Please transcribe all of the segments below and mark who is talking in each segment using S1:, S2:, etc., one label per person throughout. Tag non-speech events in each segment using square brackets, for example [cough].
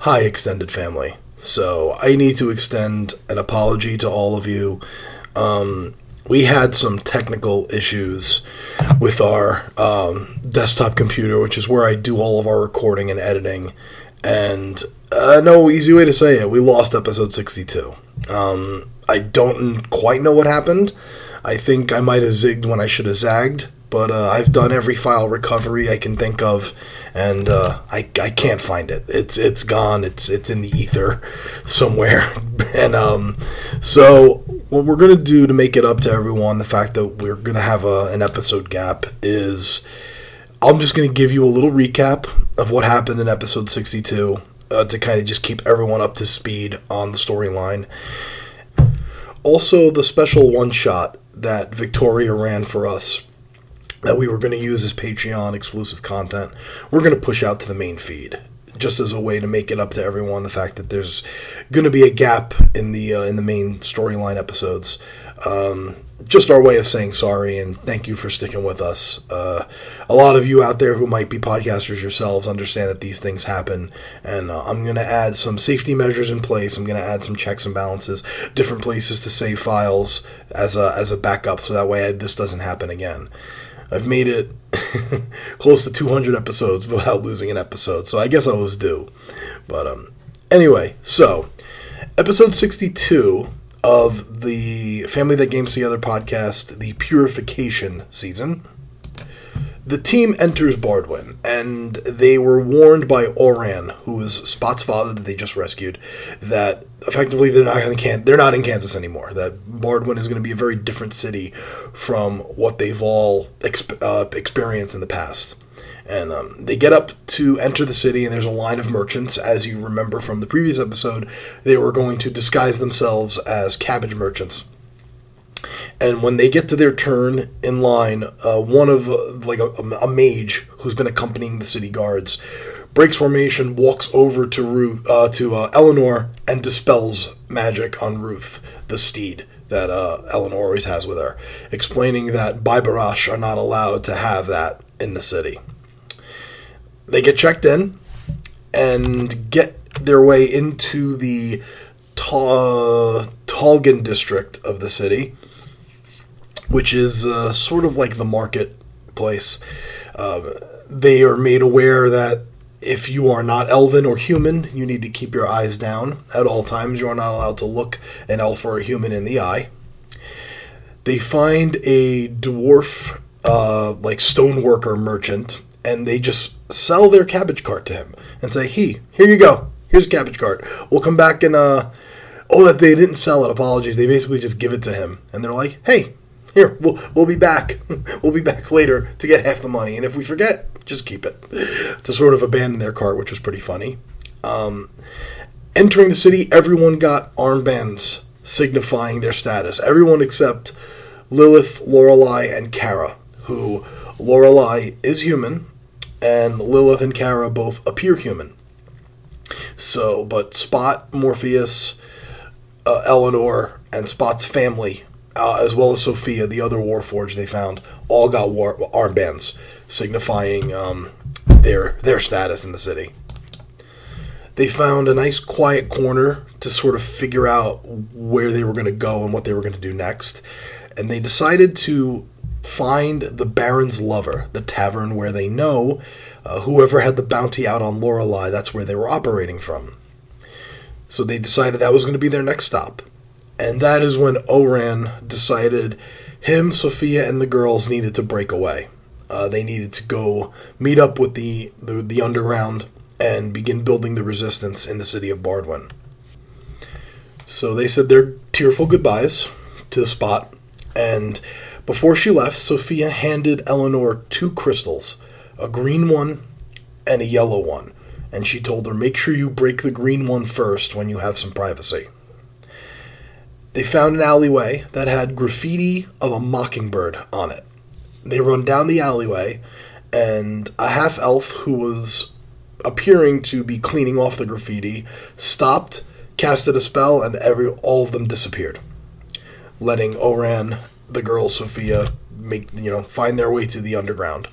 S1: Hi, extended family. So, I need to extend an apology to all of you. Um, we had some technical issues with our um, desktop computer, which is where I do all of our recording and editing. And uh, no easy way to say it, we lost episode 62. Um, I don't quite know what happened. I think I might have zigged when I should have zagged, but uh, I've done every file recovery I can think of, and uh, I, I can't find it. It's it's gone. It's it's in the ether [laughs] somewhere. [laughs] And um, so what we're gonna do to make it up to everyone, the fact that we're gonna have a, an episode gap is, I'm just gonna give you a little recap of what happened in episode 62 uh, to kind of just keep everyone up to speed on the storyline. Also, the special one shot that Victoria ran for us that we were going to use as Patreon exclusive content, we're going to push out to the main feed just as a way to make it up to everyone. The fact that there's going to be a gap in the uh, in the main storyline episodes, um, just our way of saying sorry and thank you for sticking with us. Uh, a lot of you out there who might be podcasters yourselves understand that these things happen, and uh, I'm going to add some safety measures in place. I'm going to add some checks and balances, different places to save files as a as a backup, so that way I, this doesn't happen again. I've made it [laughs] close to 200 episodes without losing an episode, so I guess I was due. But um, anyway, so episode 62 of the Family That Games Together podcast, the Purification season. The team enters Bardwin, and they were warned by Oran, who was Spot's father that they just rescued, that effectively they're not in Can- they're not in Kansas anymore. That Bardwin is going to be a very different city from what they've all exp- uh, experienced in the past. And um, they get up to enter the city, and there's a line of merchants. As you remember from the previous episode, they were going to disguise themselves as cabbage merchants and when they get to their turn in line, uh, one of uh, like a, a mage who's been accompanying the city guards breaks formation, walks over to Ruth uh, to uh, Eleanor, and dispels magic on Ruth, the steed that uh, Eleanor always has with her, explaining that Bibarash are not allowed to have that in the city. They get checked in and get their way into the Ta- Talgan district of the city which is uh, sort of like the marketplace. Um, they are made aware that if you are not elven or human, you need to keep your eyes down at all times. You are not allowed to look an elf or a human in the eye. They find a dwarf, uh, like stoneworker merchant, and they just sell their cabbage cart to him and say, "He, here you go. Here's a cabbage cart. We'll come back and uh, oh, that they didn't sell it. Apologies. They basically just give it to him, and they're like, "Hey, here, we'll we'll be back. [laughs] we'll be back later to get half the money, and if we forget, just keep it." [laughs] To sort of abandon their cart, which was pretty funny. Um, entering the city, everyone got armbands signifying their status. Everyone except Lilith, Lorelei, and Kara, who Lorelei is human, and Lilith and Kara both appear human. So, but Spot, Morpheus, uh, Eleanor and Spot's family, uh, as well as Sophia, the other Warforged they found, all got war- armbands signifying um, their their status in the city. They found a nice quiet corner to sort of figure out where they were going to go and what they were going to do next, and they decided to find the Baron's lover, the tavern where they know uh, whoever had the bounty out on Lorelei, that's where they were operating from. So they decided that was going to be their next stop. And that is when Oran decided him, Sophia, and the girls needed to break away. Uh, they needed to go meet up with the, the, the underground and begin building the resistance in the city of Bardwin. So they said their tearful goodbyes to the spot. And before she left, Sophia handed Eleanor two crystals a green one and a yellow one. And she told her, make sure you break the green one first when you have some privacy. They found an alleyway that had graffiti of a mockingbird on it. They run down the alleyway, and a half elf who was appearing to be cleaning off the graffiti stopped, casted a spell, and every all of them disappeared, letting Oran, the girl Sophia, make you know find their way to the underground.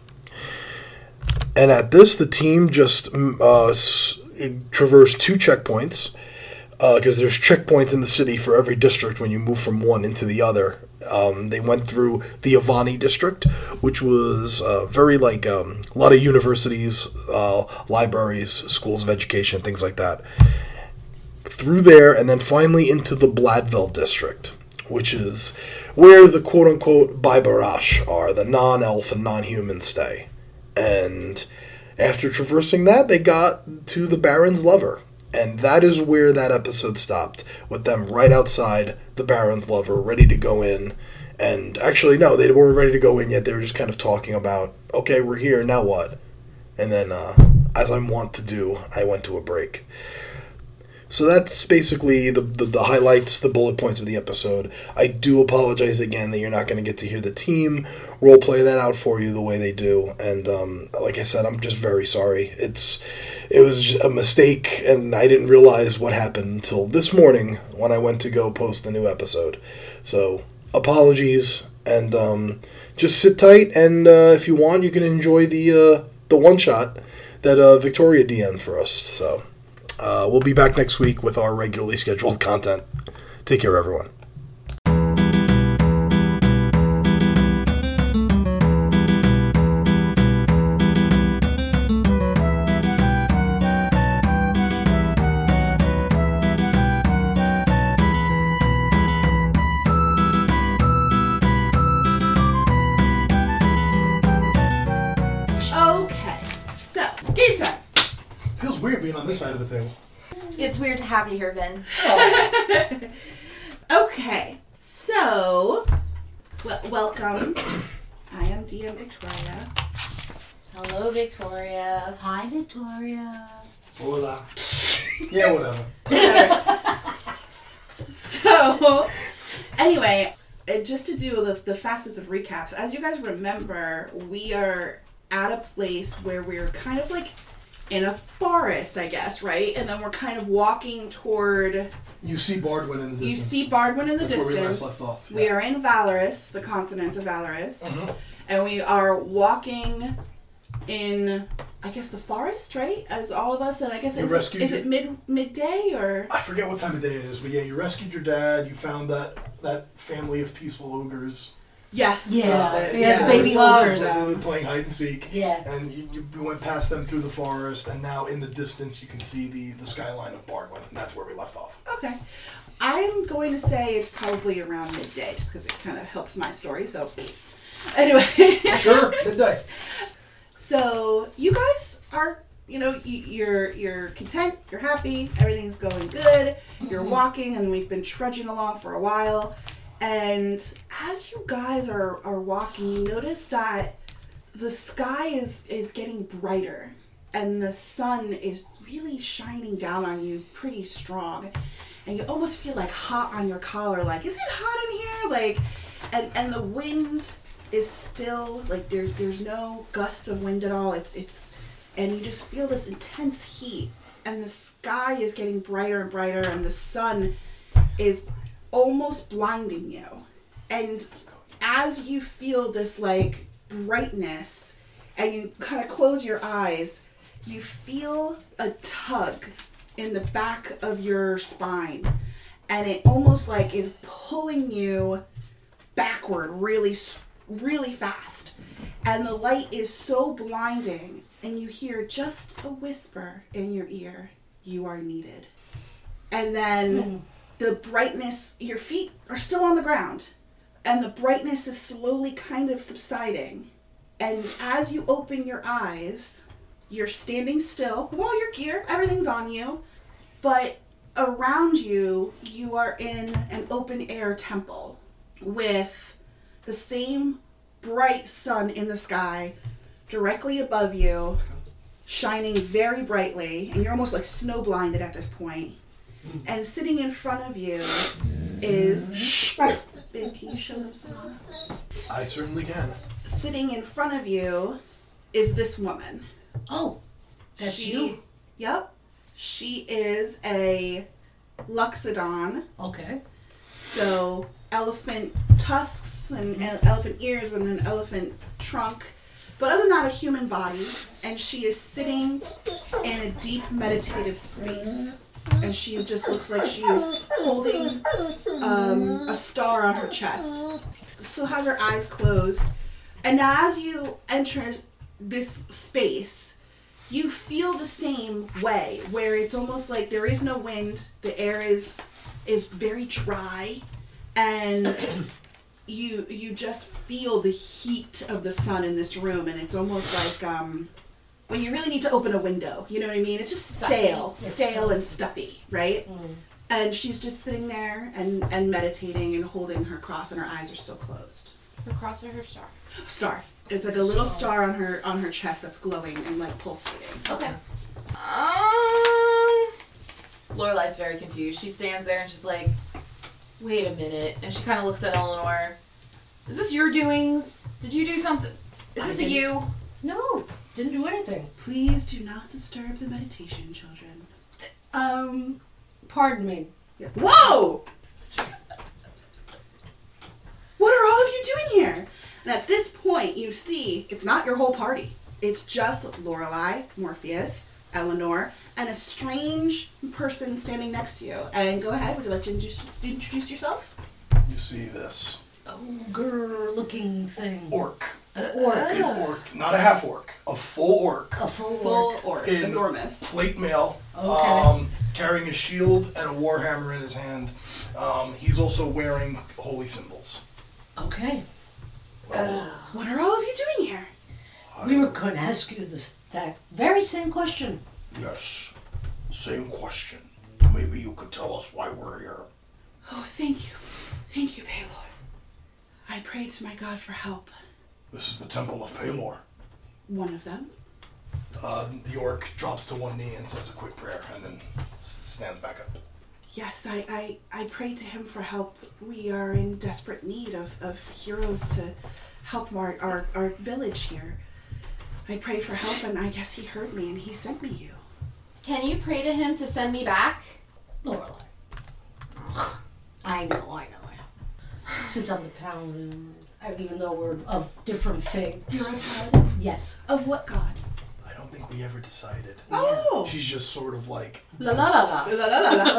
S1: And at this, the team just mm, uh, s- traverse two checkpoints because there's checkpoints in the city for every district when you move from one into the other. Um, they went through the Avani district, which was uh, very like um, a lot of universities, uh, libraries, schools of education, things like that. Through there, and then finally into the Bladville district, which is where the quote unquote Bibarash are, the non elf and non human stay. And after traversing that, they got to the Baron's Lover. And that is where that episode stopped, with them right outside the Baron's Lover, ready to go in. And actually, no, they weren't ready to go in yet. They were just kind of talking about, okay, we're here, now what? And then, uh, as I'm wont to do, I went to a break. So that's basically the, the, the highlights, the bullet points of the episode. I do apologize again that you're not going to get to hear the team role play that out for you the way they do. And um, like I said, I'm just very sorry. It's it was just a mistake, and I didn't realize what happened until this morning when I went to go post the new episode. So apologies, and um, just sit tight. And uh, if you want, you can enjoy the uh, the one shot that uh, Victoria DN for us. So. Uh, we'll be back next week with our regularly scheduled content. Take care, everyone.
S2: Okay, so game time.
S1: Feels weird being on this side of the table.
S3: It's weird to have you here,
S4: [laughs]
S3: Vin.
S2: Okay, so well, welcome. I am DM Victoria.
S3: Hello, Victoria.
S4: Hi, Victoria.
S1: Hola. [laughs] Yeah, whatever.
S2: So, anyway, uh, just to do the, the fastest of recaps, as you guys remember, we are at a place where we're kind of like in a forest, I guess, right? And then we're kind of walking toward.
S1: You see Bardwin in the distance.
S2: You see Bardwin in the
S1: That's where we
S2: distance.
S1: last left off,
S2: We
S1: yeah. Mm-hmm.
S2: are in Valorous, the continent of Valorous, and we are walking in, I guess, the forest, right? As all of us, and I guess
S1: You
S2: is,
S1: rescued
S2: it, is
S1: your-
S2: it mid midday or?
S1: I forget what time of day it is, but yeah, you rescued your dad. You found that that family of peaceful ogres.
S2: Yes.
S4: Yeah,
S2: Uh,
S4: we have baby
S2: Love
S4: ogres.
S2: them.
S1: Slowly playing hide and seek.
S4: Yeah.
S1: And you, you- you went past them through the forest, and now in the distance you can see the, the skyline of Bardwin, and that's where we left off.
S2: Okay. I'm going to say it's probably around midday, just because it kind of helps my story. So, anyway. [laughs]
S1: Sure, good day.
S2: So you guys are, you know, y- you're you're content, you're happy, everything's going good. You're walking, and we've been trudging along for a while. And as you guys are are walking, you notice that the sky is is getting brighter, and the sun is really shining down on you pretty strong, and you almost feel like hot on your collar. Like, is it hot in here? Like, and and the wind is still like there's there's no gusts of wind at all. It's it's and you just feel this intense heat and the sky is getting brighter and brighter and the sun is almost blinding you. And as you feel this like brightness and you kind of close your eyes, you feel a tug in the back of your spine and it almost like is pulling you backward really s- really fast and the light is so blinding and you hear just a whisper in your ear you are needed and then the brightness your feet are still on the ground and the brightness is slowly kind of subsiding and as you open your eyes you're standing still with all your gear everything's on you but around you you are in an open air temple with the same bright sun in the sky directly above you shining very brightly and you're almost like snow blinded at this point and sitting in front of you is Ben, can you show them something?
S1: I certainly can.
S2: sitting in front of you is this woman
S4: Oh, that's
S2: She-
S4: you.
S2: Yep. She is a Luxodon,
S4: Okay. Mm-hmm.
S2: so elephant tusks and e- elephant ears and an elephant trunk. but other than that, a human body, and she is sitting in a deep meditative space, and she just looks like she is holding um, a star on her chest. Still has her eyes closed, and as you enter this space, you feel the same way, where it's almost like there is no wind, the air is is very dry, and you you just feel the heat of the sun in this room and it's almost like um when you really need to open a window you know what i mean it's just stale
S5: It's
S2: stale
S5: stuffy.
S2: and stuffy right and she's just sitting there and and meditating and holding her cross and her eyes are still closed
S4: The cross or her star.
S2: star it's like a little star on her on her chest that's glowing and like pulsating
S4: Okay. Um. Lorelai's very confused. She stands there and she's like, "Wait a minute." And she kind of looks at Eleanor. Is this your doings? Did you do something? Is
S5: I
S4: this a
S5: didn't-
S4: you?
S5: No, didn't do anything.
S2: please do not disturb the meditation children
S5: Um, pardon me.
S2: Yeah. Whoa! What are all of you doing here? And at this point, you see it's not your whole party. It's just Lorelai, Morpheus, Eleanor, and a strange person standing next to you. And go ahead. Would you like to introduce, introduce yourself?
S6: You see this
S5: Ogre-looking thing.
S6: orc,
S5: Uh,
S6: an orc, not a half orc, a full orc,
S5: A full
S2: Full
S5: orc.
S2: orc,
S6: In-
S2: enormous.
S6: plate mail,
S5: Okay.
S6: um, carrying a shield and a warhammer in his hand. Um, he's also wearing holy symbols.
S5: Okay.
S2: What are all of you doing here?
S5: We were going to ask you this that very same question.
S6: Yes, same question. Maybe you could tell us why we're here.
S2: Oh, thank you, thank you, Paylor. I prayed to my god for help.
S6: This is the Temple of Palor.
S2: One of them.
S6: Uh, the orc drops to one knee and says a quick prayer, and then s- stands back up.
S2: Yes, I, I, I pray to him for help. We are in desperate need of, of heroes to help our, our, our village here. I pray for help, and I guess he heard me and he sent me you.
S4: Can you pray to him to send me back?
S5: Lorelai. I know, I know, I know. Since I'm the paladin, I- even though we're of different faiths.
S2: You're a god?
S5: Yes.
S2: Of what god?
S6: I don't think we ever decided.
S2: Oh!
S6: She's just sort of like.
S4: La la la la.
S2: La la la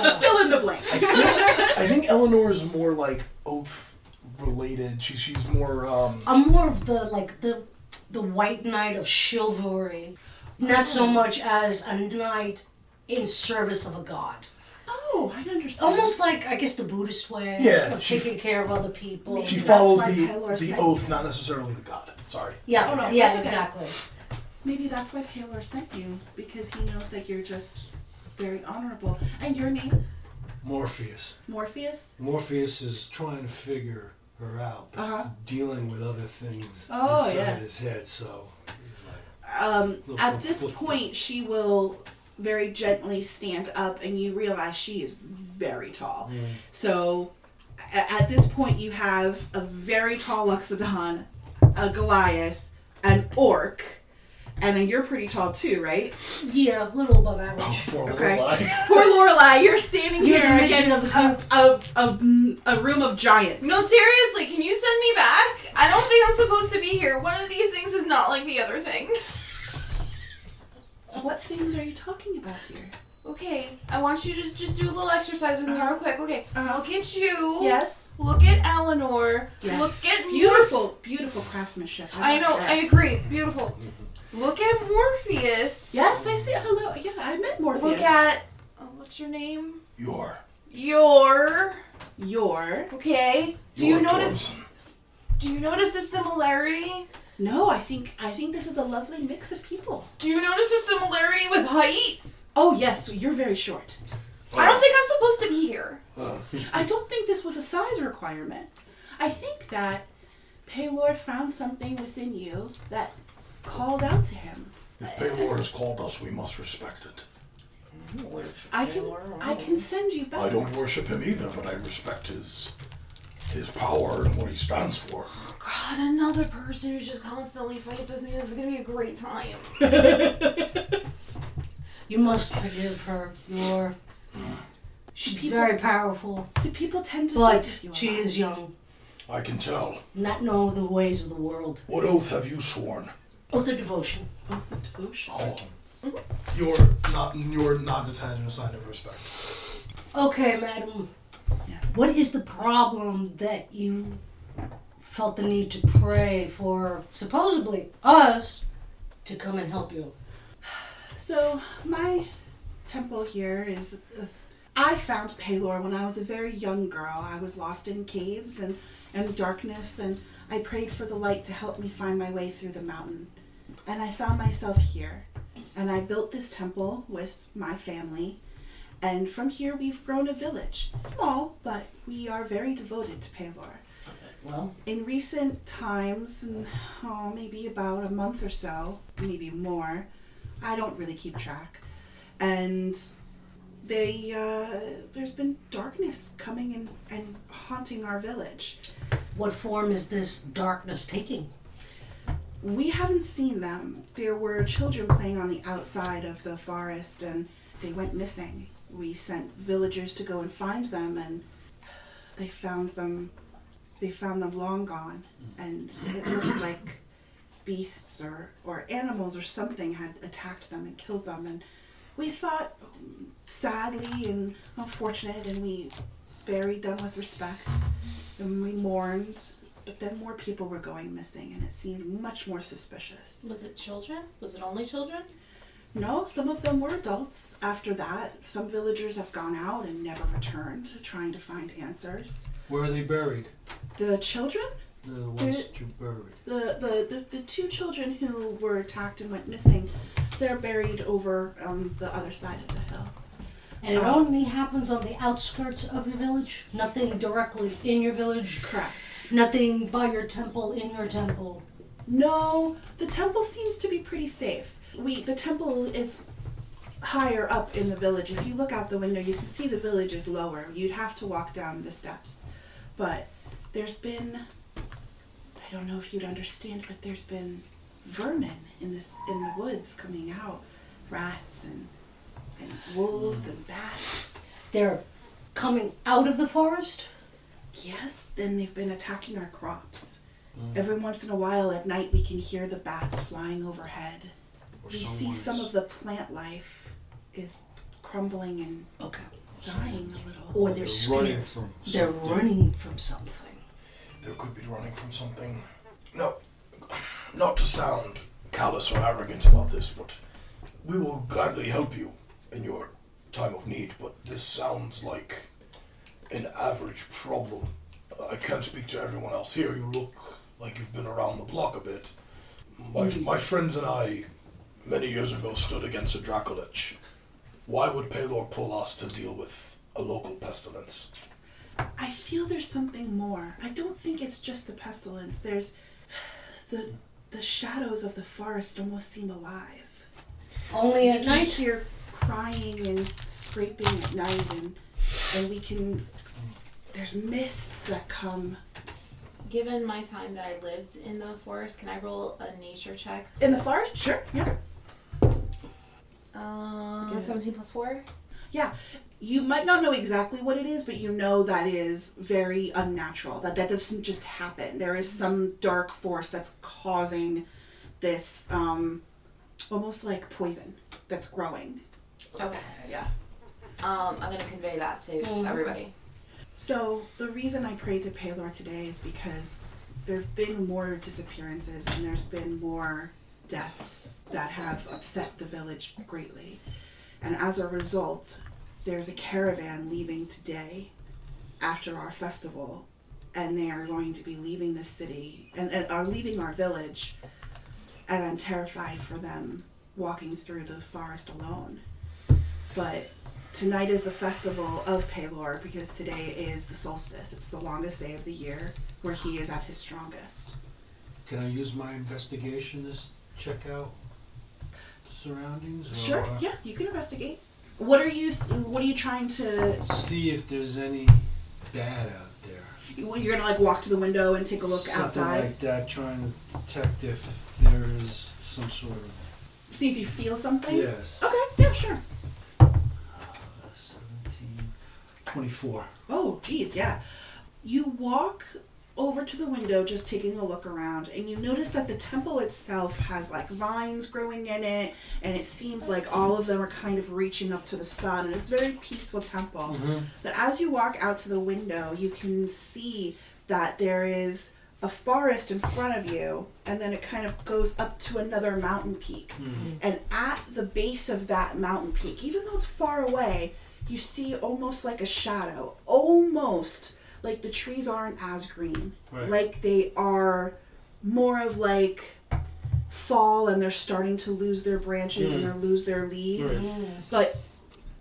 S2: la. Fill in the blank.
S6: I think Eleanor is more like oath related. She, she's more. Um,
S5: I'm more of the like the the white knight of chivalry, not so much as a knight in service of a god.
S2: Oh, I understand.
S5: Almost like I guess the Buddhist way
S6: Yeah,
S5: of
S6: she-
S5: taking care of other people.
S6: she
S2: That's
S6: follows
S2: why
S6: the,
S2: Pelor
S6: the
S2: sent
S6: oath,
S2: you.
S6: not necessarily the god. Sorry.
S5: Yeah,
S2: Oh, no,
S5: yeah,
S2: that's okay.
S5: exactly.
S2: Maybe that's why Palor sent you, because he knows that you're just very honorable. And your name?
S1: Morpheus.
S2: Morpheus?
S1: Morpheus is trying to figure her out, but
S2: Uh-huh.
S1: he's dealing with other things
S2: Oh,
S1: inside
S2: yeah.
S1: his head. So he's like,
S2: Um,
S1: Little
S2: at this
S1: flip.
S2: point, she will very gently stand up, and you realize she is very tall. So, a- at this point, you have a very tall Luxodon, a Goliath, an Orc, and you're pretty tall too, right?
S5: Yeah, a little above
S1: "Oh,
S5: average.
S6: Poor little
S2: Okay.
S6: lie.
S2: [laughs] Poor Lorelai, you're standing
S5: You're
S2: here
S5: the midget
S2: against
S5: of the
S2: a, a, a, a room of giants.
S4: No, seriously, can you send me back? I don't think I'm supposed to be here. One of these things is not like the other thing.
S2: what things are you talking about, dear?
S4: Okay, I want you to just do a little exercise with me real quick. Okay,
S2: Uh-huh.
S4: look at you.
S2: Yes.
S4: Look at Eleanor.
S2: yes.
S4: Look at Morpheus.
S2: beautiful, beautiful craftsmanship.
S4: I
S2: must
S4: know,
S2: say.
S4: I agree. Beautiful. Look at Morpheus.
S2: Yes, I see. Hello. Yeah, I met Morpheus.
S4: Look at. Oh, what's your name?
S6: You are.
S4: Your.
S2: your.
S4: Okay. Do
S6: You're
S4: you notice?
S6: dwarves.
S4: Do you notice a similarity?
S2: No, I think I think this is a lovely mix of people.
S4: Do you notice a similarity with height?
S2: Oh yes, you're very short.
S4: I don't think I'm supposed to be here.
S2: I don't think this was a size requirement. I think that Paylor found something within you that called out to him.
S6: If Palor has called us, we must respect it.
S2: I can I can send you back.
S6: I don't worship him either, but I respect his his power and what he stands for.
S4: God, another person who just constantly fights with me. This is gonna be a great time.
S5: You must forgive her. You're she's
S2: People-
S5: very powerful,
S2: Do people tend to fight
S5: but
S2: with you a
S5: she
S2: lot?
S5: is young.
S1: I can tell.
S5: not know the ways of the world.
S1: What oath have you sworn?
S5: Oath of devotion.
S2: Oath of devotion.
S1: Oh,
S6: Your not your nods his head in a sign of respect.
S5: Okay, madam.
S2: Yes.
S5: What is the problem that you felt the need to pray for supposedly us to come and help you?
S2: So my temple here is. Uh, I found Palor when I was a very young girl. I was lost in caves and and darkness, and I prayed for the light to help me find my way through the mountain. And I found myself here, and I built this temple with my family. And from here, we've grown a village. Small, but we are very devoted to Palor
S5: Well,
S2: in recent times, and oh, maybe about a month or so, maybe more, I don't really keep track. And they, uh, there's been darkness coming in and haunting our village.
S5: what form is this darkness taking?
S2: We haven't seen them. There were children playing on the outside of the forest and they went missing. We sent villagers to go and find them and they found them they found them long gone and it looked like beasts or, or animals or something had attacked them and killed them and we thought um, sadly and unfortunate and we buried them with respect and we mourned but then more people were going missing and it seemed much more suspicious
S4: Was it children? Was it only children?
S2: no some of them were adults after that some villagers have gone out and never returned trying to find answers
S1: where are they buried?
S2: the children
S1: They're the ones
S2: They're-
S1: that you buried.
S2: the, the, the, the two children who were attacked and went missing, they're buried over on the other side of the hill.
S5: And it
S2: Uh,
S5: only happens on the outskirts of your village? Nothing directly in your village?
S2: Correct.
S5: Nothing by your temple, in your temple?
S2: No, the temple seems to be pretty safe. We the temple is higher up in the village. If you look out the window, you can see the village is lower. You'd have to walk down the steps. But there's been I don't know if you'd understand, but there's been vermin in this in the woods coming out. Rats and and wolves and bats.
S5: They're coming out of the forest?
S2: Yes, then they've been attacking our crops. Every once in a while at night, we can hear the bats flying overhead.
S1: Or
S2: We see some of the plant life is crumbling and
S5: Okay.
S2: dying a little.
S5: Or they're
S1: running
S5: scared.
S1: from.
S5: They're
S1: something.
S5: running from something.
S6: There could be running from something. No, not to sound callous or arrogant about this, but we will gladly help you in your time of need. But this sounds like an average problem. I can't speak to everyone else here. You look like you've been around the block a bit. My, my friends and I, many years ago, stood against a Dracolich. Why would Pelor pull us to deal with a local pestilence?
S2: I feel there's something more. I don't think it's just the pestilence. There's [sighs] the the shadows of the forest almost seem alive.
S5: Only
S2: You
S5: at
S2: can
S5: night?
S2: hear crying and scraping at night, and and we can. There's mists that come
S4: Given my time that I lived in the forest, can I roll a nature check?
S2: in the forest. Sure. Yeah.
S4: Um, guess 17 plus 4?
S2: Yeah. You might not know exactly what it is, but you know that is very unnatural. That that doesn't just happen. There is some dark force that's causing this um almost like poison that's growing.
S4: Okay.
S2: Yeah.
S4: Um, I'm gonna convey that to
S5: Mhm.
S4: everybody.
S2: So the reason I prayed to Palor today is because there've been more disappearances and there's been more deaths that have upset the village greatly. And as a result, there's a caravan leaving today after our festival and they are going to be leaving the city and, and are leaving our village and I'm terrified for them walking through the forest alone. But tonight is the festival of Palor because today is the solstice. It's the longest day of the year where he is at his strongest.
S1: Can I use my investigation to s- check out the surroundings? Or
S2: Sure. Yeah, you can investigate. What are you? What are you trying to?
S1: See if there's any bad out there.
S2: You're gonna like walk to the window and take a look
S1: Something
S2: outside,
S1: like that, trying to detect if there is some sort of.
S2: see if you feel something.
S1: Yes.
S2: Okay. Yeah. Sure.
S1: Uh, 17, 24.
S2: Oh, geez, yeah. You walk over to the window, just taking a look around, and you notice that the temple itself has like vines growing in it, and it seems like all of them are kind of reaching up to the sun, and it's a very peaceful temple. But as you walk out to the window, you can see that there is a forest in front of you, and then it kind of goes up to another mountain peak. And at the base of that mountain peak, even though it's far away, you see almost like a shadow, almost like the trees aren't as green,
S1: Right.
S2: like they are more of like fall and they're starting to lose their branches
S1: Mm.
S2: and they lose their leaves. But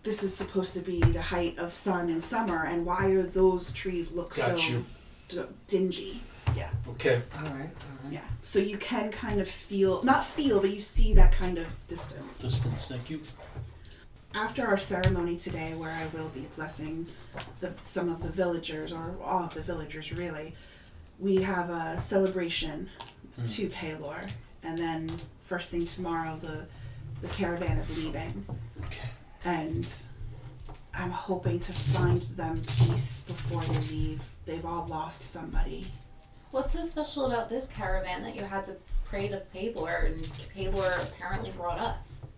S2: this is supposed to be the height of sun and summer, and why are those trees look
S1: Got
S2: so
S1: you.
S2: d- dingy? Yeah,
S1: Okay.
S7: All right, all right.
S2: yeah. So you can kind of feel, not feel, but you see that kind of distance.
S1: Distance. Thank you.
S2: after our ceremony today, where I will be blessing the, some of the villagers, or all of the villagers really, we have a celebration to Paylor. And then, first thing tomorrow, the, the caravan is leaving.
S1: Okay.
S2: And I'm hoping to find them peace before they leave. They've all lost somebody.
S4: What's so special about this caravan that you had to pray to Paylor and Paylor apparently brought us?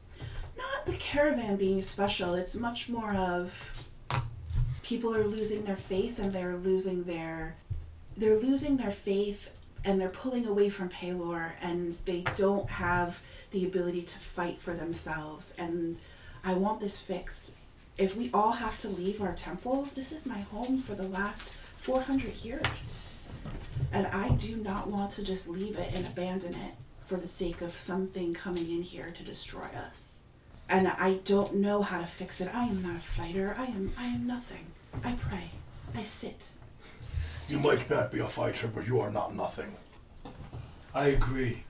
S2: not the caravan being special. It's much more of people are losing their faith and they're losing their they're losing their faith and they're pulling away from Paylor and they don't have the ability to fight for themselves and I want this fixed. If we all have to leave our temple, this is my home for the last 400 years. And I do not want to just leave it and abandon it for the sake of something coming in here to destroy us. And I don't know how to fix it. I am not a fighter. I am I am nothing. I pray. I sit.
S6: You might not be a fighter, but you are not nothing.
S1: I agree.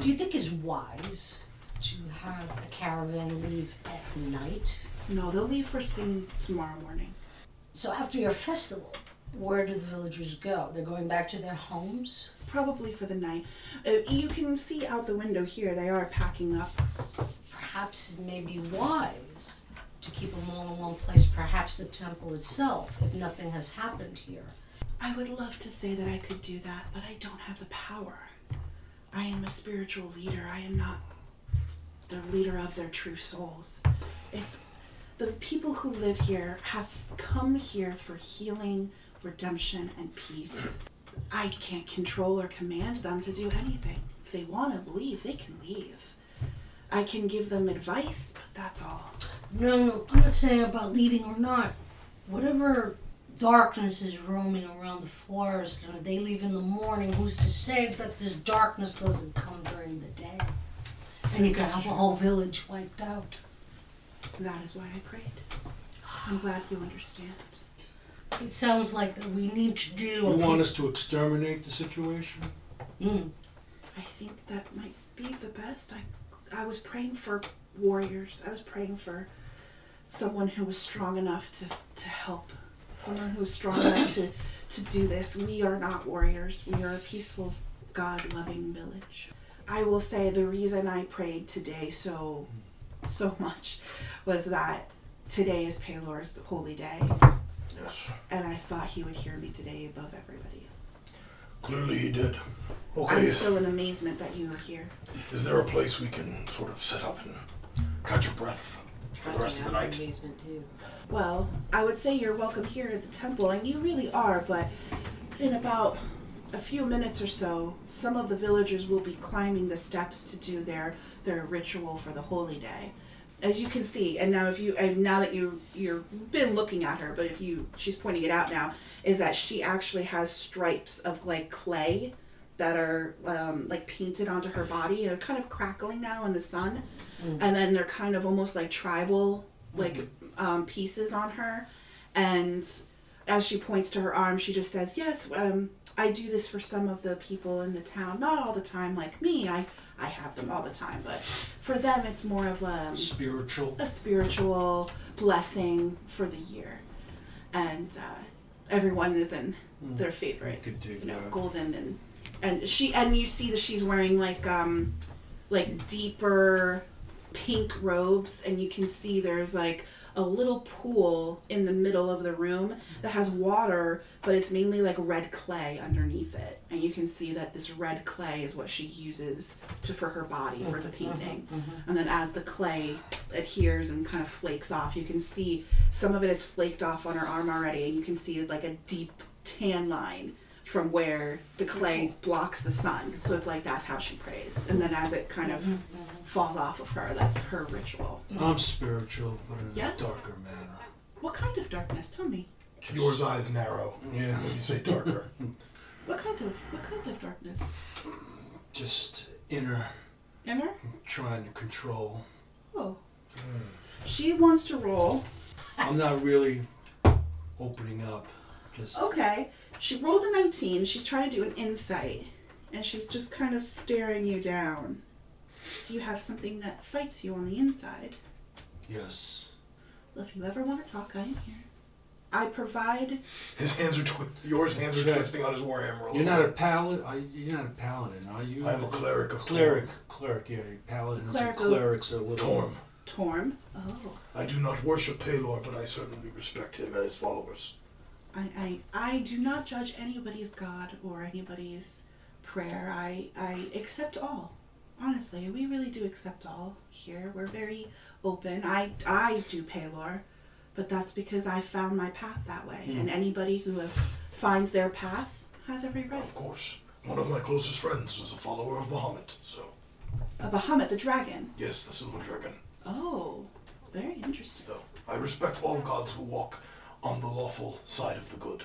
S5: Do you think it's wise to have a caravan leave at night?
S2: No, they'll leave first thing tomorrow morning.
S5: So after your festival, where do the villagers go? They're going back to their homes?
S2: Probably for the night. Uh, you can see out the window here. They are packing up.
S5: Perhaps it may be wise to keep them all in one place, perhaps the temple itself, if nothing has happened here.
S2: I would love to say that I could do that, but I don't have the power. I am a spiritual leader. I am not the leader of their true souls. It's the people who live here have come here for healing, redemption, and peace. I can't control or command them to do anything. If they want to leave, they can leave. I can give them advice, but that's all.
S5: No, no, I'm not saying about leaving or not. Whatever darkness is roaming around the forest, and if they leave in the morning, who's to say that this darkness doesn't come during the day? And you could have a whole village wiped out.
S2: That is why I prayed. I'm glad you understand.
S5: It sounds like that we need to do.
S1: You want us to exterminate the situation?
S5: Mm.
S2: I think that might be the best. I, I was praying for warriors. I was praying for someone who was strong enough to, to help. Someone who was strong enough to, to do this. We are not warriors. We are a peaceful, God loving village. I will say the reason I prayed today so so much was that today is Paylor's holy day
S6: Yes.
S2: and I thought he would hear me today above everybody else.
S6: Clearly he did. Okay,
S2: I'm
S6: is,
S2: still in amazement that you are here.
S6: is there a place we can sort of set up and catch your breath for the rest of the night?
S2: Well, I would say you're welcome here at the temple, and you really are, but in about a few minutes or so, some of the villagers will be climbing the steps to do their, their ritual for the holy day. As you can see, and now if you and now that you you've been looking at her, but if you she's pointing it out now, is that she actually has stripes of like clay that are um, like painted onto her body. They're kind of crackling now in the sun, and then they're kind of almost like tribal like um, pieces on her. And as she points to her arm, she just says, "Yes, um, I do this for some of the people in the town. Not all the time, like me. I I have them all the time, but for them, it's more of a
S1: Spiritual.
S2: a spiritual blessing for the year, and uh, everyone is in their favorite,
S1: Could dig
S2: you know,
S1: that.
S2: golden and and she and you see that she's wearing like um like deeper pink robes, and you can see there's like a little pool in the middle of the room that has water, but it's mainly like red clay underneath it. And you can see that this red clay is what she uses to for her body for the painting. And then as the clay adheres and kind of flakes off, you can see some of it is flaked off on her arm already, and you can see like a deep tan line from where the clay blocks the sun. So it's like that's how she prays. And then as it kind of falls off of her, that's her ritual.
S7: Mm-hmm.
S1: I'm spiritual, but in
S2: Yes.
S1: a darker manner.
S2: What kind of darkness? Tell me.
S1: Just-
S7: Yours eyes narrow.
S1: Yeah,
S7: You say
S1: [laughs]
S7: darker.
S2: What kind of what kind of darkness?
S1: just inner,
S2: Inner?
S1: trying to control.
S2: Oh. She wants to roll.
S1: I'm not really opening up. Just
S2: Okay. She rolled a 19. She's trying to do an insight. And she's just kind of staring you down. Do you have something that fights you on the inside?
S1: yes.
S2: Well, if you ever want to talk, I am here. I provide.
S7: His hands are twi- yours. Hands are
S1: Check.
S7: twisting on his war hammer. a
S1: You're
S7: little
S1: not a
S7: bit.
S1: paladin. Are you- You're not a paladin, are you?
S7: I am a cleric of
S1: Cleric, cleric. Yeah, paladins
S2: Cleric
S1: and
S2: of
S1: clerics are a little.
S7: Torm.
S2: Torm. Oh.
S7: I do not worship Palor, but I certainly respect him and his followers.
S2: I, I, I do not judge anybody's God or anybody's prayer. I, I accept all. Honestly, we really do accept all here. We're very open. I, I do Palor, but that's because I found my path that way. And anybody who has, finds their path has every right.
S7: Of course. One of my closest friends is a follower of Bahamut, so
S2: A Bahamut, the dragon.
S7: yes, the Silver Dragon.
S2: Oh, very interesting.
S7: So I respect all gods who walk on the lawful side of the good.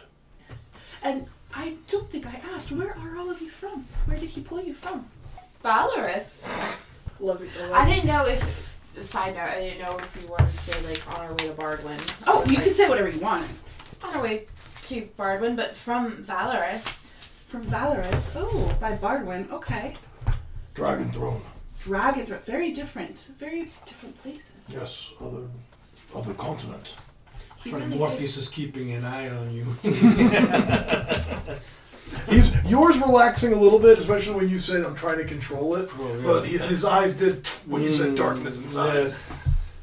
S2: Yes. And I don't think I asked, where are all of you from? Where did he pull you from?
S4: Valorous.
S2: Love it so
S4: I didn't know if. Side note, I didn't know if you wanted to say like on our way to Bardwin.
S2: Oh, you can say whatever you want.
S4: On our way to Bardwin, but from Valorous.
S2: From Valorous. Oh, by Bardwin. Okay.
S7: Dragon Throne.
S2: Dragon Thro- Very different. Very different places.
S7: Yes, other other continent.
S2: He
S1: But
S2: really
S1: Morpheus is keeping an eye on you.
S7: He's yours relaxing a little bit, especially when you said I'm trying to control it.
S1: Well, yeah.
S7: But he, his eyes did t- when you said
S1: Mm,
S7: darkness inside.
S1: Yes.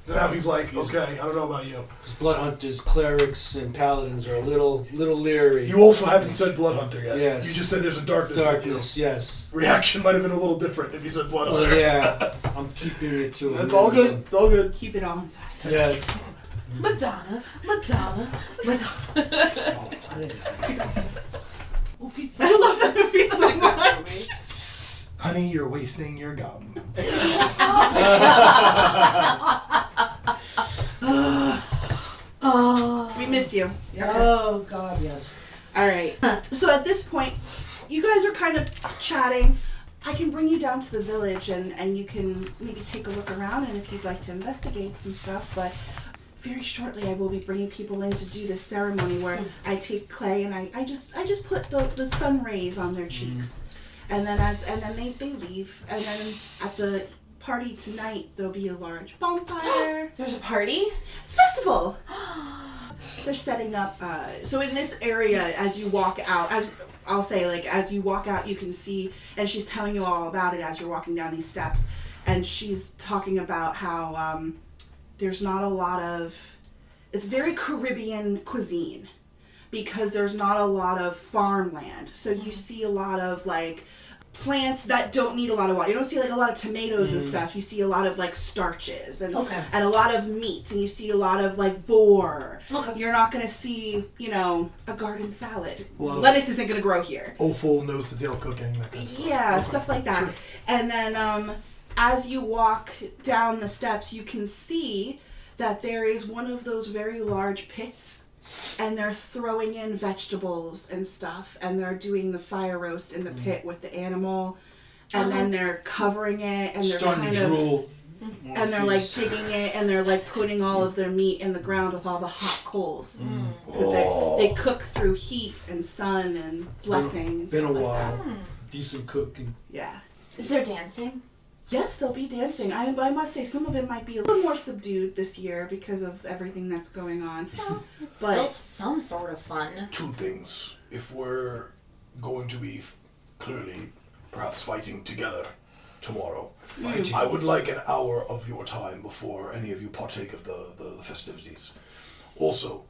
S7: So now he's like, okay, I don't know about you.
S1: Because bloodhunters, clerics, and paladins are a little, little leery.
S7: You also haven't said Bloodhunter yet.
S1: Yes.
S7: You just said there's a darkness. in you.
S1: Darkness, yes.
S7: Reaction might have been a little different if you said Bloodhunter.
S1: Well, yeah,
S7: [laughs]
S1: I'm keeping it to. a
S7: That's all good.
S1: minimum.
S7: It's all good.
S2: Keep it all inside.
S1: Yes.
S4: Madonna, Madonna. [laughs]
S8: Morpheus-
S2: [laughs] I love that movie
S4: Such
S2: so
S4: a good
S2: much.
S4: movie.
S7: Honey, you're wasting your gum.
S8: Oh,
S2: We missed you.
S8: oh God, yes.
S2: All right. so at this point, you guys are kind of chatting. I can bring you down to the village and, and you can maybe take a look around and if you'd like to investigate some stuff. But very shortly, I will be bringing people in to do this ceremony where I take clay and I, I just I just put the, the sun rays on their cheeks. And then as and then they, they leave. And then at the party tonight, there'll be a large bonfire. [gasps]
S4: There's a party?
S2: It's festival. [gasps] They're setting up. Uh, so in this area, as you walk out, as I'll say, like as you walk out, you can see, and she's telling you all about it as you're walking down these steps, and she's talking about how um, there's not a lot of, it's very Caribbean cuisine because there's not a lot of farmland. So
S8: Mm-hmm.
S2: you see a lot of like plants that don't need a lot of water. You don't see like a lot of tomatoes and stuff. You see a lot of like starches and
S8: Mm. Okay.
S2: and a lot of meats and you see a lot of like boar.
S8: Okay.
S2: You're not going to see, you know, a garden salad.
S7: lot of-
S2: Lettuce isn't going to grow here.
S7: Ophul knows the tail cooking, that kind of stuff.
S2: Yeah,
S7: Okay.
S2: stuff like that. And then um, as you walk down the steps, you can see that there is one of those very large pits, and they're throwing in vegetables and stuff, and they're doing the fire roast in the
S1: Mm.
S2: pit with the animal, and then they're covering it, and they're
S1: Starting
S2: kind
S1: to
S2: of
S1: drool.
S2: and they're like
S1: Morpheus.
S2: digging it and they're like putting all of their meat in the ground with all the hot
S1: Mm.
S2: coals because they, they cook through heat and sun and blessings
S1: Oh. Been a
S2: like that.
S1: while. Decent cooking.
S2: yeah
S4: Is there dancing?
S2: yes they'll be dancing I, I must say some of it might be a little more subdued this year because of everything that's going on
S4: Well, it's
S2: But-
S4: still some sort of fun.
S7: Two things. If we're going to be f- clearly perhaps fighting together,
S6: tomorrow. I would like an hour of your time before any of you partake of the, the, the festivities. Also,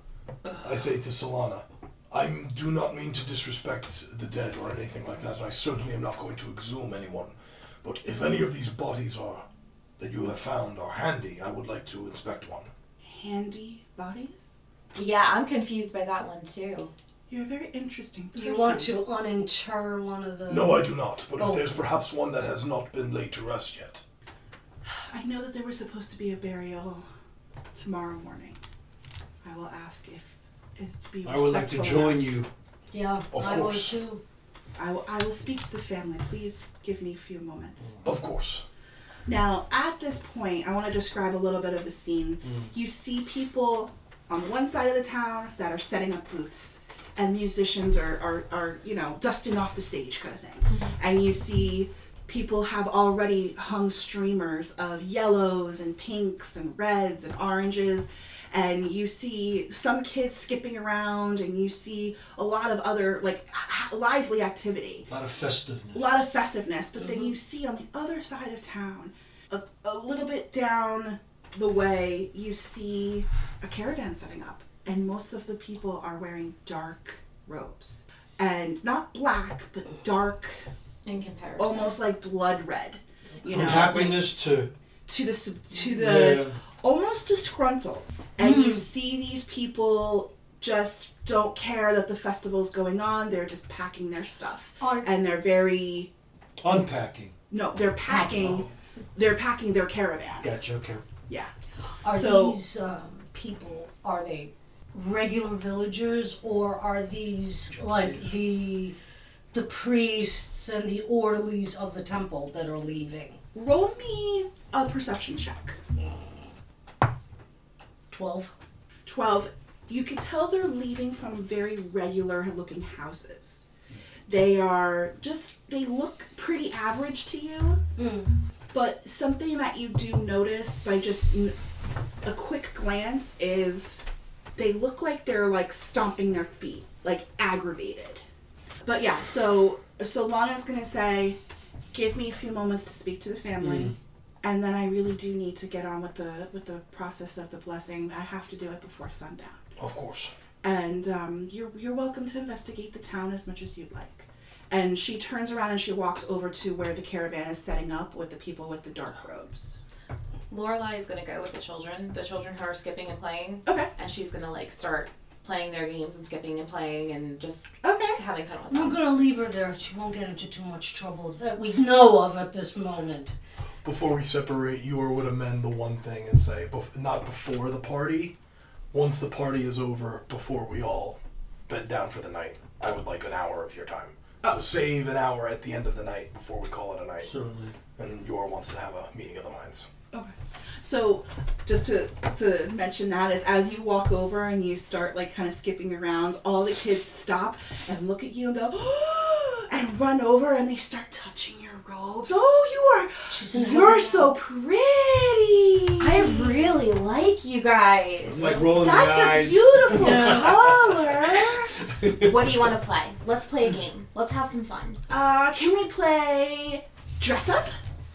S6: I say to Solana, I m- do not mean to disrespect the dead or anything like that, and I certainly am not going to exhume anyone. But if any of these bodies are that you have found are handy, I would like to inspect one.
S2: Handy bodies?
S4: Yeah, I'm confused by that one too.
S2: You're a very interesting person.
S5: You want to uninter one of the.
S6: No, I do not. But if
S5: Oh.
S6: there's perhaps one that has not been laid to rest yet,
S2: I know that there was supposed to be a burial tomorrow morning. I will ask if it's be
S1: I would like to
S2: Mm. respectful
S1: join
S2: enough.
S1: you.
S5: Yeah,
S6: Of
S5: I would
S6: course.
S5: too.
S2: I will, I will speak to the family. Please give me a few moments.
S6: of course.
S2: Now, at this point, I want to describe a little bit of the scene. You see people on one side of the town that are setting up booths, and musicians are, are, are you know, dusting off the stage kind of thing. And you see people have already hung streamers of yellows and pinks and reds and oranges. And you see some kids skipping around, and you see a lot of other, like, h- h- lively activity
S1: A lot of festiveness.
S2: a lot of festiveness, but then you see on the other side of town, a, a little bit down the way, you see a caravan setting up, and most of the people are wearing dark robes. And not black, but dark,
S4: In comparison,
S2: almost like blood red. You
S1: From
S2: know,
S1: happiness to
S2: to the sub- to the
S1: yeah. Mm.
S2: almost disgruntled. And you see these people just don't care that the festival's going on. They're just packing their stuff,
S5: Are-
S2: and they're very
S1: unpacking.
S2: no, they're packing. They're packing their caravan.
S1: Gotcha. Okay.
S2: Yeah.
S5: Are
S2: So-
S5: these um, people are they regular villagers or are these like the the priests and the orderlies of the temple that are leaving?
S2: Roll me a perception check.
S5: Twelve.
S2: Twelve. You can tell they're leaving from very regular looking houses. They are just. They look pretty average to you. But something that you do notice by just n- a quick glance is they look like they're like stomping their feet, like aggravated. But yeah, so Solana's gonna say, "Give me a few moments to speak to the family, and then I really do need to get on with the with the process of the blessing. I have to do it before sundown."
S6: Of course.
S2: and um, you're, you're welcome to investigate the town as much as you'd like. And she turns around and she walks over to where the caravan is setting up with the people with the dark robes.
S4: Lorelai is gonna go with the children, the children who are skipping and playing,
S2: Okay.
S4: and she's gonna like start playing their games and skipping and playing and just
S2: Okay.
S4: having fun with
S5: We're
S4: them.
S5: gonna leave her there. She won't get into too much trouble that we know of at this moment.
S6: Before we separate, Yor would amend the one thing and say, bef- not before the party. Once the party is over, before we all bed down for the night, I would like an hour of your time.
S2: Ah.
S6: So save an hour at the end of the night before we call it a night.
S1: Certainly.
S6: And Yor wants to have a meeting of the minds.
S2: So, just to to mention that is as you walk over and you start like kind of skipping around, all the kids stop and look at you and go, [gasps] and run over and they start touching your robes. Oh,
S5: She's
S2: you are
S5: in heaven
S2: you're
S5: now.
S2: so pretty.
S4: I really like you guys.
S1: Like rolling the
S2: That's
S1: eyes.
S2: a beautiful color.
S4: What do you want to play? Let's play a game. Let's have some fun.
S2: Uh, can we play dress up?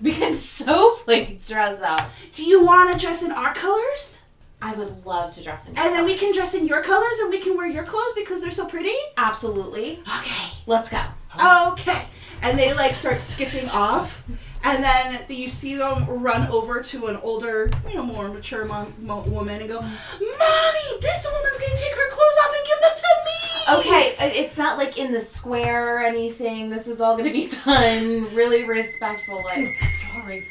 S4: We can [laughs] so play dress up.
S2: Do you want to dress in our colors?
S4: I would love to dress in.
S2: And then we can dress in your colors and we can wear your clothes because they're so pretty?
S4: absolutely.
S2: Okay.
S4: Let's go.
S2: Okay. And they like start skipping off. And then you see them run over to an older, you know, more mature mom, mo- woman and go, Mommy, this woman's going to take her clothes off and give them to me.
S4: Okay, i- it's not like in the square or anything. This is all gonna be [laughs] done really respectful. Like, [laughs]
S5: Sorry.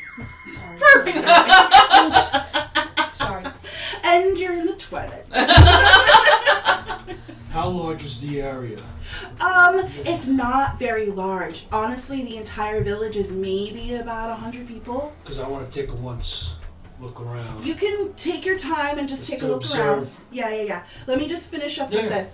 S5: Sorry.
S2: Perfect.
S5: Oops. Sorry.
S2: And you're in the toilet.
S1: How large is the area?
S2: Um, it's not very large. Honestly, the entire village is maybe about 100 people.
S1: Because I want to take a once look around.
S2: You can take your time and just
S1: Just
S2: take a
S1: to
S2: look around.
S1: observe.
S2: Yeah, yeah, yeah. Let me just finish up
S1: Yeah.
S2: with this.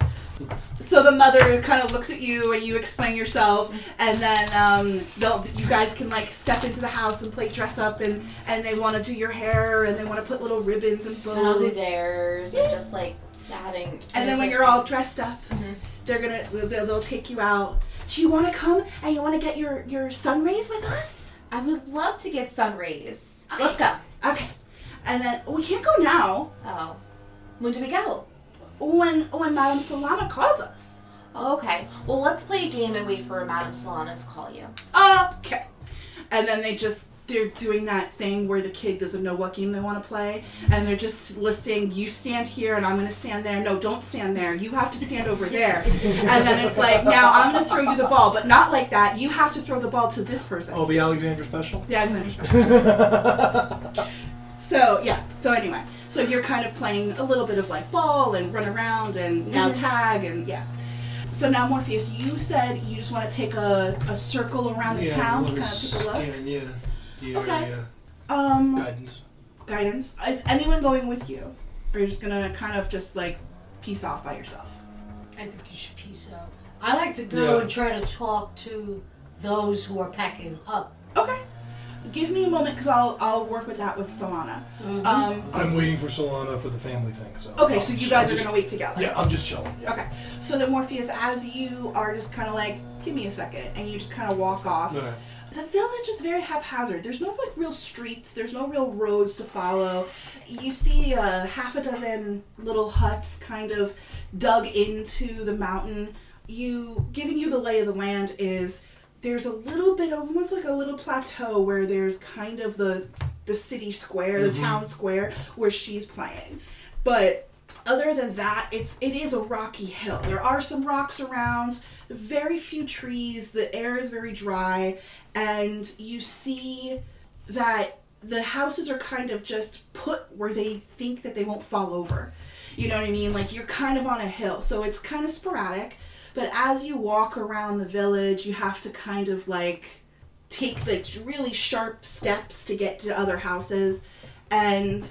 S2: So the mother kind of looks at you and you explain yourself, and then um, they'll, you guys can like step into the house and play dress up, and, and they want to do your hair and they want to put little ribbons and bows.
S4: and I'll do theirs and just like having.
S2: And then
S4: it's
S2: when
S4: like-
S2: you're all dressed up,
S4: Mm-hmm.
S2: they're gonna they'll, they'll take you out. Do you want to come and you want to get your your sun rays with us?
S4: I would love to get sun rays. Let's go.
S2: Okay. And then we can't go now.
S4: Oh. When do we go?
S2: When when Madame Solana calls us.
S4: Okay. Well, let's play a game and wait for Madame Solana to call you.
S2: Okay. And then they just they're doing that thing where the kid doesn't know what game they want to play, and they're just listing. You stand here, and I'm gonna stand there. No, don't stand there. You have to stand over there. And then it's like, now I'm gonna throw you the ball, but not like that. You have to throw the ball to this person.
S6: Oh, the Alexander special.
S2: Yeah, Alexander's back.
S1: [laughs]
S2: So yeah. So anyway, so you're kind of playing a little bit of like ball and run around and now
S1: Mm-hmm.
S2: tag and yeah. So now Morpheus, you said you just want to take a, a circle around the
S1: yeah,
S2: town to
S1: let me
S2: kind of take a look.
S1: scan, yeah, the
S2: Okay.
S1: area.
S2: Um,
S6: Guidance.
S2: guidance. Is anyone going with you, or you're just gonna kind of just like piece off by yourself?
S5: I think you should peace out. I like to go
S1: Yeah.
S5: and try to talk to those who are packing up.
S2: Okay. Give me a moment because I'll I'll work with that with Solana.
S1: Mm-hmm.
S2: Um,
S6: I'm waiting for Solana for the family thing. So.
S2: okay, so you guys are
S6: I'm just-
S2: gonna wait together.
S6: Yeah, I'm just chilling. Yeah.
S2: Okay. So then Morpheus, as you are just kind of like, give me a second, and you just kind of walk off.
S1: Alright.
S2: The village is very haphazard. There's no like real streets. There's no real roads to follow. You see uh, half a dozen little huts kind of dug into the mountain. You giving you the lay of the land is there's a little bit of almost like a little plateau where there's kind of the the city square, the town square where she's playing. But other than that, it's it is a rocky hill. There are some rocks around, very few trees, the air is very dry, and you see that the houses are kind of just put where they think that they won't fall over. You know what I mean? Like you're kind of on a hill, so it's kind of sporadic. But as you walk around the village, you have to kind of like take like really sharp steps to get to other houses. And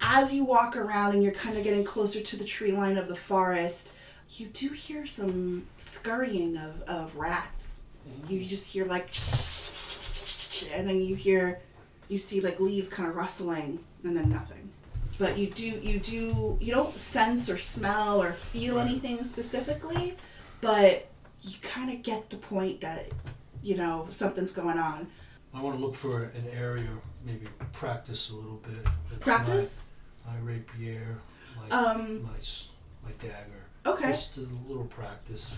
S2: as you walk around and you're kind of getting closer to the tree line of the forest, you do hear some scurrying of, of rats. You just hear like, and then you hear, you see like leaves kind of rustling, and then nothing. But you do, you do, you don't sense or smell or feel anything specifically, but you kind of get the point that, you know, something's going on.
S1: I want to look for an area, maybe practice a little bit. with
S2: Practice?
S1: My, my rapier, my,
S2: Um,
S1: my, s- my dagger.
S2: okay.
S1: Just a little practice.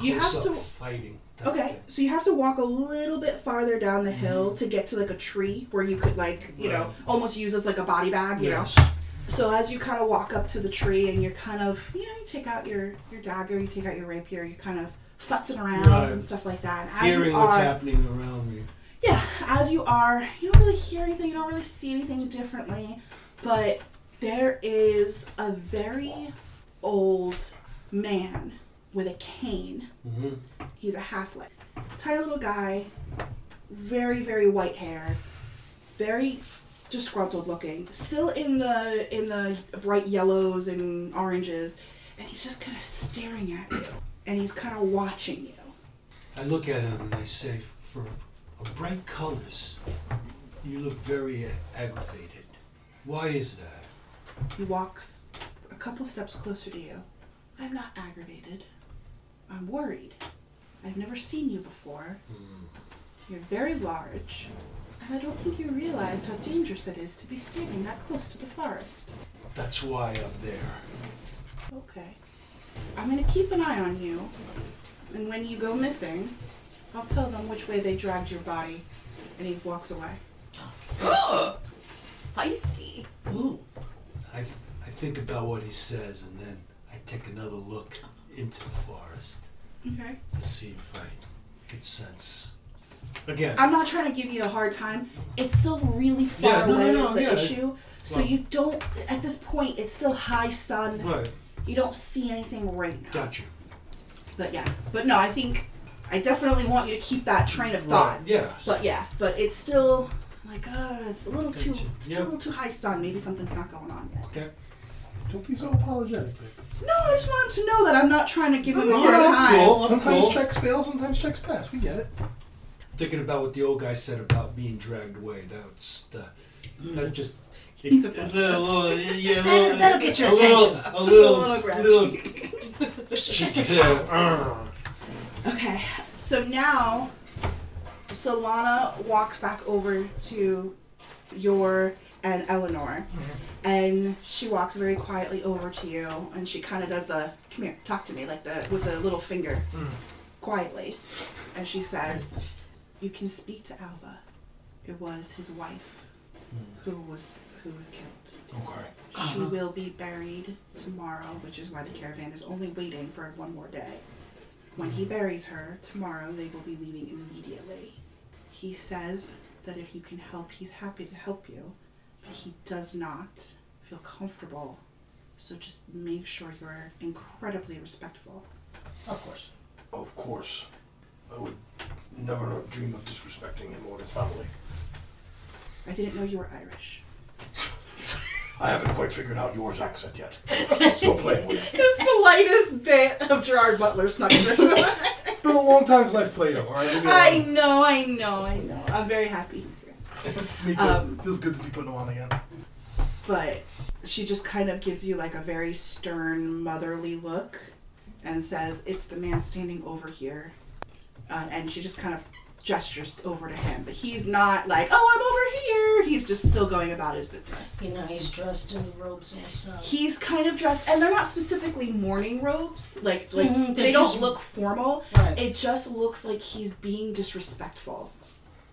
S2: You have
S1: Close-up
S2: to-
S1: fighting. type
S2: Okay,
S1: thing.
S2: so you have to walk a little bit farther down the hill to get to like a tree where you could like you know
S1: Right.
S2: almost use as like a body bag, you know.
S1: Yes.
S2: So as you kind of walk up to the tree and you're kind of you know you take out your your dagger, you take out your rapier, you kind of futzing around
S1: Right.
S2: and stuff like that. And as
S1: Hearing
S2: you are,
S1: what's happening around me.
S2: yeah, as you are, you don't really hear anything, you don't really see anything differently, but there is a very old man with a cane
S1: hmm
S2: He's a halfling. Tiny little guy, very, very white hair, very disgruntled looking, still in the in the bright yellows and oranges, and he's just kinda staring at you. And he's kinda watching you.
S1: I look at him and I say, for a bright colors, you look very aggravated. Why is that?
S2: He walks a couple steps closer to you. I'm not aggravated. I'm worried. I've never seen you before. You're very large, and I don't think you realize how dangerous it is to be standing that close to the forest.
S1: That's why I'm there.
S2: Okay. I'm gonna keep an eye on you, and when you go missing, I'll tell them which way they dragged your body. And he walks away.
S4: Feisty.
S5: Ooh.
S1: I, th- I think about what he says and then I take another look into the forest
S2: Okay.
S1: to see if I could sense. Again,
S2: I'm not trying to give you a hard time. It's still really far
S1: Yeah, no, no,
S2: away
S1: no,
S2: is the
S1: yeah.
S2: issue. So
S1: Well-
S2: you don't at this point it's still high sun.
S1: right,
S2: You don't see anything right now.
S1: got you.
S2: But yeah. But no, I think I definitely want you to keep that train of thought.
S1: Right, yeah.
S2: But yeah, but it's still like uh it's a little too
S1: Gotcha.
S2: it's
S1: Yep.
S2: a little too high sun. Maybe something's not going on yet.
S1: okay.
S6: Don't be so apologetic. babe.
S2: No, I just want him to know that I'm not trying to give him a
S6: No,
S2: hard
S6: no, I'm
S2: time.
S1: cool.
S6: sometimes
S1: cool.
S6: checks fail, sometimes checks pass. We get it.
S1: Thinking about what the old guy said about being dragged away, that's the, that [laughs] just.
S2: He's a
S1: Mm. a little, yeah, a
S5: That'll,
S1: little,
S5: that'll get your
S1: a little,
S5: attention.
S1: a little,
S2: A little grudge.
S1: [laughs] just a "Uh."
S2: Okay, so now, Solana walks back over to your and Eleanor, and she walks very quietly over to you, and she kind of does the "come here, talk to me" like the with the little finger, quietly, and she says, "You can speak to Alba. It was his wife who was who was killed."
S1: Okay.
S2: She will be buried tomorrow, which is why the caravan is only waiting for one more day. When he buries her, tomorrow they will be leaving immediately. He says that if you can help, he's happy to help you, but he does not feel comfortable. So just make sure you're incredibly respectful.
S5: Of course.
S6: Of course. I would never dream of disrespecting him or his family.
S2: I didn't know you were Irish.
S6: I haven't quite figured out yours accent yet. Still playing with it.
S2: [laughs] The slightest bit of Gerard Butler snuck through.
S6: It's been a long time since I've played him, alright?
S2: [laughs] I know, I know, I know. I'm very happy he's here.
S6: Me too.
S2: um,
S6: Feels good to be putting him on again.
S2: but she just kind of gives you like a very stern motherly look and says it's the man standing over here uh, and she just kind of gestures over to him but he's not like oh i'm over here he's just still going about his business
S5: You know, he's dressed in the robes also.
S2: he's kind of dressed and they're not specifically mourning robes like like
S5: Mhm, they're
S2: they don't
S5: just-
S2: look formal
S5: Right.
S2: it just looks like he's being disrespectful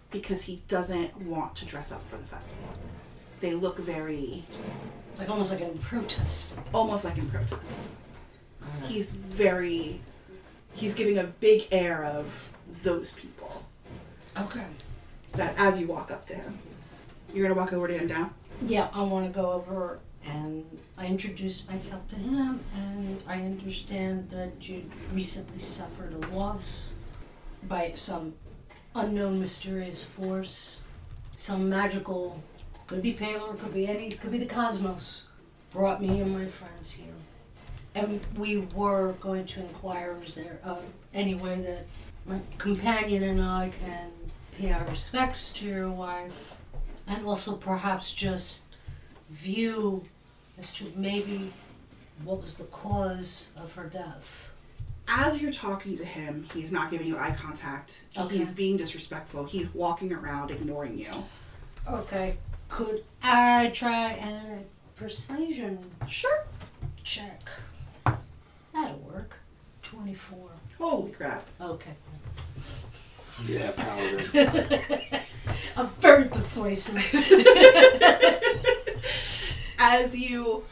S2: because he doesn't want to dress up for the festival they look very
S5: Like almost like in protest.
S2: almost like in protest. He's very, he's giving a big air of those people.
S5: Okay.
S2: That as you walk up to him, you're gonna walk over to him now.
S5: Yeah, I want to go over and I introduce myself to him, and I understand that you recently suffered a loss by some unknown mysterious force, some magical, could be Palor, could be any, could be the cosmos, brought me and my friends here, and we were going to inquire is there uh, any way that my companion and I can pay our respects to your wife and also perhaps just view as to maybe what was the cause of her death.
S2: As you're talking to him, he's not giving you eye contact.
S5: Okay.
S2: He's being disrespectful. He's walking around ignoring you.
S5: Okay, could I try a persuasion
S2: Sure.
S5: check? That'll work. 24.
S2: Holy crap.
S5: Okay.
S6: Yeah, Paladin.
S5: [laughs] I'm very [laughs] persuasive. Mm-hmm.
S2: As you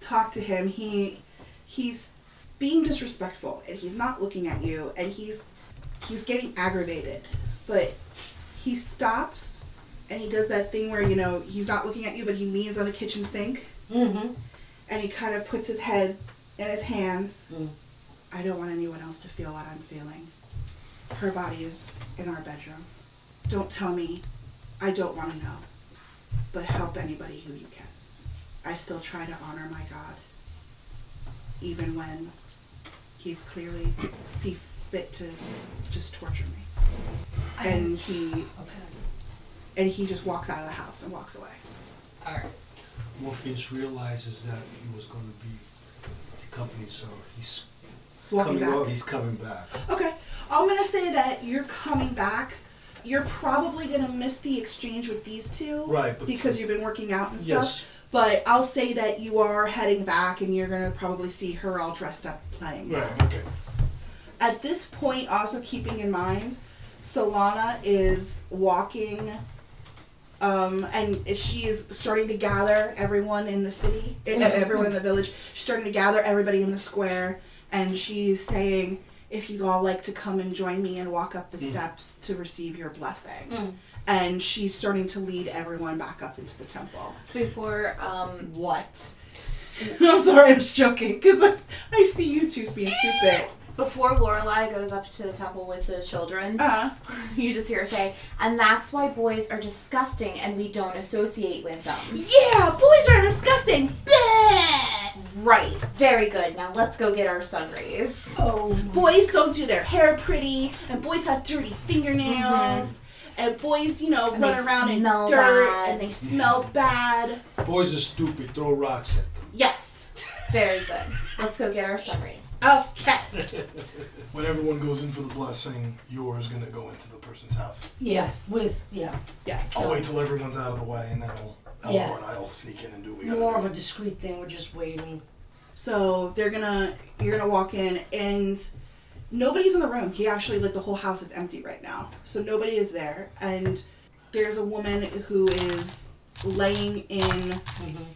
S2: talk to him, he he's being disrespectful and he's not looking at you and he's he's getting aggravated but he stops and he does that thing where you know he's not looking at you but he leans on the kitchen sink
S5: mm-hmm.
S2: and he kind of puts his head in his hands
S5: Mm.
S2: i don't want anyone else to feel what i'm feeling her body is in our bedroom don't tell me i don't want to know but help anybody who you can i still try to honor my god even when he's clearly see fit to just torture me and he
S5: Okay.
S2: and he just walks out of the house and walks away
S5: Alright.
S1: Morpheus realizes that he was going to be the company, so he's
S2: walking
S1: coming
S2: back
S1: o- He's coming back.
S2: Okay. I'm going to say that you're coming back. You're probably going to miss the exchange with these two.
S1: Right, but-
S2: because you've been working out and stuff.
S1: Yes.
S2: But I'll say that you are heading back and you're going to probably see her all dressed up playing.
S1: Right. Okay.
S2: At this point, also keeping in mind, Solana is walking. Um, and she is starting to gather everyone in the city, eh, eh, everyone in the village. She's starting to gather everybody in the square, and she's saying, "If you all like to come and join me and walk up the steps to receive your blessing," and she's starting to lead everyone back up into the temple.
S4: Before, um,
S2: What? I'm sorry, I'm just joking because I, I see you two being stupid.
S4: before Lorelai goes up to the temple with the children,
S2: Uh,
S4: you just hear her say, and that's why boys are disgusting and we don't associate with them.
S2: yeah, boys are disgusting.
S4: Right. Very good. Now let's go get our sunrays.
S5: Oh.
S2: boys don't do their hair pretty, and boys have dirty fingernails, and boys, you know,
S4: Mm-hmm. And they
S2: run around in
S4: smell
S2: dirt
S4: bad.
S2: and they smell bad.
S1: Boys are stupid. Throw rocks at them.
S2: Yes.
S4: Very good. Let's go get our summaries.
S2: Okay.
S7: When everyone goes in for the blessing, yours gonna go into the person's house.
S2: Yes.
S5: With yeah,
S2: Yes.
S7: I'll wait till everyone's out of the way, and then we'll, Elmore
S5: Yeah.
S7: and I'll sneak in and do what we gotta
S5: more
S7: do.
S5: of a discreet thing. We're just waiting.
S2: So they're gonna you're gonna walk in and nobody's in the room. He actually like the whole house is empty right now. So nobody is there. And there's a woman who is laying in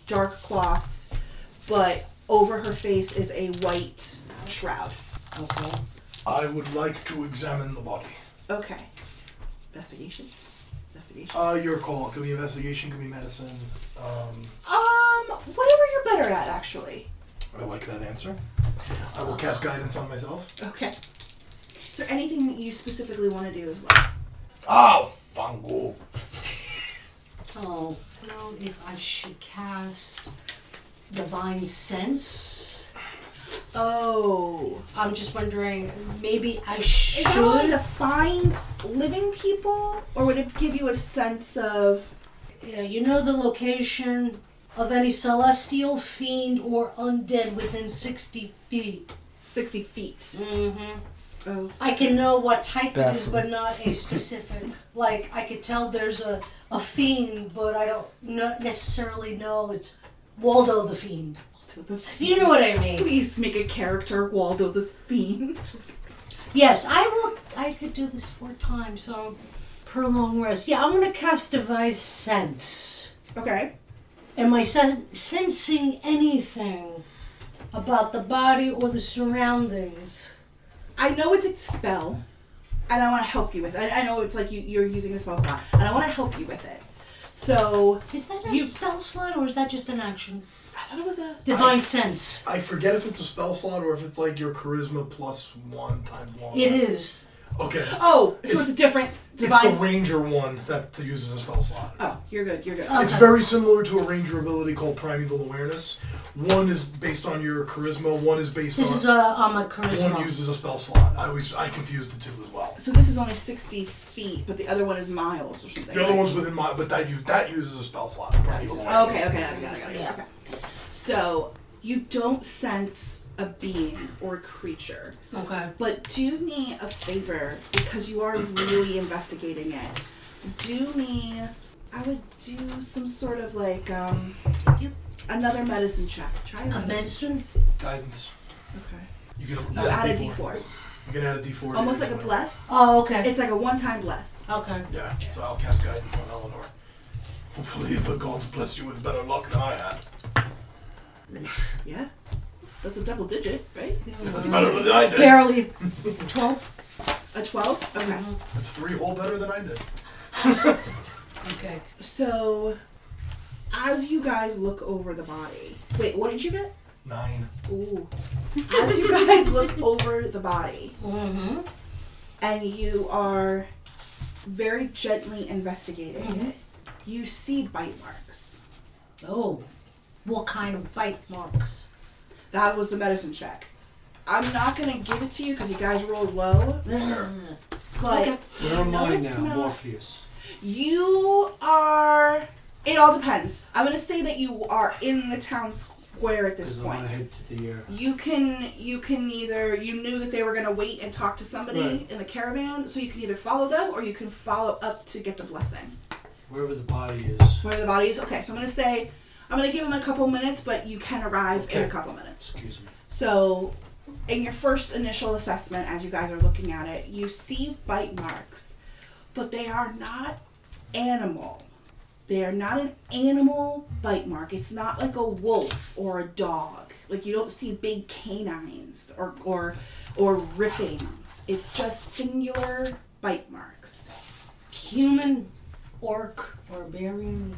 S2: dark cloths, but over her face is a white shroud.
S5: Okay.
S7: I would like to examine the body.
S2: Okay. Investigation. Investigation.
S7: Uh, your call. Could be investigation, could be medicine. Um,
S2: Um, whatever you're better at actually.
S7: I like that answer. I will cast guidance on myself.
S2: Okay. Is there anything that you specifically want to do as well?
S7: Ah, fungal.
S5: Oh, you know if I should cast divine sense.
S2: Oh.
S5: I'm just wondering, maybe I
S2: Is that a way
S5: should.
S2: to find living people, or would it give you a sense of?
S5: Yeah, you know the location of any celestial fiend or undead within 60 feet.
S2: 60 feet.
S5: Mm-hmm.
S2: Oh.
S5: I can know what type it is,
S9: Bathroom.
S5: but not a specific. like I could tell there's a, a fiend, but I don't not necessarily know it's Waldo the fiend.
S2: To the fiend.
S5: You know what I mean?
S2: Please make a character Waldo the Fiend.
S5: Yes, I will. I could do this four times. So per long rest, yeah, I'm gonna cast Divine Sense.
S2: Okay.
S5: Am I sen- sensing anything about the body or the surroundings?
S2: I know it's a spell, and I want to help you with it. I, I know it's like you, you're using a spell slot, and I want to help you with it. So,
S5: Is that a
S2: You-
S5: spell slot or is that just an action?
S2: I thought it was a.
S5: Divine Sense.
S7: I forget if it's a spell slot or if it's like your charisma plus one times long.
S5: It
S7: rest.
S5: is.
S7: Okay.
S2: Oh, so
S7: It's-
S2: it's a different
S7: It's
S2: device.
S7: the ranger one that uses a spell slot.
S2: Oh, you're good. You're good.
S7: It's very similar to a ranger ability called Primeval Awareness. One is based on your charisma. One is based
S5: This is
S7: on.
S5: uh, on my charisma.
S7: one uses a spell slot. I always I confused the two as well.
S2: so this is only 60 feet, but the other one is miles or something.
S7: The other
S2: right?
S7: one's within my, but that use that uses a spell slot. Primeval Awareness.
S2: Okay, okay, got it, got it, got it, got it. Okay. So you don't sense a being or a creature,
S5: Okay.
S2: but do me a favor because you are really investigating it. Do me, I would do some sort of like um,
S5: you.
S2: another medicine check. Try a
S5: A
S2: medicine.
S5: medicine?
S7: Guidance.
S2: Okay.
S7: You can
S2: You add a D4,
S7: You can add a D4. to
S2: almost like a
S7: anything whenever.
S2: bless.
S5: Oh, okay.
S2: It's like a one-time bless.
S5: okay.
S7: Yeah, so I'll cast guidance on Eleanor. Hopefully, the gods bless you with better luck than I had.
S2: Yeah. That's a double digit, right?
S7: That's better than I did.
S5: Barely. 12?
S2: A 12? Okay.
S5: Mm-hmm.
S7: That's three whole better than I did.
S5: Okay.
S2: So, as you guys look over the body, wait, what did you get?
S7: Nine.
S2: Ooh. As you guys look over the body,
S5: Mm-hmm.
S2: and you are very gently investigating
S5: Mm-hmm.
S2: it, you see bite marks.
S5: Oh. What kind of bite marks?
S2: That was the medicine check. I'm not gonna give it to you because you guys rolled low,
S5: Ugh.
S2: but
S5: Okay.
S1: Where am
S2: No,
S1: I
S2: it's
S1: now,
S2: not.
S1: Morpheus?
S2: you are. It all depends. I'm gonna say that you are in the town square at this
S1: Because I want
S2: point.
S1: to head to the uh, air.
S2: You can you can either you knew that they were gonna wait and talk to somebody
S1: Right.
S2: in the caravan, so you can either follow them or you can follow up to get the blessing.
S1: Wherever the body is.
S2: Where the body is okay, so I'm gonna say I'm gonna give them a couple minutes, but you can arrive in
S1: Okay.
S2: a couple minutes.
S1: Excuse me.
S2: So in your first initial assessment as you guys are looking at it, you see bite marks, but they are not animal. They are not an animal bite mark. It's not like a wolf or a dog. Like you don't see big canines or or or rippings. It's just singular bite marks.
S5: Human, orc, barbarian.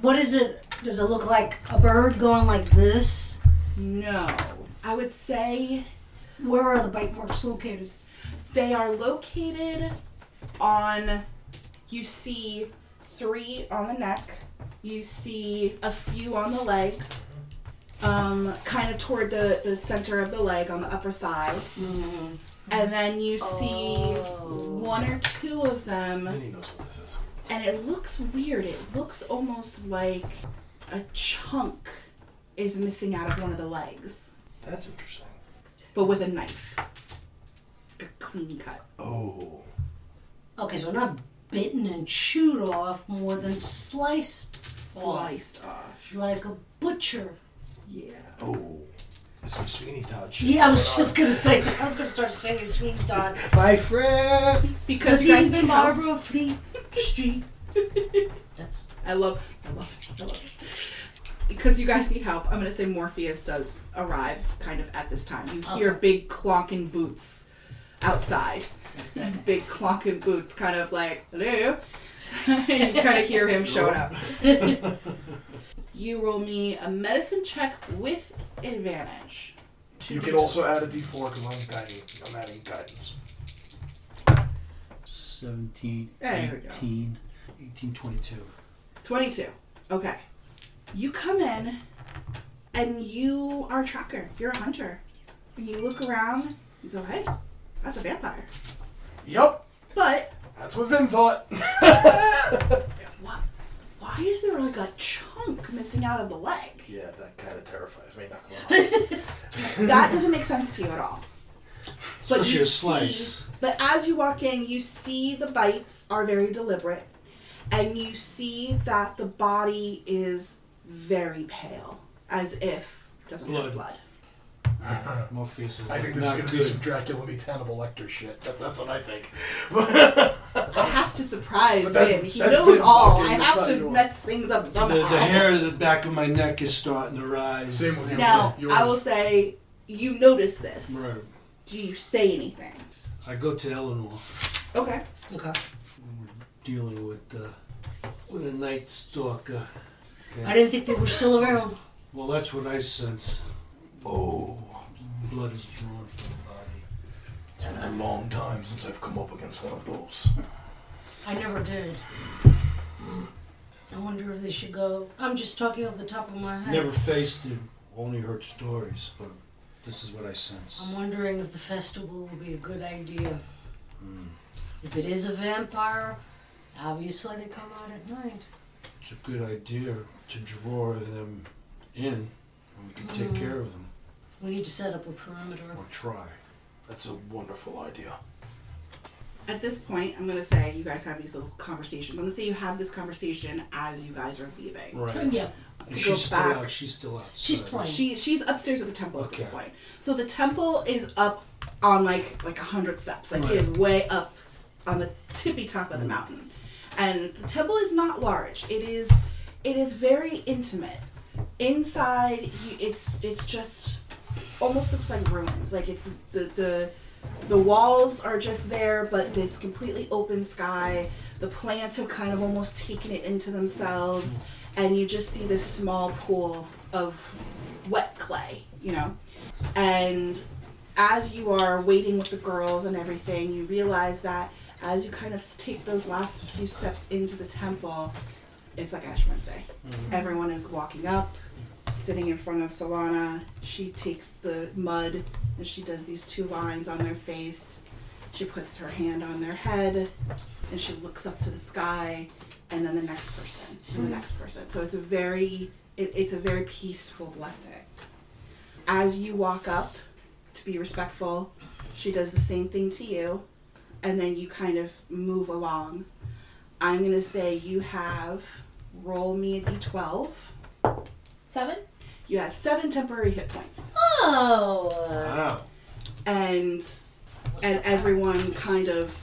S5: What is it? Does it look like a bird going like this?
S2: No. I would say
S5: Where are the bite marks located?
S2: they are located on you see three on the neck. You see a few on the leg. Um, kind of toward the, the center of the leg on the upper thigh. and then you see one or two of them,
S7: Minnie knows what this is.
S2: and it looks weird. It looks almost like a chunk is missing out of one of the legs,
S6: That's interesting.
S2: but with a knife. A clean cut.
S6: Oh.
S5: Okay, so not bitten and chewed off more than sliced
S2: Sliced off.
S5: like a butcher.
S2: Yeah.
S6: Oh. That's some Sweeney Todd shit.
S5: Yeah, I was
S6: going
S5: just gonna say. I was gonna start singing Sweeney Todd.
S6: on. My friend!
S2: Because
S5: Because
S2: you guys
S5: you've
S2: been
S5: been
S2: Barbara
S5: Barbara Fleet.
S2: Street.
S5: That's
S2: I love, I love it. I love it. Because you guys need help, I'm gonna say Morpheus does arrive kind of at this time. You hear
S5: Okay.
S2: big clonking boots outside. big clonking boots, kind of like hello. [laughs] you kind of hear him showing [laughs] up. you roll me a medicine check with advantage.
S6: You can also add a d4 because I'm guiding. I'm adding guidance.
S1: 17,
S2: There we go.
S1: 18,
S6: [laughs]
S1: 18, 22.
S2: 22. Okay. You come in and you are a tracker. You're a hunter. And you look around, you go, hey, that's a vampire.
S6: Yep.
S2: But
S6: That's what Vin thought.
S2: what, why is there like a chunk missing out of the leg?
S6: yeah, that kind of terrifies me. Not gonna
S2: [laughs]
S6: lie.
S1: [laughs]
S2: That doesn't make sense to you at all. But
S1: Especially
S2: you
S1: a slice.
S2: see, but as you walk in, you see the bites are very deliberate, and you see that the body is very pale, as if it doesn't have
S1: Blood.
S2: blood.
S1: Morpheus is
S6: I think this
S1: not
S6: is gonna be
S1: good.
S6: some Dracula meets Hannibal Lecter shit. That, that's what I think. [laughs]
S2: I have to surprise
S6: But that's-
S2: him. He
S6: that's
S2: knows
S6: been
S2: all. I
S6: fucking
S2: have to
S6: inside your-
S2: mess things up
S1: the,
S2: somehow.
S1: the hair at the back of my neck is starting to rise.
S6: Same with you.
S2: Now,
S6: You're-
S2: I will say, you notice this.
S1: Right.
S2: Do you say anything?
S1: I go to Eleanor.
S2: Okay.
S5: okay.
S1: We're dealing with uh, with a night stalker.
S5: I didn't think they were still around.
S1: Well, that's what I sense.
S6: Oh,
S1: Blood is drawn from the body.
S6: it's been a long time since I've come up against one of those.
S5: I never did. I wonder if they should go. I'm just talking off the top of my head.
S1: Never faced it. Only heard stories, but this is what I sense.
S5: I'm wondering if the festival would be a good idea. If it is a vampire, obviously they come out at night.
S1: It's a good idea to draw them in, and we can take care of them
S5: We need to set up a perimeter.
S1: or try.
S6: That's a wonderful idea.
S2: At this point, I'm going to say you guys have these little conversations. I'm going to say you have this conversation as you guys are leaving.
S1: Right.
S5: Yeah,
S1: And
S2: To go
S1: she's still
S2: back.
S1: out. She's still out.
S5: She's playing.
S2: She she's upstairs at the temple at this
S1: Okay.
S2: point. So the temple is up on like like a hundred steps, like
S1: Right.
S2: it is way up on the tippy top of the mountain. And the temple is not large. It is it is very intimate. Inside, you, it's it's just almost looks like ruins. Like it's the the the walls are just there, but it's completely open sky. The plants have kind of almost taken it into themselves, and you just see this small pool of wet clay, you know. And as you are waiting with the girls and everything, you realize that as you kind of s- take those last few steps into the temple, it's like Ash Wednesday. Everyone is walking up, sitting in front of Solana. She takes the mud and she does these two lines on their face. She puts her hand on their head and she looks up to the sky and then the next person and the next person. So it's a very it, it's a very peaceful blessing. As you walk up to be respectful, she does the same thing to you and then you kind of move along. I'm going to say you have roll me a d12.
S4: Seven?
S2: You have 7 temporary hit points.
S4: Oh.
S1: Wow.
S2: and and everyone kind of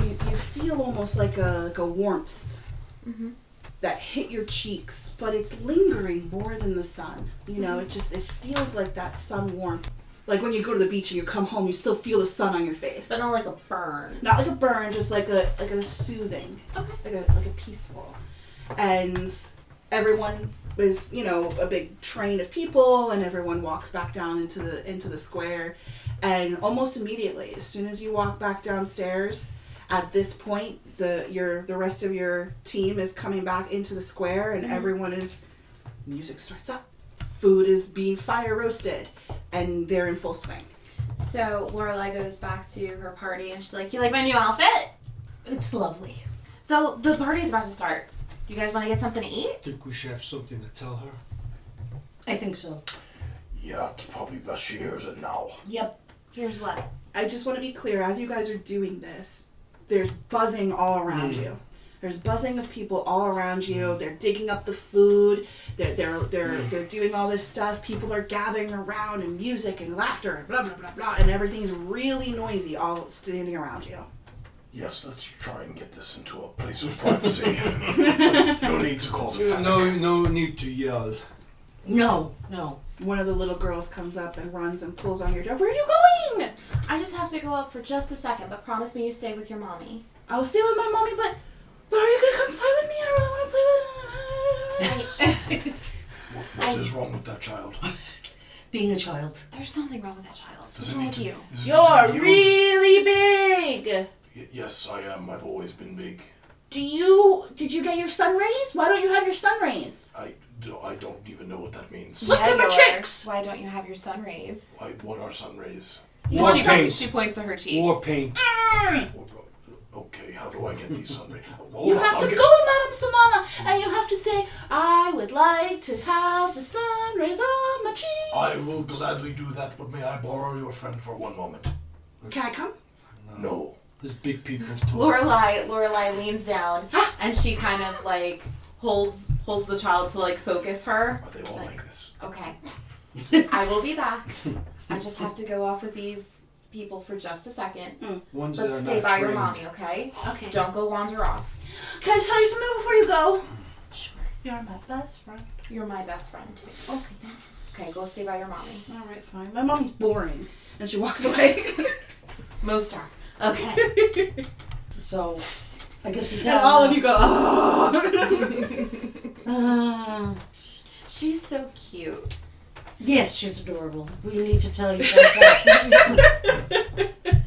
S2: you, you feel almost like a, like a warmth
S4: Mhm.
S2: that hit your cheeks but it's lingering more than the sun you know it just it feels like that sun warmth like when you go to the beach and you come home you still feel the sun on your face
S4: But not like a burn.
S2: not like a burn just like a like a soothing
S4: Okay.
S2: like a like a peaceful and everyone is you know a big train of people and everyone walks back down into the into the square and almost immediately as soon as you walk back downstairs at this point the your the rest of your team is coming back into the square and everyone is music starts up food is being fire roasted and they're in full swing
S4: So Lorelai goes back to her party and she's like, You like my new outfit?
S5: it's lovely.
S4: So the party's about to start. You guys want to get something to eat?
S1: Think we should have something to tell her?
S5: I think so.
S7: Yeah, it's probably best she hears it now.
S5: Yep.
S4: Here's what.
S2: I just want to be clear as you guys are doing this, there's buzzing all around you. There's buzzing of people all around you. They're digging up the food. They're they're they're, they're doing all this stuff. People are gathering around and music and laughter and blah blah blah blah and everything's really noisy all standing around you.
S7: Yes, let's try and get this into a place of
S2: [laughs]
S7: privacy. no need to cause a panic.
S1: No, no need to yell.
S5: No, no.
S2: One of the little girls comes up and runs and pulls on your door. Where are you going?
S4: I just have to go out for just a second, but promise me you stay with your mommy.
S2: I'll stay with my mommy, but but are you gonna come play with me? I really want to play with.
S7: What is wrong with that child?
S5: Being a child.
S4: [laughs] There's nothing wrong with that child.
S7: Does
S4: What's
S7: it
S4: wrong
S7: need
S4: with
S7: to?
S4: you?
S7: [laughs] is it need to be
S2: You're
S7: healed?
S2: really big.
S7: Y- Yes, I am. I've always been big.
S2: Do you did you get your sun rays? Why don't you have your sun rays?
S7: I, do, I don't even know what that means.
S2: Look at my
S4: Regular.
S2: chicks.
S4: Why don't you have your sun rays?
S7: I, what are sun rays?
S1: War
S4: she,
S1: paint.
S4: she points to her cheek.
S1: War paint.
S7: Okay, how do I get these
S2: [laughs]
S7: sun rays? Hold
S2: You
S7: on,
S2: have
S7: I'll
S2: to
S7: get-
S2: go to Madame Samana and you have to say, I would like to have the sun rays on my cheeks.
S7: I will gladly do that, but may I borrow your friend for one moment?
S2: Can I come?
S7: No.
S1: This big people talk.
S4: Lorelai, Lorelai leans down and she kind of like holds holds the child to like focus her.
S7: Are they all like this?
S4: Okay, I will be back. I just have to go off with these people for just a second.
S1: Ones
S4: But
S1: that are
S4: stay
S1: not
S4: by your
S1: trained.
S4: mommy, okay?
S2: Okay.
S4: Don't go wander off.
S2: Can I tell you something before you go?
S4: Sure.
S2: You're my best friend.
S4: You're my best friend.
S2: Okay.
S4: Okay, go stay by your mommy.
S2: Alright, fine. My mom's boring. And she walks [laughs] away.
S4: Most are. Okay.
S5: So, I guess
S2: [laughs]
S5: we
S2: and
S5: tell
S2: all of you go, oh
S5: Uh,
S4: She's so cute.
S5: yes, she's adorable. We need to tell you that.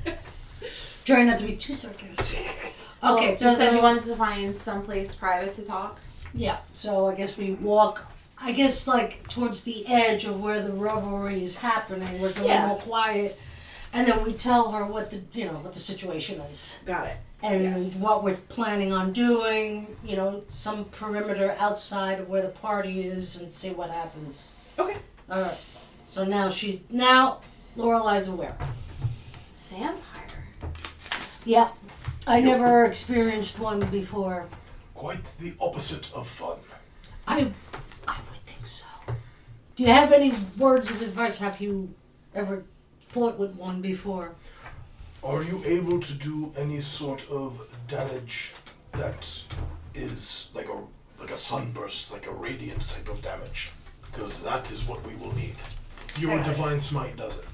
S5: Try not to be too sarcastic. Okay,
S4: Well,
S5: so
S4: Oh, you said
S5: then-
S4: you wanted to find someplace private to talk.
S5: Yeah, so I guess we walk. I guess like towards the edge of where the revelry is happening, where it's a
S2: Yeah.
S5: little more quiet, and then we tell her what the you know what the situation is
S2: [laughs] Got it.
S5: and
S2: Yes.
S5: what we're planning on doing. You know, some perimeter outside of where the party is, and see what happens.
S2: Okay.
S5: All right. So now she's now Lorelai's aware.
S4: Vampire.
S5: Yeah, I never experienced one before.
S7: Quite the opposite of fun.
S5: I, I would think so. Do you have any words of advice? Have you ever fought with one before?
S7: Are you able to do any sort of damage that is like a like a sunburst, like a radiant type of damage? Because that is what we will need. Your divine smite does it.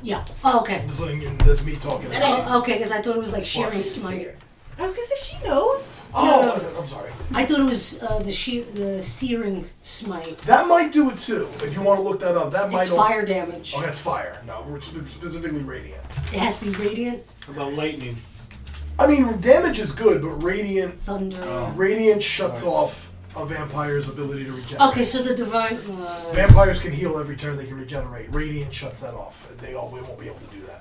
S5: Yeah. Oh, okay.
S7: There's something in- there's me talking. about
S5: Oh, okay, because I thought it was like Sherry Smite.
S2: I was gonna say she knows.
S7: oh, okay, I'm sorry.
S5: I thought it was uh, the she- the Searing Smite.
S7: That might do it too. If you want to look that up, that might.
S5: It's
S7: also-
S5: fire damage.
S7: Oh, that's fire. No, we're spe- specifically radiant.
S5: It has to be radiant
S1: How About lightning.
S7: I mean, damage is good, but radiant
S5: thunder.
S7: radiant shuts
S1: Alright.
S7: off a vampire's ability to regenerate.
S5: Okay, so the divine. Uh,
S7: Vampires can heal every turn they can regenerate. Radiant shuts that off. They all we won't be able to do that.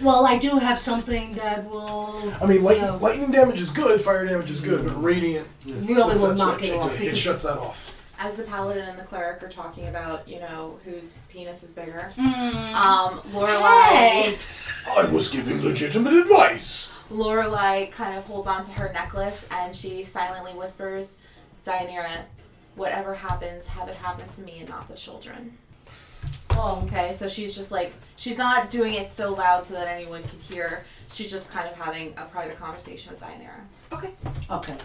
S5: well, I do have something that will.
S7: I mean, light,
S5: Yeah.
S7: lightning damage is good, fire damage is good,
S6: Mm.
S7: but radiant
S5: Really
S7: flips
S5: will
S7: that
S5: knock
S7: switch.
S5: it off.
S7: It
S5: because-
S7: shuts that off.
S4: as the paladin and the cleric are talking about, you know, whose penis is bigger. Um, Lorelai,
S5: Hey!
S7: I was giving legitimate advice.
S4: Lorelai kind of holds onto her necklace and she silently whispers, "Dianira, whatever happens, have it happen to me and not the children."
S5: Oh,
S4: Okay, so she's just like she's not doing it so loud so that anyone can hear. She's just kind of having a private conversation with Dianira.
S2: Okay.
S5: okay.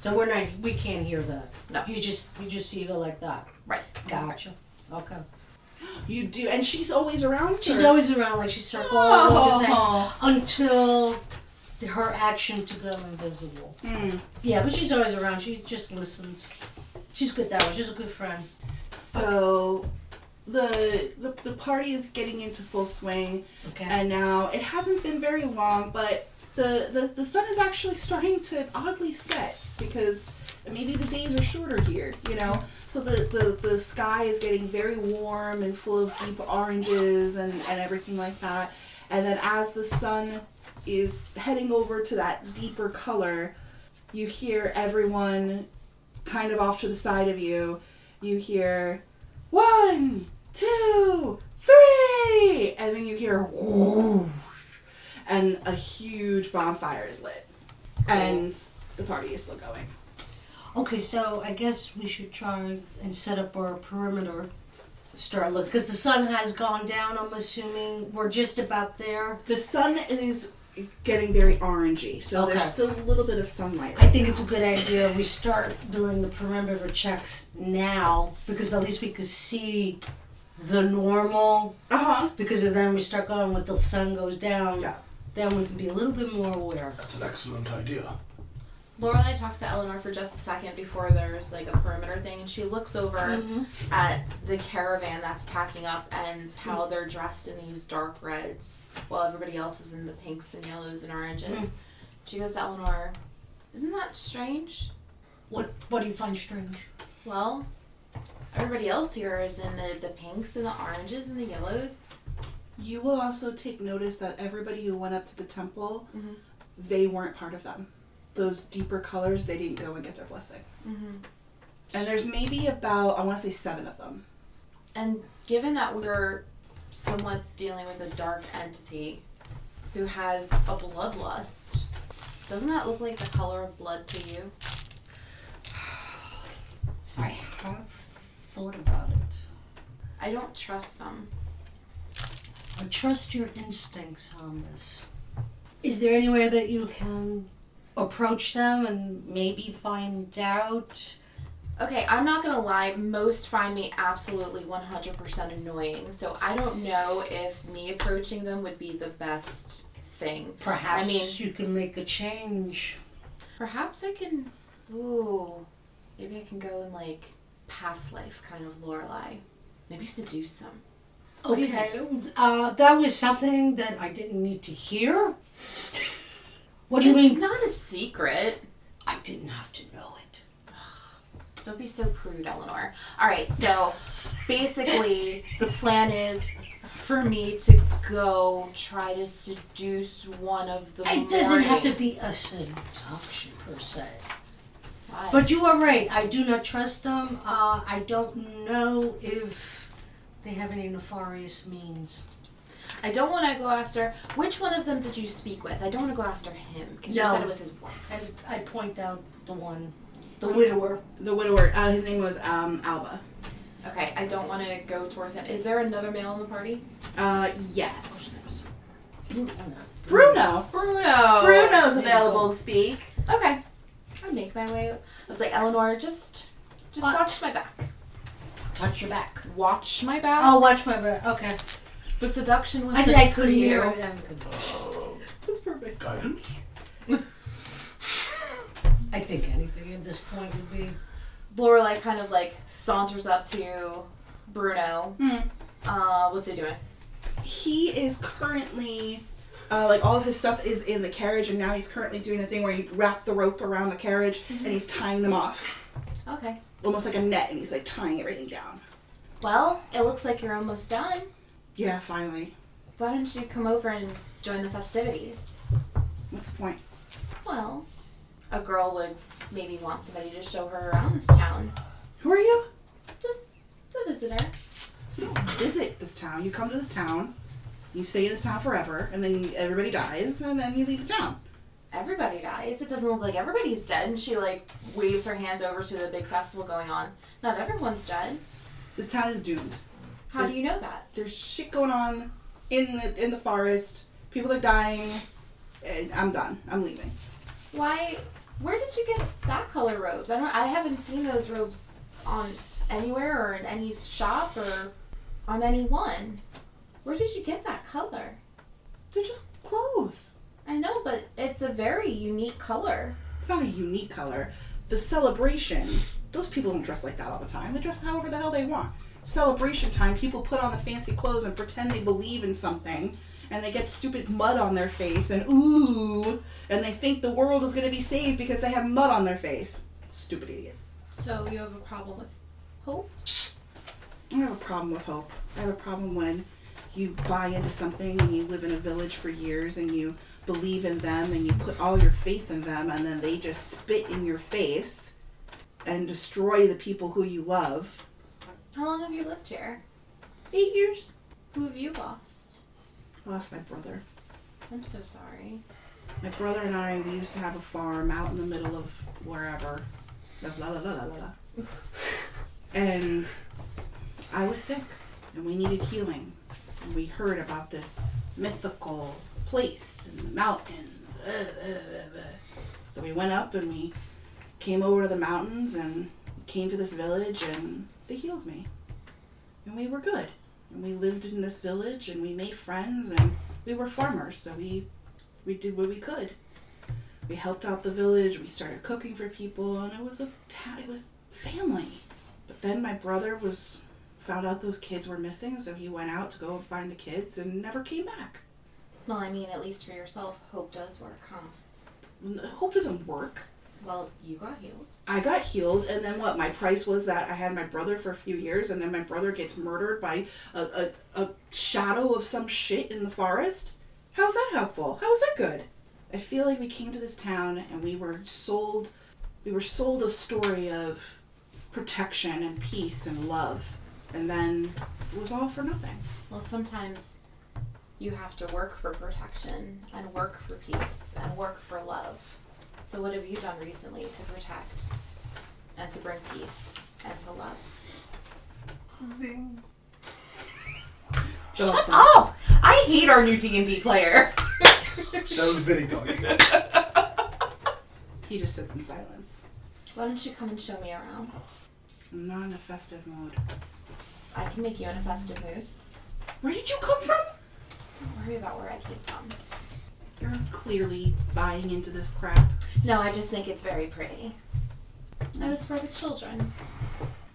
S5: So we're not. We can't hear that.
S4: No.
S5: You just you just see her like that.
S4: Right.
S5: Gotcha. Okay.
S2: You do and she's always around.
S5: She's
S2: or-
S5: always around, like she circles all these things
S2: Oh.
S5: until her action to go invisible. Yeah, but she's always around. She just listens. She's good that way. She's a good friend.
S2: So the, the the party is getting into full swing
S5: Okay.
S2: and now it hasn't been very long but the, the the sun is actually starting to oddly set because maybe the days are shorter here, you know. So the, the, the sky is getting very warm and full of deep oranges and, and everything like that. And then as the sun is heading over to that deeper color, you hear everyone kind of off to the side of you. You hear one, two, three, and then you hear whoosh, and a huge bonfire is lit, and the party is still going.
S5: Okay, so I guess we should try and set up our perimeter. Start look because the sun has gone down. I'm assuming we're just about there.
S2: The sun is getting very orangey, so
S5: Okay.
S2: there's still a little bit of sunlight.
S5: I think it's a good idea we start doing the perimeter checks now because at least we could see the normal.
S2: Uh huh.
S5: Because if then we start going with the sun goes down,
S2: Yeah.
S5: then we can be a little bit more aware.
S6: That's an excellent idea.
S4: Lorelai talks to Eleanor for just a second before there's like a perimeter thing, and she looks over at the caravan that's packing up and how they're dressed in these dark reds, while everybody else is in the pinks and yellows and oranges. She goes to Eleanor, "Isn't that strange?
S5: What What do you find strange?
S4: Well, everybody else here is in the the pinks and the oranges and the yellows.
S2: You will also take notice that everybody who went up to the temple, they weren't part of them. Those deeper colors, they didn't go and get their blessing. And there's maybe about I want to say seven of them.
S4: And given that we're somewhat dealing with a dark entity who has a bloodlust, doesn't that look like the color of blood to you?
S5: I have thought about it.
S4: I don't trust them.
S5: I trust your instincts on this. Is there any way that you can approach them and maybe find out?
S4: Okay, I'm not gonna lie, most find me absolutely 100% annoying, so I don't know if me approaching them would be the best thing.
S5: Perhaps
S4: I mean,
S5: you can make a change.
S4: perhaps I can. Ooh, maybe I can go in like past life kind of Lorelei. Maybe seduce them. do you
S5: Okay, uh, that was something that I didn't need to hear. what do you
S4: It's
S5: mean?
S4: not a secret.
S5: I didn't have to know it.
S4: Don't be so prude, Eleanor. All right, so basically, the plan is for me to go try to seduce one of the.
S5: It doesn't have to
S4: morning-
S5: be a seduction per se.
S4: Why?
S5: But you are right. I do not trust them. Uh, I don't know if they have any nefarious means.
S4: I don't want to go after. Which one of them did you speak with? I don't want to go after him because you
S5: No.
S4: said it was his wife.
S5: And I point out the one, the widower.
S2: The widower, uh, his name was um, Alba.
S4: Okay, I don't want to go towards him. Is there another male in the party?
S2: Uh, yes.
S5: Bruno.
S2: Bruno. Oh,
S4: Bruno.
S2: Bruno's available to speak.
S4: Okay, I make my way. I was like, Eleanor, just, just
S5: What?
S4: watch my back.
S5: Touch your back.
S4: Watch my back.
S5: Oh, watch my back. Okay.
S4: The seduction was
S5: I,
S4: the
S5: did- I couldn't
S4: for you.
S5: hear it. I'm good.
S2: That's
S6: [laughs]
S2: perfect.
S6: Guidance?
S5: I think anything at this point would be.
S4: Lorelai kind of like saunters up to Bruno.
S2: Hmm.
S4: Uh, what's he doing?
S2: He is currently, uh, like all of his stuff is in the carriage, and now he's currently doing a thing where he wrapped the rope around the carriage and he's tying them off,
S4: Okay.
S2: almost like a net, and he's like tying everything down.
S4: Well, it looks like you're almost done.
S2: Yeah, finally.
S4: Why don't you come over and join the festivities?
S2: What's the point?
S4: Well, a girl would maybe want somebody to show her around this town.
S2: Who are you?
S4: Just a visitor.
S2: You don't visit this town. You come to this town, you stay in this town forever, and then everybody dies, and then you leave the town.
S4: Everybody dies. It doesn't look like everybody's dead. And she like waves her hands over to the big festival going on. Not everyone's dead.
S2: This town is doomed.
S4: How do you know that?
S2: There's shit going on in the in the forest. People are dying. And I'm done. I'm leaving.
S4: Why? Where did you get that color robes? I don't. I haven't seen those robes on anywhere or in any shop or on anyone. Where did you get that color?
S2: They're just clothes.
S4: I know, but it's a very unique color.
S2: It's not a unique color. The celebration. Those people don't dress like that all the time. They dress however the hell they want. Celebration time. People put on the fancy clothes and pretend they believe in something, and they get stupid mud on their face and ooh, and they think the world is gonna be saved because they have mud on their face. Stupid idiots.
S4: So you have a problem with hope?
S2: I have a problem with hope. I have a problem when you buy into something and you live in a village for years and you believe in them and you put all your faith in them and then they just spit in your face and destroy the people who you love.
S4: How long have you lived here?
S2: Eight years.
S4: Who have you lost?
S2: Lost my brother.
S4: I'm so sorry.
S2: My brother and I, we used to have a farm out in the middle of wherever. La la la la la la. la. And I was sick, and we needed healing. And we heard about this mythical place in the mountains. Uh, uh, uh, uh. So we went up and we came over to the mountains and came to this village, and they healed me. And we were good. And we lived in this village, and we made friends, and we were farmers, so we we did what we could. We helped out the village. We started cooking for people, and it was a ta- it was family. But then my brother was found out those kids were missing, so he went out to go and find the kids and never came back.
S4: Well, I mean, at least for yourself, hope does work, huh?
S2: N- Hope doesn't work.
S4: Well, you got healed.
S2: I got healed, and then what? My price was that I had my brother for a few years, and then my brother gets murdered by a, a, a shadow of some shit in the forest? How's that helpful? How's that good? I feel like we came to this town and we were sold we were sold a story of protection and peace and love and then it was all for nothing.
S4: Well, sometimes you have to work for protection and work for peace and work for love. So, what have you done recently to protect and to bring peace and to love?
S2: Shut
S4: Oh, I hate our new D and D player.
S6: That was Vinny talking.
S2: He just sits in silence.
S4: Why don't you come and show me around?
S2: I'm not in a festive mode.
S4: I can make you in a festive mood.
S2: Where did you come from?
S4: Don't worry about where I came from.
S2: You're clearly buying into this crap.
S4: No, I just think it's very pretty. And it's for the children.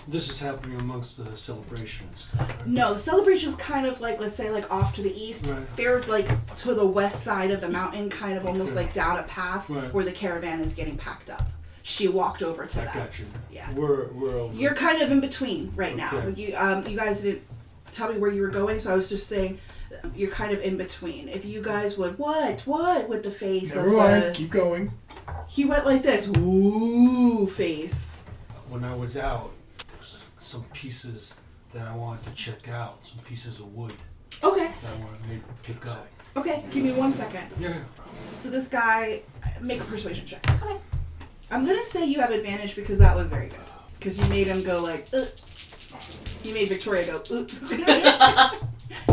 S1: This is happening amongst the celebrations.
S2: No, the celebration's kind of like let's say like off to the east.
S1: Right.
S2: They're like to the west side of the mountain, kind of almost
S1: Okay.
S2: like down a path
S1: Right.
S2: where the caravan is getting packed up. She walked over to
S1: I
S2: that.
S1: got you.
S2: Yeah.
S1: We're we're over.
S2: You're kind of in between right now.
S1: Okay.
S2: You um you guys didn't tell me where you were going, so I was just saying uh, you're kind of in between. If you guys would what what with the face
S6: Never
S2: of
S6: mind.
S2: the
S6: Keep going.
S2: he went like this ooh face.
S1: when I was out, there was some pieces that I wanted to check out. Some pieces of wood
S2: Okay,
S1: that I wanted to maybe pick up.
S2: okay, give me one second.
S1: Yeah.
S2: So this guy, make a persuasion check. Okay. I'm gonna say you have advantage because that was very good. Because you made him go like, Ugh. you made Victoria go, "Uh." Ugh.
S4: [laughs]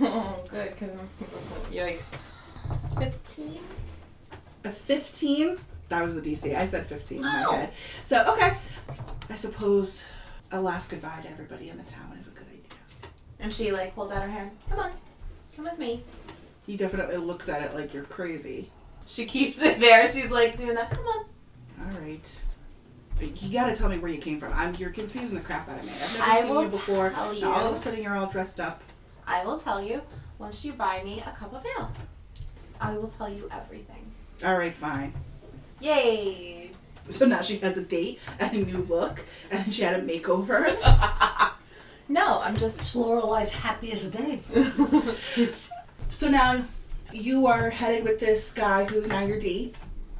S4: Oh, good. Cause I'm [laughs] yikes. Fifteen.
S2: [laughs] a 15. That was the DC. I said 15 in my head. So okay. I suppose a last goodbye to everybody in the town is a good idea.
S4: And she like holds out her hand. Come on, come with me.
S2: He definitely looks at it like you're crazy.
S4: She keeps it there. She's like doing that. Come on.
S2: All right. You gotta tell me where you came from. I'm you're confusing the crap out of me. I've never
S4: I
S2: seen
S4: will
S2: you before.
S4: tell
S2: Now all of
S4: you.
S2: a sudden you're all dressed up.
S4: I will tell you once you buy me a cup of ale. I will tell you everything.
S2: All right, fine.
S4: Yay!
S2: So now she has a date and a new look, and she had a makeover.
S4: No, I'm just.
S5: It's Lorelai's happiest day. It's
S2: so now you are headed with this guy who's now your date,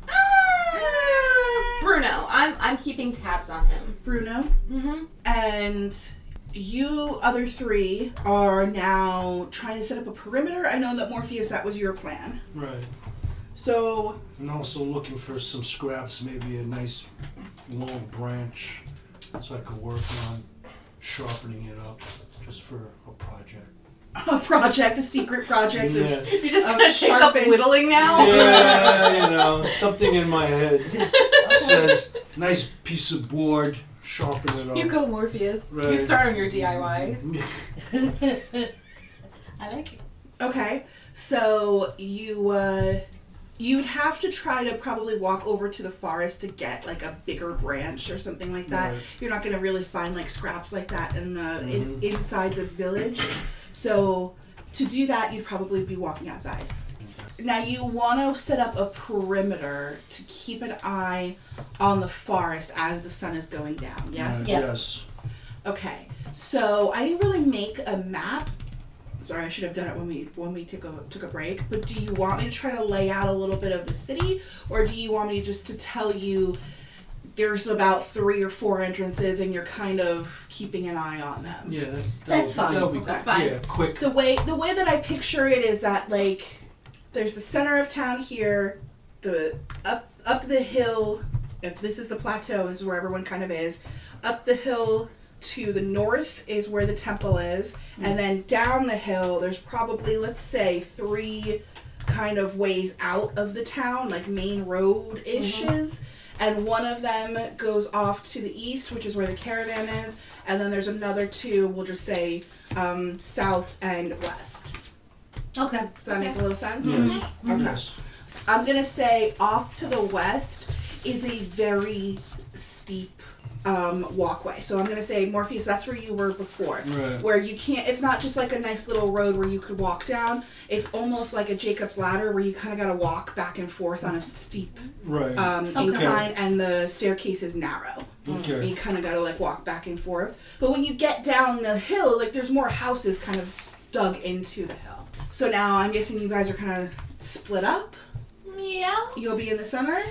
S4: Ah! Bruno, I'm I'm keeping tabs on him.
S2: Bruno,
S4: Mm-hmm.
S2: and you other three are now trying to set up a perimeter. I know that Morpheus, that was your plan.
S1: Right.
S2: So [laughs]
S1: And also looking for some scraps, maybe a nice long branch, so I could work on sharpening it up, just for a project.
S2: a project, a secret project. of-
S1: Yes.
S4: You're just
S2: I'm
S4: gonna take up
S2: sharpened.
S4: [laughs] whittling now.
S1: Yeah, you know, something in my head says, "Nice piece of board, sharpen it up."
S4: You go, Morpheus.
S1: Right.
S4: You start on your DIY.
S5: I like it.
S2: Okay, so you uh, you'd have to try to probably walk over to the forest to get like a bigger branch or something like that.
S1: Right.
S2: You're not gonna really find like scraps like that in the in, inside the village. So to do that, you'd probably be walking outside. Now you want to set up a perimeter to keep an eye on the forest as the sun is going down. Yes.
S1: Yes.
S5: Yeah.
S1: Yes.
S2: Okay, so I didn't really make a map. Sorry, I should have done it when we when we took a took a break. But do you want me to try to lay out a little bit of the city, or do you want me just to tell you there's about three or four entrances, and you're kind of keeping an eye on them.
S1: Yeah, that's
S5: That's
S1: that'll-
S5: fine.
S1: That'll be
S4: That's
S1: quick.
S4: fine.
S1: Yeah, quick.
S2: The way the way that I picture it is that like there's the center of town here, the up up the hill. If this is the plateau, this is where everyone kind of is. Up the hill to the north is where the temple is, and then down the hill there's probably let's say three kind of ways out of the town, like main road ishes. And one of them goes off to the east, which is where the caravan is, and then there's another two. We'll just say um, south and west.
S5: Okay.
S2: Does that make a little sense?
S1: Yes. Mm-hmm.
S2: Okay.
S1: Yes.
S2: I'm gonna say off to the west is a very steep um, walkway. So I'm gonna say Morpheus, that's where you were before,
S1: Right.
S2: where you can't. It's not just like a nice little road where you could walk down. It's almost like a Jacob's ladder where you kind of gotta walk back and forth on a steep
S1: Right.
S2: um,
S5: Okay.
S2: incline, and the staircase is narrow.
S1: okay.
S2: You kind of gotta like walk back and forth. But when you get down the hill, like there's more houses kind of dug into the hill. So now I'm guessing you guys are kind of split up.
S4: Yeah.
S2: You'll be in the center.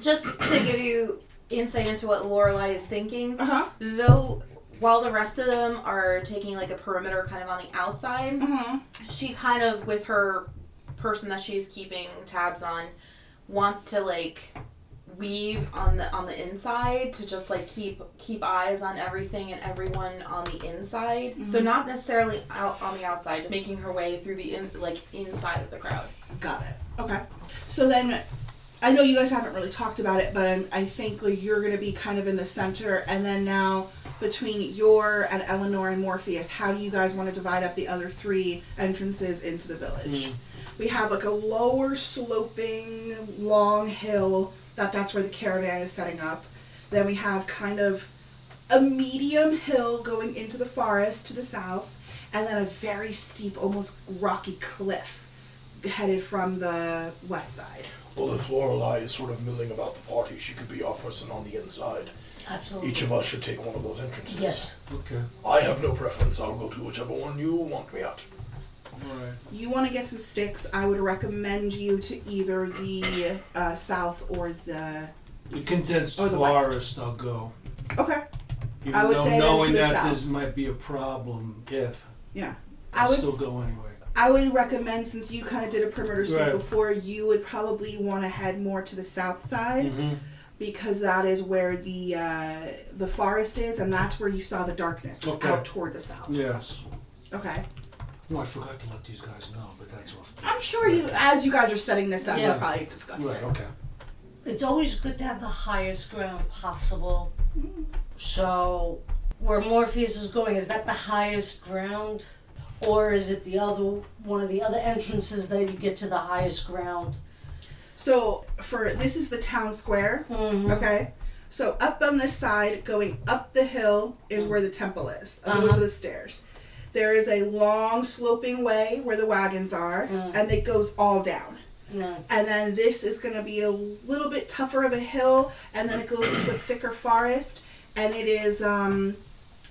S4: Just to give you insight into what Lorelai is thinking,
S2: Uh huh.
S4: though, while the rest of them are taking like a perimeter kind of on the outside,
S2: Uh-huh.
S4: she kind of with her person that she's keeping tabs on wants to like weave on the on the inside to just like keep keep eyes on everything and everyone on the inside so not necessarily out on the outside just making her way through the in, like inside of the crowd
S2: Got it. Okay. So then, I know you guys haven't really talked about it, but I'm, I think like, you're gonna be kind of in the center, and then now between your and Eleanor and Morpheus, how do you guys want to divide up the other three entrances into the village? We have like a lower sloping long hill that that's where the caravan is setting up. Then we have kind of a medium hill going into the forest to the south, and then a very steep, almost rocky cliff headed from the west side.
S6: Well, if Lorelai is sort of milling about the party, she could be our person on the inside.
S5: Absolutely.
S6: Each of us should take one of those entrances.
S5: Yes.
S1: Okay.
S6: I have no preference. I'll go to whichever one you want me at.
S1: All right.
S2: You want to get some sticks? I would recommend you to either the uh, south or the
S1: The condensed
S2: Or the west.
S1: forest. I'll go.
S2: okay.
S1: Even
S2: would
S1: though
S2: say then to
S1: knowing
S2: the
S1: that
S2: south.
S1: this might be a problem, if
S2: Yeah, I
S1: I'll
S2: would
S1: still go anyway.
S2: I would recommend since you kind of did a perimeter sweep
S1: Right.
S2: before, you would probably want to head more to the south side
S1: Mm-hmm.
S2: because that is where the uh, the forest is, and that's where you saw the darkness was
S1: Okay. Mm.
S2: out toward the south.
S1: Yes.
S2: Okay,
S1: Oh, I forgot to let these guys know, but that's off.
S2: I'm sure you, as you guys are setting this up,
S5: Yeah.
S2: we'll probably discuss
S1: Right.
S2: it.
S1: Okay.
S5: It's always good to have the highest ground possible. So, where Morpheus is going, is that the highest ground? Or is it the other one of the other entrances that you get to the highest ground?
S2: So for this is the town square.
S5: Mhm.
S2: Okay. So up on this side, going up the hill is where the temple is. Uh, Those
S5: Uh-huh.
S2: are the stairs. There is a long sloping way where the wagons are,
S5: Mm.
S2: and it goes all down.
S5: No.
S2: And then this is going to be a little bit tougher of a hill, and then it goes into a thicker forest, and it is, um,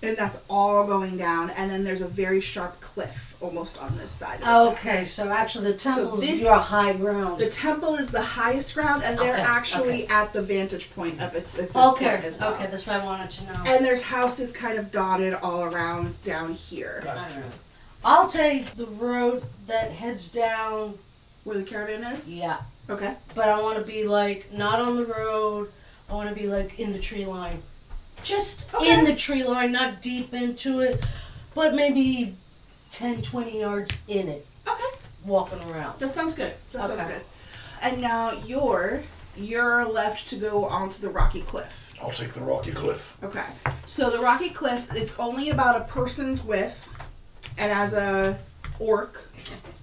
S2: and that's all going down. And then there's a very sharp cliff almost on this side. Of the town.
S5: Okay, so actually the temple's
S2: this-
S5: your high ground.
S2: The temple is the highest ground, and they're
S5: Okay,
S2: actually at the vantage point up at, at this
S5: okay,
S2: point as well.
S5: okay, that's what I wanted to know.
S2: And there's houses kind of dotted all around down here,
S1: Gotcha.
S5: I'll take the road that heads down.
S2: where the caravan is.
S5: Yeah.
S2: Okay.
S5: But I want to be like not on the road. I want to be like in the tree line. Just in the tree line, not deep into it, but maybe 10, 20 yards in it,
S2: Okay.
S5: walking around.
S2: That sounds good. That sounds
S5: Okay.
S2: good. And now you're you're left to go onto the rocky cliff.
S6: I'll take the rocky cliff.
S2: Okay. So the rocky cliff, it's only about a person's width, and as a orc,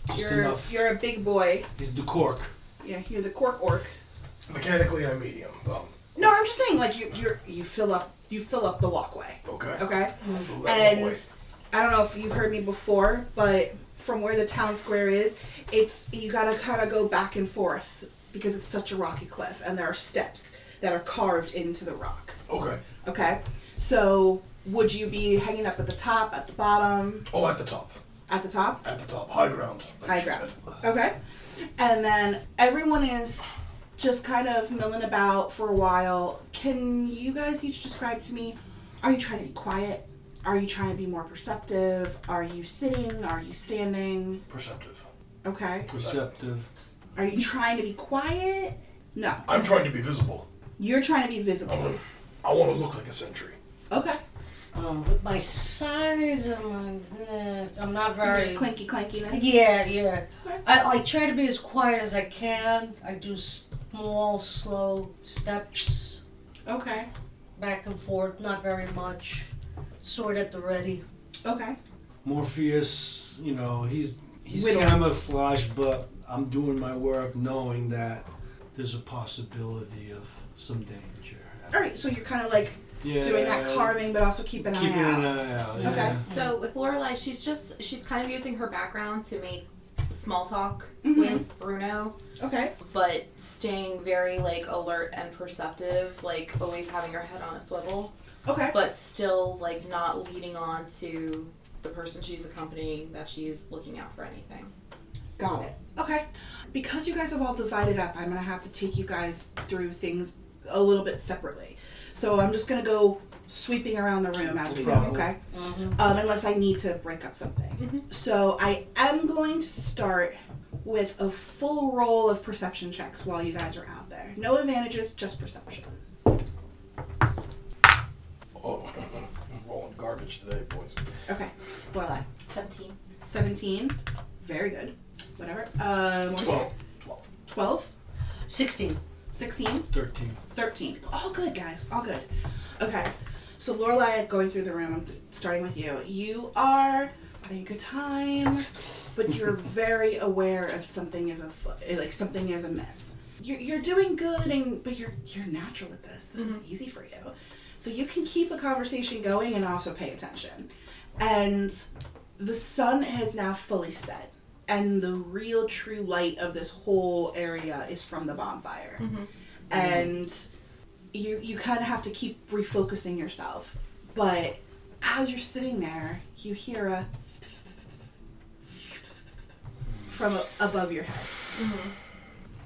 S1: Just
S2: you're
S1: enough.
S2: you're a big boy.
S1: He's the cork.
S2: Yeah, you're the cork orc.
S6: Mechanically, I'm medium. Um,
S2: No, I'm just saying like you you're you fill up you fill up the walkway.
S6: okay.
S2: Okay.
S6: I'll fill that one way.
S2: and I don't know if you heard me before, but from where the town square is, it's you gotta kind of go back and forth because it's such a rocky cliff, and there are steps that are carved into the rock.
S6: Okay.
S2: Okay, so would you be hanging up at the top, at the bottom,
S6: Oh, at the top.
S2: at the top?
S6: At the top. High ground. like
S2: High
S6: she
S2: ground.
S6: said.
S2: Okay, and then everyone is just kind of milling about for a while. Can you guys each describe to me are you trying to be quiet? Are you trying to be more perceptive? Are you sitting? Are you standing?
S6: Perceptive.
S2: Okay.
S1: Perceptive.
S2: Are you trying to be quiet? No.
S6: I'm trying to be visible.
S2: You're trying to be
S6: I'm
S2: visible.
S6: gonna, I want to look like a sentry.
S2: Okay.
S5: Um, with my size, I'm, uh, I'm not very.
S2: Clinky clankiness.
S5: Yeah, yeah.
S2: Okay.
S5: I like try to be as quiet as I can. I do small, slow steps
S2: Okay.
S5: back and forth, not very much. Sword at the ready.
S2: Okay.
S1: Morpheus, you know, he's he's
S2: Widow.
S1: camouflaged, but I'm doing my work knowing that there's a possibility of some danger.
S2: All right. So you're kind of like
S1: Yeah.
S2: Er, doing that carving, but also keep an
S1: Keeping
S2: eye out.
S1: an eye out.
S2: Okay.
S1: Yeah.
S4: So with Lorelai, she's just she's kind of using her background to make small talk
S2: Mhm.
S4: with Bruno,
S2: Okay.
S4: but staying very like alert and perceptive, like always having her head on a swivel,
S2: Okay.
S4: but still like not leading on to the person she's accompanying that she's looking out for anything.
S2: Got it. Okay. Because you guys have all divided up, I'm going to have to take you guys through things a little bit separately. So I'm just going to go sweeping around the room as we go,
S1: Problem.
S2: okay?
S5: Mm-hmm.
S2: Um, unless I need to break up something. So I am going to start with a full roll of perception checks while you guys are out there. No advantages, just perception.
S6: Oh, [laughs] I'm rolling garbage today, boys.
S2: Okay. Well, I
S4: Seventeen.
S2: 17. Very good. Whatever. Um,
S6: Twelve. Twelve.
S2: 12.
S5: 16.
S2: 16.
S1: 13.
S2: 13. All good, guys. All good. Okay. So, Lorelai, going through the room, I'm starting with you. You are having a good time, but you're very aware of something is afo- like something is amiss. You're, you're doing good, and but you're you're natural at this. This is easy for you, so you can keep a conversation going and also pay attention. And the sun has now fully set, and the real true light of this whole area is from the bonfire and you you kind of have to keep refocusing yourself. But as you're sitting there, you hear a from a, above your head,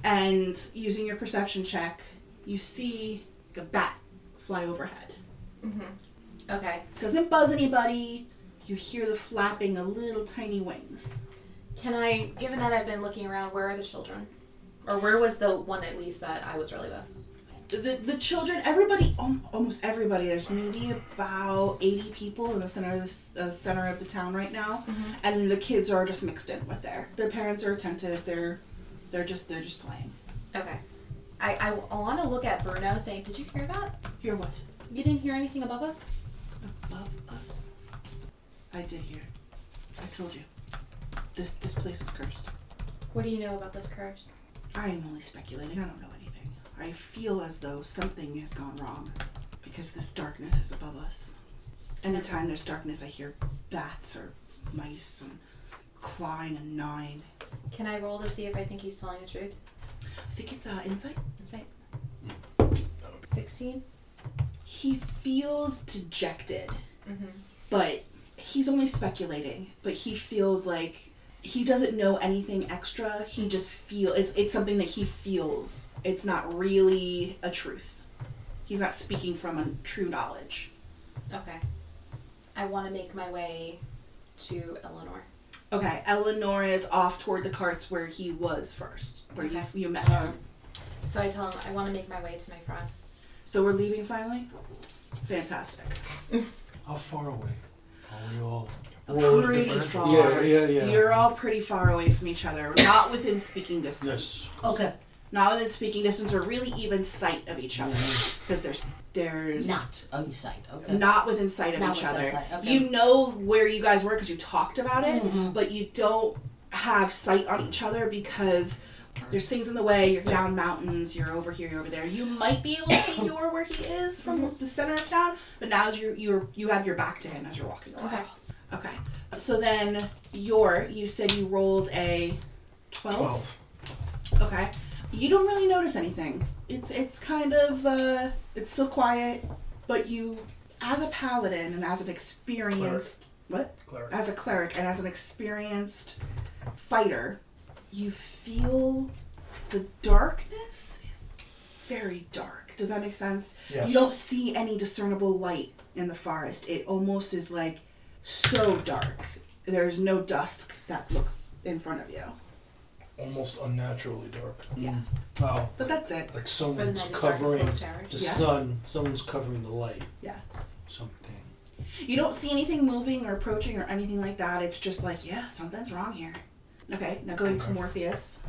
S2: and using your perception check, you see a bat fly overhead.
S4: Okay.
S2: Doesn't buzz anybody. You hear the flapping of little tiny wings.
S4: Can I? Given that I've been looking around, where are the children? Or where was the one at least that I was really with?
S2: The, the children, everybody, al- almost everybody. There's maybe about eighty people in the center of this, uh, center of the town right now, and the kids are just mixed in with there. Their parents are attentive. They're they're just they're just playing.
S4: Okay. I, I want to look at Bruno saying, Did you hear that?
S2: Hear what?
S4: You didn't hear anything above us?
S2: Above us. I did hear. I told you. This this place is cursed.
S4: What do you know about this curse?
S2: I am only speculating. I don't know anything. I feel as though something has gone wrong because this darkness is above us. Anytime there's darkness, I hear bats or mice and clawing and gnawing.
S4: Can I roll to see if I think he's telling the truth?
S2: I think it's uh, insight.
S4: Insight. 16?
S2: He feels dejected,
S4: Mm-hmm.
S2: but he's only speculating. But he feels like he doesn't know anything extra. He just feel it's it's something that he feels. It's not really a truth. He's not speaking from a true knowledge.
S4: Okay. I want to make my way to Eleanor.
S2: Okay, Eleanor is off toward the carts where he was first, where
S4: Okay.
S2: you, you met her.
S4: So I tell him, I want to make my way to my friend.
S2: So we're leaving finally? Fantastic.
S1: How far away are we all?
S6: Roll
S2: pretty
S6: differentials.
S2: far.
S1: Yeah, yeah, yeah.
S2: You're all pretty far away from each other, not within speaking distance.
S1: Yes.
S5: Okay.
S2: Not within speaking distance or really even sight of each other.
S1: Mm-hmm.
S2: Because there's there's
S5: Not outside. Okay.
S2: not within sight of
S5: Not
S2: each
S5: within
S2: other.
S5: sight, okay.
S2: You know where you guys were because you talked about it,
S5: Mhm.
S2: but you don't have sight on each other because there's things in the way. You're down mountains. You're over here. You're over there. You might be able to see Yor where he is from
S5: Mm-hmm.
S2: the center of town, but now as you you you have your back to him as you're walking along.
S4: Okay.
S2: Okay. So then Yor, you said you rolled a twelve.
S6: Twelve.
S2: Okay. You don't really notice anything. It's it's kind of uh, it's still quiet, but you, as a paladin and as an experienced what
S6: Cleric.
S2: as a cleric and as an experienced fighter, you feel the darkness is very dark. Does that make sense?
S6: Yes.
S2: You don't see any discernible light in the forest. It almost is like so dark. There's no dusk that looks in front of you.
S6: Almost unnaturally dark.
S7: Mm.
S2: Yes.
S1: Oh,
S2: But that's it.
S1: like
S4: For the
S1: someone's
S4: night is dark and full
S1: covering
S4: of
S1: the
S4: terrors.
S2: Yes.
S1: sun. Someone's covering the light.
S2: Yes.
S1: Something.
S2: You don't see anything moving or approaching or anything like that. It's just like, yeah, something's wrong here. Okay, now going to
S6: Okay.
S2: Morpheus.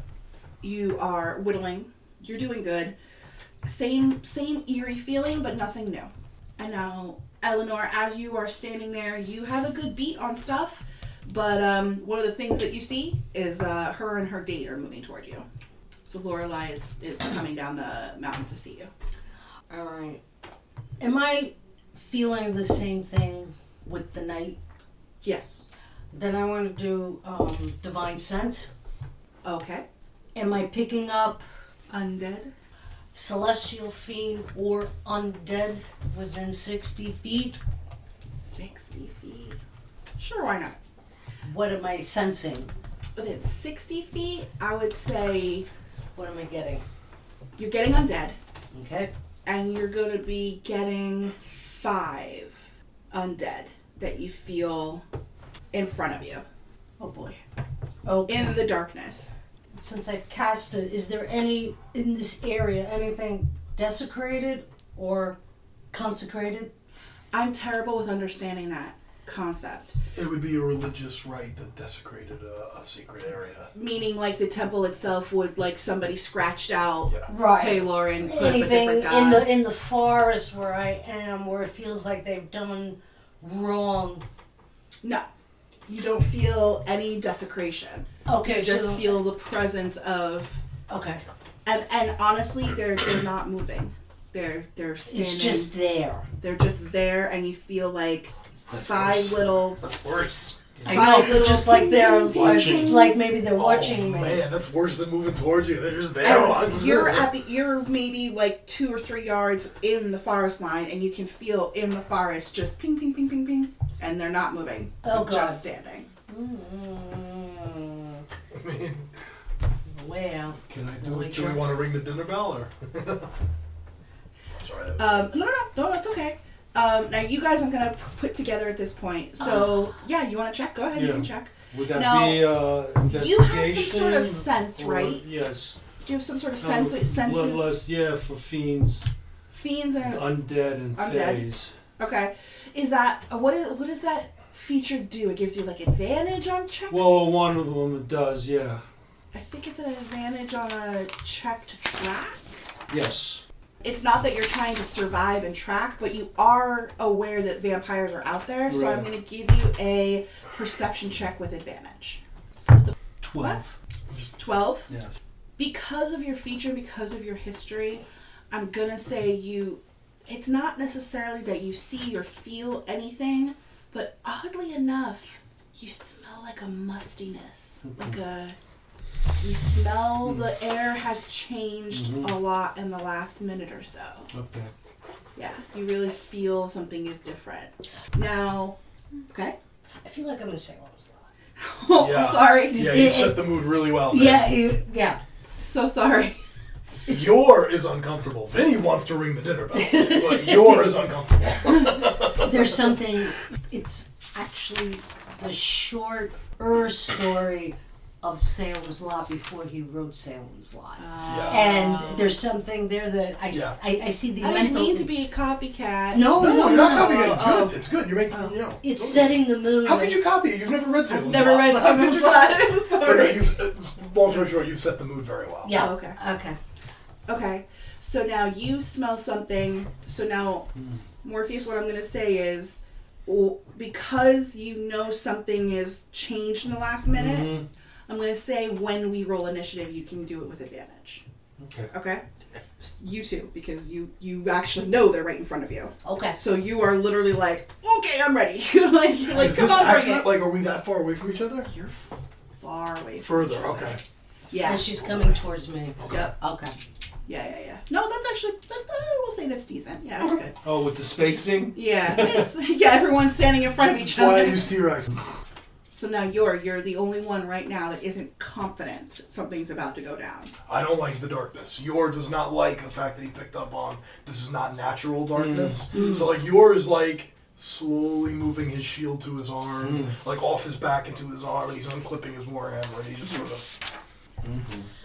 S2: You are whittling. You're doing good. Same same eerie feeling, but nothing new. And now, Eleanor, as you are standing there, you have a good beat on stuff. But um, one of the things that you see is uh, her and her date are moving toward you. So Lorelai is, is coming down the mountain to see you.
S5: All right. Am I feeling the same thing with the night?
S2: Yes.
S5: Then I want to do um, divine sense.
S2: Okay.
S5: Am I picking up
S2: Undead.
S5: celestial fiend or undead within sixty feet?
S2: 60 feet. Sure, why not?
S5: What am I sensing?
S2: Within 60 feet, I would say
S5: What am I getting?
S2: you're getting undead,
S5: Okay.
S2: and you're going to be getting five undead that you feel in front of you. Oh boy.
S5: Okay.
S2: In the darkness.
S5: Oh, Since I've cast it, is there any in this area anything desecrated or consecrated?
S2: I'm terrible with understanding that concept.
S6: It would be a religious rite that desecrated a, a sacred area.
S2: Meaning, like, the temple itself was like somebody scratched out
S6: Yeah.
S5: Right.
S2: Palor and put up a
S5: anything
S2: different god.
S5: in the in the forest where I am, where it feels like they've done wrong.
S2: no. You don't feel any desecration.
S5: Okay,
S2: You just
S5: so-
S2: feel the presence of
S5: okay.
S2: And, and honestly, they're they're not moving. They're they're standing.
S5: It's just there.
S2: they're just there, and you feel like five
S6: gross.
S2: little
S6: Worse.
S5: I
S2: Five
S5: know, just like they're
S2: little
S5: watching,
S2: things.
S5: like maybe they're watching
S6: oh,
S5: me.
S6: Man, that's worse than moving towards you. They're just there.
S2: arrows. Oh, You're at the you're maybe like two or three yards in the forest line, and you can feel in the forest just ping ping ping ping ping, and they're not moving.
S5: Oh,
S2: They're just
S5: God.
S2: standing.
S5: Mm,
S6: [laughs] I mean,
S5: well,
S1: Can I do
S5: Like
S1: it?
S6: do we want to ring the dinner bell or? [laughs] Sorry. that-
S2: Um, no, no, no, no, it's okay. Um, now you guys, I'm gonna p- put together at this point. So yeah, you want to check? Go ahead, you
S1: Yeah.
S2: can check.
S1: Would that
S2: Now,
S1: be uh, investigation?
S2: You have some sort of sense,
S1: or-
S2: right?
S1: Yes.
S2: You have some sort of sense,
S1: Um,
S2: senses,
S1: bloodlust, yeah, for fiends,
S2: fiends, and
S1: undead, and
S2: Undead.
S1: fays.
S2: Okay. Is that uh, what? Is, what does that feature do? It gives you like advantage on checks.
S1: Well, one of them does, yeah.
S2: I think it's an advantage on a check to track.
S1: Yes.
S2: It's not that you're trying to survive and track, but you are aware that vampires are out there. So I'm
S1: Right.
S2: going to give you a perception check with advantage.
S1: Twelve.
S2: Twelve.
S1: Yes.
S2: because of your feature, because of your history, I'm gonna say you. It's not necessarily that you see or feel anything, but oddly enough, you smell like a mustiness,
S6: Mm-hmm.
S2: like a. You
S6: Mm.
S2: smell the air has changed
S6: Mm-hmm.
S2: a lot in the last minute or so.
S1: Okay.
S2: Yeah, you really feel something is different now. Okay. [laughs]
S5: I feel like I'm in Salem's Lot.
S2: Oh,
S6: Yeah.
S2: sorry.
S6: Yeah, you set the mood really well. there.
S5: Yeah, you, yeah.
S2: So sorry.
S6: Your is uncomfortable. Vinny wants to ring the dinner bell, but your is uncomfortable.
S5: There's something. It's actually the short er story of Salem's Lot before he wrote Salem's Lot.
S6: Yeah.
S5: and there's something there that I, s-
S6: Yeah.
S5: I- I see the
S2: Ah. I didn't
S5: mental.
S2: mean to be a copycat.
S5: no,
S6: No,
S5: no,
S6: you're
S5: no.
S6: not copying it. It's
S2: oh,
S6: good. It's good. You're making, you know.
S5: It's setting the mood.
S6: How could you copy it? You've never read Salem's
S2: Never
S6: Lot.
S2: read
S6: How
S2: [laughs]
S6: could
S2: someone's
S6: you-
S2: life.
S6: But no,
S2: Sorry.
S6: you've, uh, long story short, you've set the mood very well.
S5: Yeah.
S2: Oh, Okay.
S5: Okay.
S2: Okay, so now you smell something. So now, Morpheus, what I'm going to say is w- because you know something is changed in the last minute,
S6: Mm-hmm.
S1: Mhm.
S2: I'm going to say when we roll initiative, you can do it with advantage.
S1: Okay.
S2: Okay? You too, because you you actually know they're right in front of you.
S5: Okay.
S2: So you are literally like, okay, I'm ready. [laughs] like, you're like,
S6: is
S2: come
S6: this
S2: on, bring
S6: accurate?
S2: it.
S6: Like, are we that far away from each other?
S2: You're far away. from
S6: Further,
S2: each other.
S6: okay.
S2: Yeah.
S5: And she's coming towards me.
S2: Yep.
S5: Okay.
S2: Yeah, yeah, yeah. No, that's actually, that, I will say that's decent. Yeah, that's good.
S1: Oh, with the spacing?
S2: [laughs] Yeah, it's, yeah. Everyone's standing in front of each
S6: That's why I
S2: other.
S6: use T Rex.
S2: So now you're you're the only one right now that isn't confident something's about to go down.
S6: I don't like the darkness. Yor does not like the fact that he picked up on this is not natural darkness. So like Yor is like slowly moving his shield to his arm, like off his back into his arm, and he's unclipping his warhammer, and he's just sort of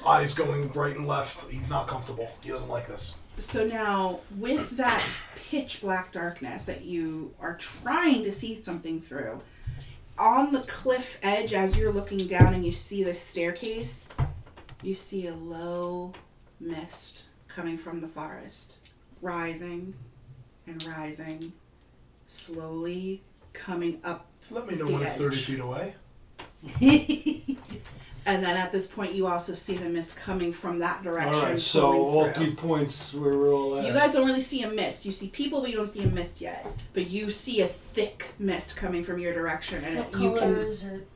S6: eyes going right and left. He's not comfortable. He doesn't like this.
S2: So now with that pitch black darkness that you are trying to see something through, on the cliff edge as you're looking down and you see this staircase, you see a low mist coming from the forest, rising and rising, slowly coming up
S6: Let me know when it's
S2: Edge.
S6: thirty feet away.
S2: And then at this point, you also see the mist coming from that direction.
S1: All right, so
S2: flowing
S1: all
S2: through.
S1: three points where we're all at.
S2: You guys don't really see a mist. You see people, but you don't see a mist yet. But you see a thick mist coming from your direction, and
S5: What
S2: it, you
S5: color
S2: can.
S5: is it?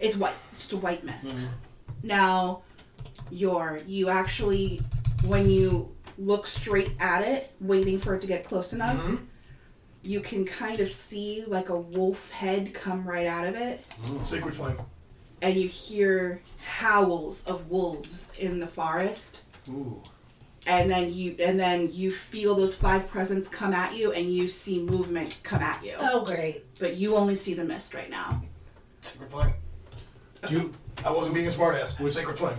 S2: It's white. It's just a white mist.
S1: Mm-hmm.
S2: Now, your you actually, when you look straight at it, waiting for it to get close enough,
S1: Mm-hmm.
S2: you can kind of see like a wolf head come right out of it.
S6: Sacred flame.
S2: and you hear howls of wolves in the forest
S1: Ooh.
S2: and then you and then you feel those five presents come at you and you see movement come at you
S5: Oh, great.
S2: but you only see the mist right now
S6: Sacred flame.
S1: Do
S6: I wasn't being a smartass. With sacred flame.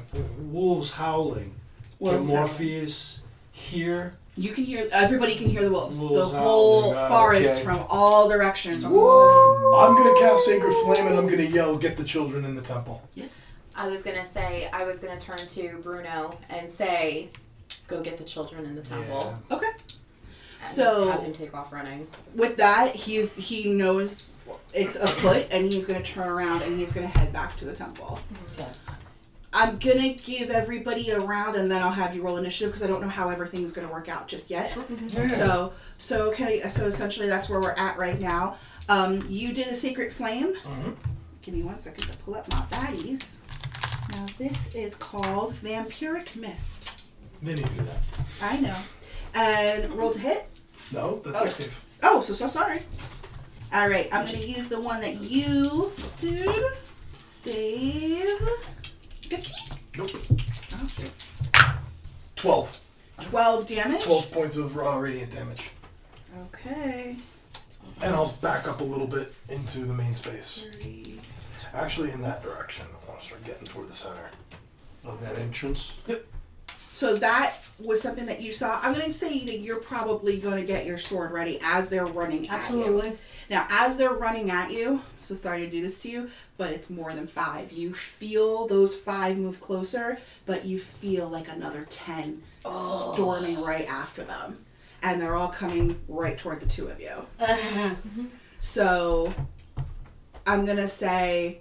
S1: wolves howling.
S2: Wolves
S1: Can
S2: howling.
S1: Morpheus hear?
S2: you can hear everybody can hear the wolves,
S1: Wolves
S2: the whole
S1: howling, uh,
S2: forest
S1: okay.
S2: from all directions
S1: um,
S6: I'm gonna cast sacred flame and I'm gonna yell, "Get the children in the temple."
S2: yes
S4: I was gonna say I was gonna turn to Bruno and say, "Go get the children in the temple."
S2: okay
S4: And
S2: So-
S4: have him take off running.
S2: with that he's he knows it's afoot and he's going to turn around and he's going to head back to the temple
S5: Okay.
S2: i'm going to give everybody a round and then i'll have you roll initiative because i don't know how everything's going to work out just yet so so okay so essentially that's where we're at right now um, you did a sacred flame give me one second to pull up my baddies now this is called vampiric mist
S6: They need to do that.
S2: i know and roll to hit
S6: No, that's
S2: Oh.
S6: active.
S2: Oh, so so sorry. All right, I'm gonna use the one that you did. Save fifteen.
S6: Nope.
S2: Oh, shit.
S6: Twelve.
S2: Twelve damage.
S6: 12 points of raw radiant damage.
S2: Okay.
S6: And I'll back up a little bit into the main space.
S2: Thirty.
S6: Actually, in that direction. I want to start getting toward the center.
S1: Of that entrance.
S2: So that was something that you saw. I'm gonna say that you're probably gonna get your sword ready as they're running at you.
S5: Absolutely.
S2: Now, as they're running at you, so sorry to do this to you, but it's more than five. You feel those five move closer, but you feel like another ten storming right after them. And they're all coming right toward the two of you.
S5: Uh-huh.
S2: So I'm going to say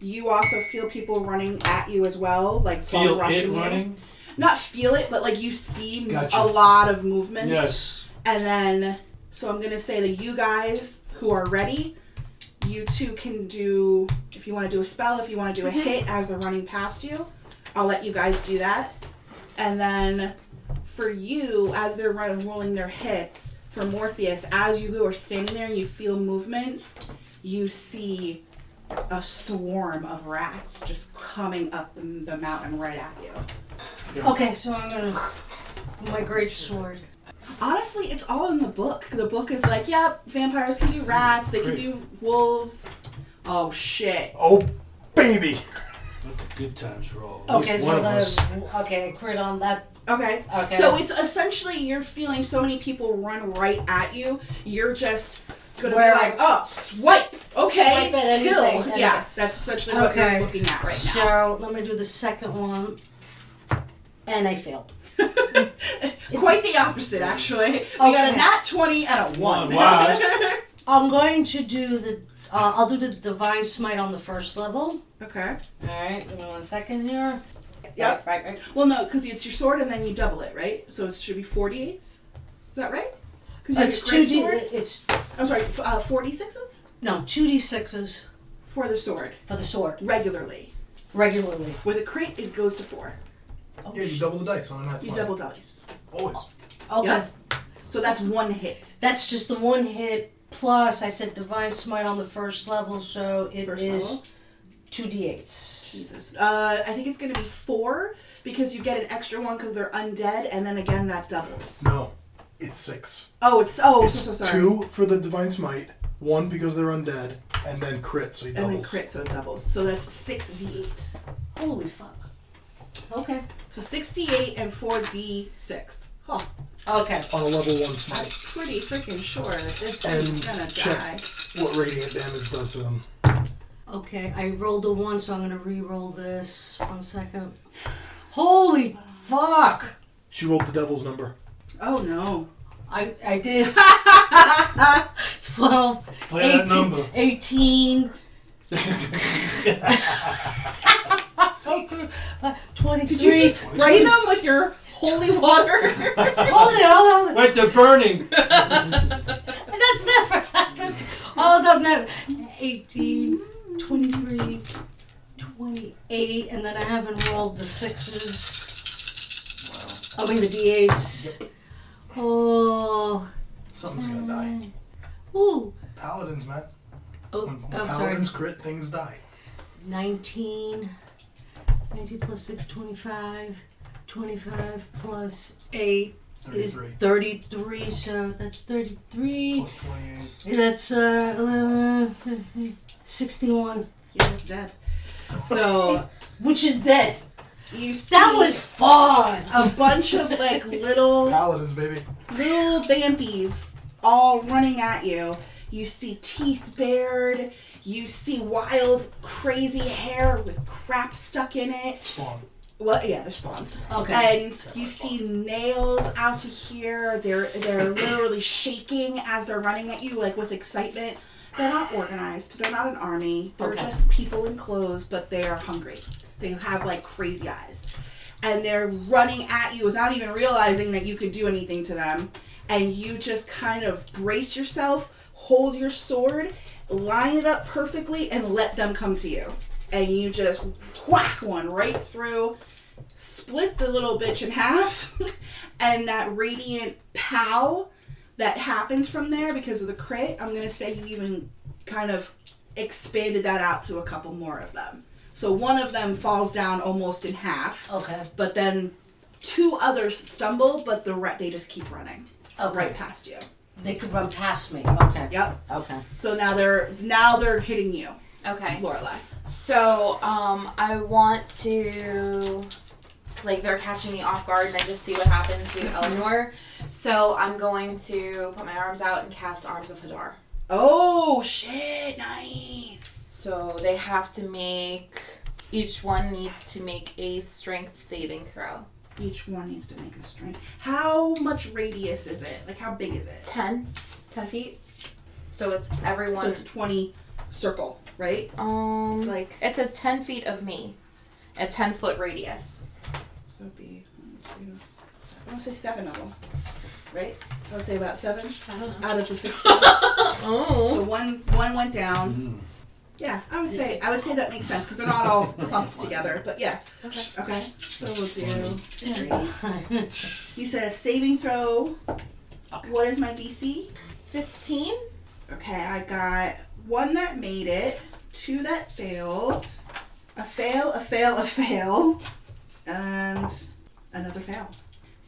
S2: you also feel people running at you as well, like
S1: Feel
S2: from rushing
S1: it
S2: you.
S1: running?
S2: Not feel it, but like you see m-
S1: Gotcha.
S2: a lot of movements.
S1: Yes.
S2: And then, so I'm gonna say that you guys who are ready, you two can do if you want to do a spell, if you want to do a hit as they're running past you. I'll let you guys do that. And then for you, as they're running, rolling their hits for Morpheus, as you are standing there and you feel movement, you see a swarm of rats just coming up the, the mountain right at you.
S5: Okay, so I'm gonna. My great sword.
S2: Honestly, it's all in the book. The book is like, yep, vampires can do rats, they can do wolves. Oh shit.
S6: Oh, baby!
S1: Good times for all. At
S5: Okay,
S1: least
S5: so
S1: one of us.
S5: the. Okay, I crit on that.
S2: Okay.
S5: Okay.
S2: So it's essentially you're feeling so many people run right at you, you're just gonna
S5: Where-
S2: be like, oh, swipe. Okay.
S5: Swipe at
S2: kill.
S5: anything, yeah.
S2: Yeah, that's essentially what
S5: Okay.
S2: you're looking at right now. [laughs]
S5: So let me do the second one. And I failed.
S2: Quite the opposite, actually. We got
S5: Okay.
S2: a nat 20 and a 1.
S1: One, wow,
S5: I'm going to do the. Uh, I'll do the divine smite on the first level.
S2: [laughs] okay.
S5: All right, give me one second here.
S2: Yep.
S5: Right, right.
S2: Well, no, because it's your sword and then you double it, right? So it should be 48s. Is that right? 'Cause you have
S5: It's
S2: your
S5: two
S2: great
S5: d.
S2: sword.
S5: It's
S2: I'm sorry, f- uh, 46s
S5: no two d sixes
S2: for the sword
S5: for the sword
S2: regularly.
S5: regularly.
S2: With a crit, it goes to four.
S5: Oh,
S6: Yeah, you
S5: sh-
S6: double the dice on a nat
S2: You
S6: 20.
S2: double dice.
S6: Always.
S5: okay,
S2: Yep. So that's one hit.
S5: Oh, that's just the one hit. Plus, I said divine smite on the first level, so it is
S2: First level.
S7: Two d8s.
S2: Jesus. Uh, I think it's going to be four because you get an extra one because they're undead, and then again that doubles.
S6: No, it's six.
S2: Oh, it's oh,
S6: It's
S2: so, so sorry.
S6: two for the divine smite, one because they're undead, and then crit, so he
S2: and
S6: doubles.
S2: then crit, so it doubles. So that's six d eight.
S5: Holy fuck. Okay.
S2: So sixty eight and four d six. Huh.
S5: Okay.
S6: On a level one
S2: I'm
S6: smite,
S2: pretty freaking sure this
S6: And
S2: thing's gonna
S6: check.
S2: die.
S6: what radiant damage does to them?
S5: Okay. I rolled a one, so I'm gonna re-roll this. One second. Holy fuck!
S6: She rolled the devil's number.
S2: Oh no.
S5: I I did. [laughs] 12,
S1: Play that
S5: 18,
S1: number.
S5: 18, 23.
S2: Did you just spray them with your holy
S6: [laughs]
S2: water?
S5: Hold it, hold it, hold it.
S1: Wait, they're burning.
S5: [laughs] That's never happened. Hold up, never. 18, 23, 28, and then I haven't rolled the sixes. I mean the d8s. Oh.
S6: Something's gonna die.
S5: Ooh.
S6: Paladins, man.
S5: Oh,
S6: When, when
S5: I'm sorry.
S6: paladins crit, things die.
S5: 19, 19 plus 6, 25, 25 plus 8 is
S6: 33.
S5: 33, so that's 33.
S6: Plus 28.
S5: That's uh, 61,
S2: yeah, it's dead. So
S6: [laughs]
S5: which is dead.
S2: you see
S5: That was fun.
S2: a bunch of like
S6: [laughs]
S2: little
S6: Paladins, baby.
S2: little vampies all running at you. You see teeth bared. You see wild, crazy hair with crap stuck in it.
S6: Spawn.
S2: Well, yeah, they're spawns.
S5: Okay.
S2: And you see nails out to here. They're they're literally shaking as they're running at you, like with excitement. They're not organized. They're not an army. They're
S5: Okay.
S2: just people in clothes, but they are hungry. They have like crazy eyes, and they're running at you without even realizing that you could do anything to them. And you just kind of brace yourself, hold your sword, line it up perfectly, and let them come to you. And you just whack one right through split the little bitch in half, [laughs] and that radiant pow that happens from there because of the crit, I'm gonna say you even kind of expanded that out to a couple more of them. So one of them falls down almost in half,
S5: Okay.
S2: but then two others stumble, but the re- they just keep running
S5: Okay.
S2: right past you.
S5: They could run past me. Okay.
S2: Yep.
S5: Okay.
S2: So now they're now they're hitting you,
S4: Okay.
S2: Lorelai.
S4: So, um, I want to, like, they're catching me off guard, and I just see what happens to
S2: Mm-hmm.
S4: Eleanor. So I'm going to put my arms out and cast Arms of Hadar.
S2: Oh shit! Nice.
S4: So they have to make. Each one needs to make a strength saving throw.
S2: Each one needs to make a string. How much radius is it? Like how big is it?
S4: 10? 10 feet? So it's everyone.
S2: So it's twenty circle, right?
S4: um,
S2: It's like
S4: it says 10 feet of me, a 10 foot radius.
S2: so it'd be one, two, seven. I want to say seven of them, right? I would say about seven out of the fifteen.
S4: Oh.
S2: so one one went down. Yeah, I would say I would say that makes sense because they're not all clumped together. But yeah,
S4: Okay.
S2: okay. So we'll do three.
S5: okay.
S2: You said a saving throw. What is my DC?
S4: 15?
S2: Okay, I got one that made it, two that failed, a fail, a fail, a fail, and another fail.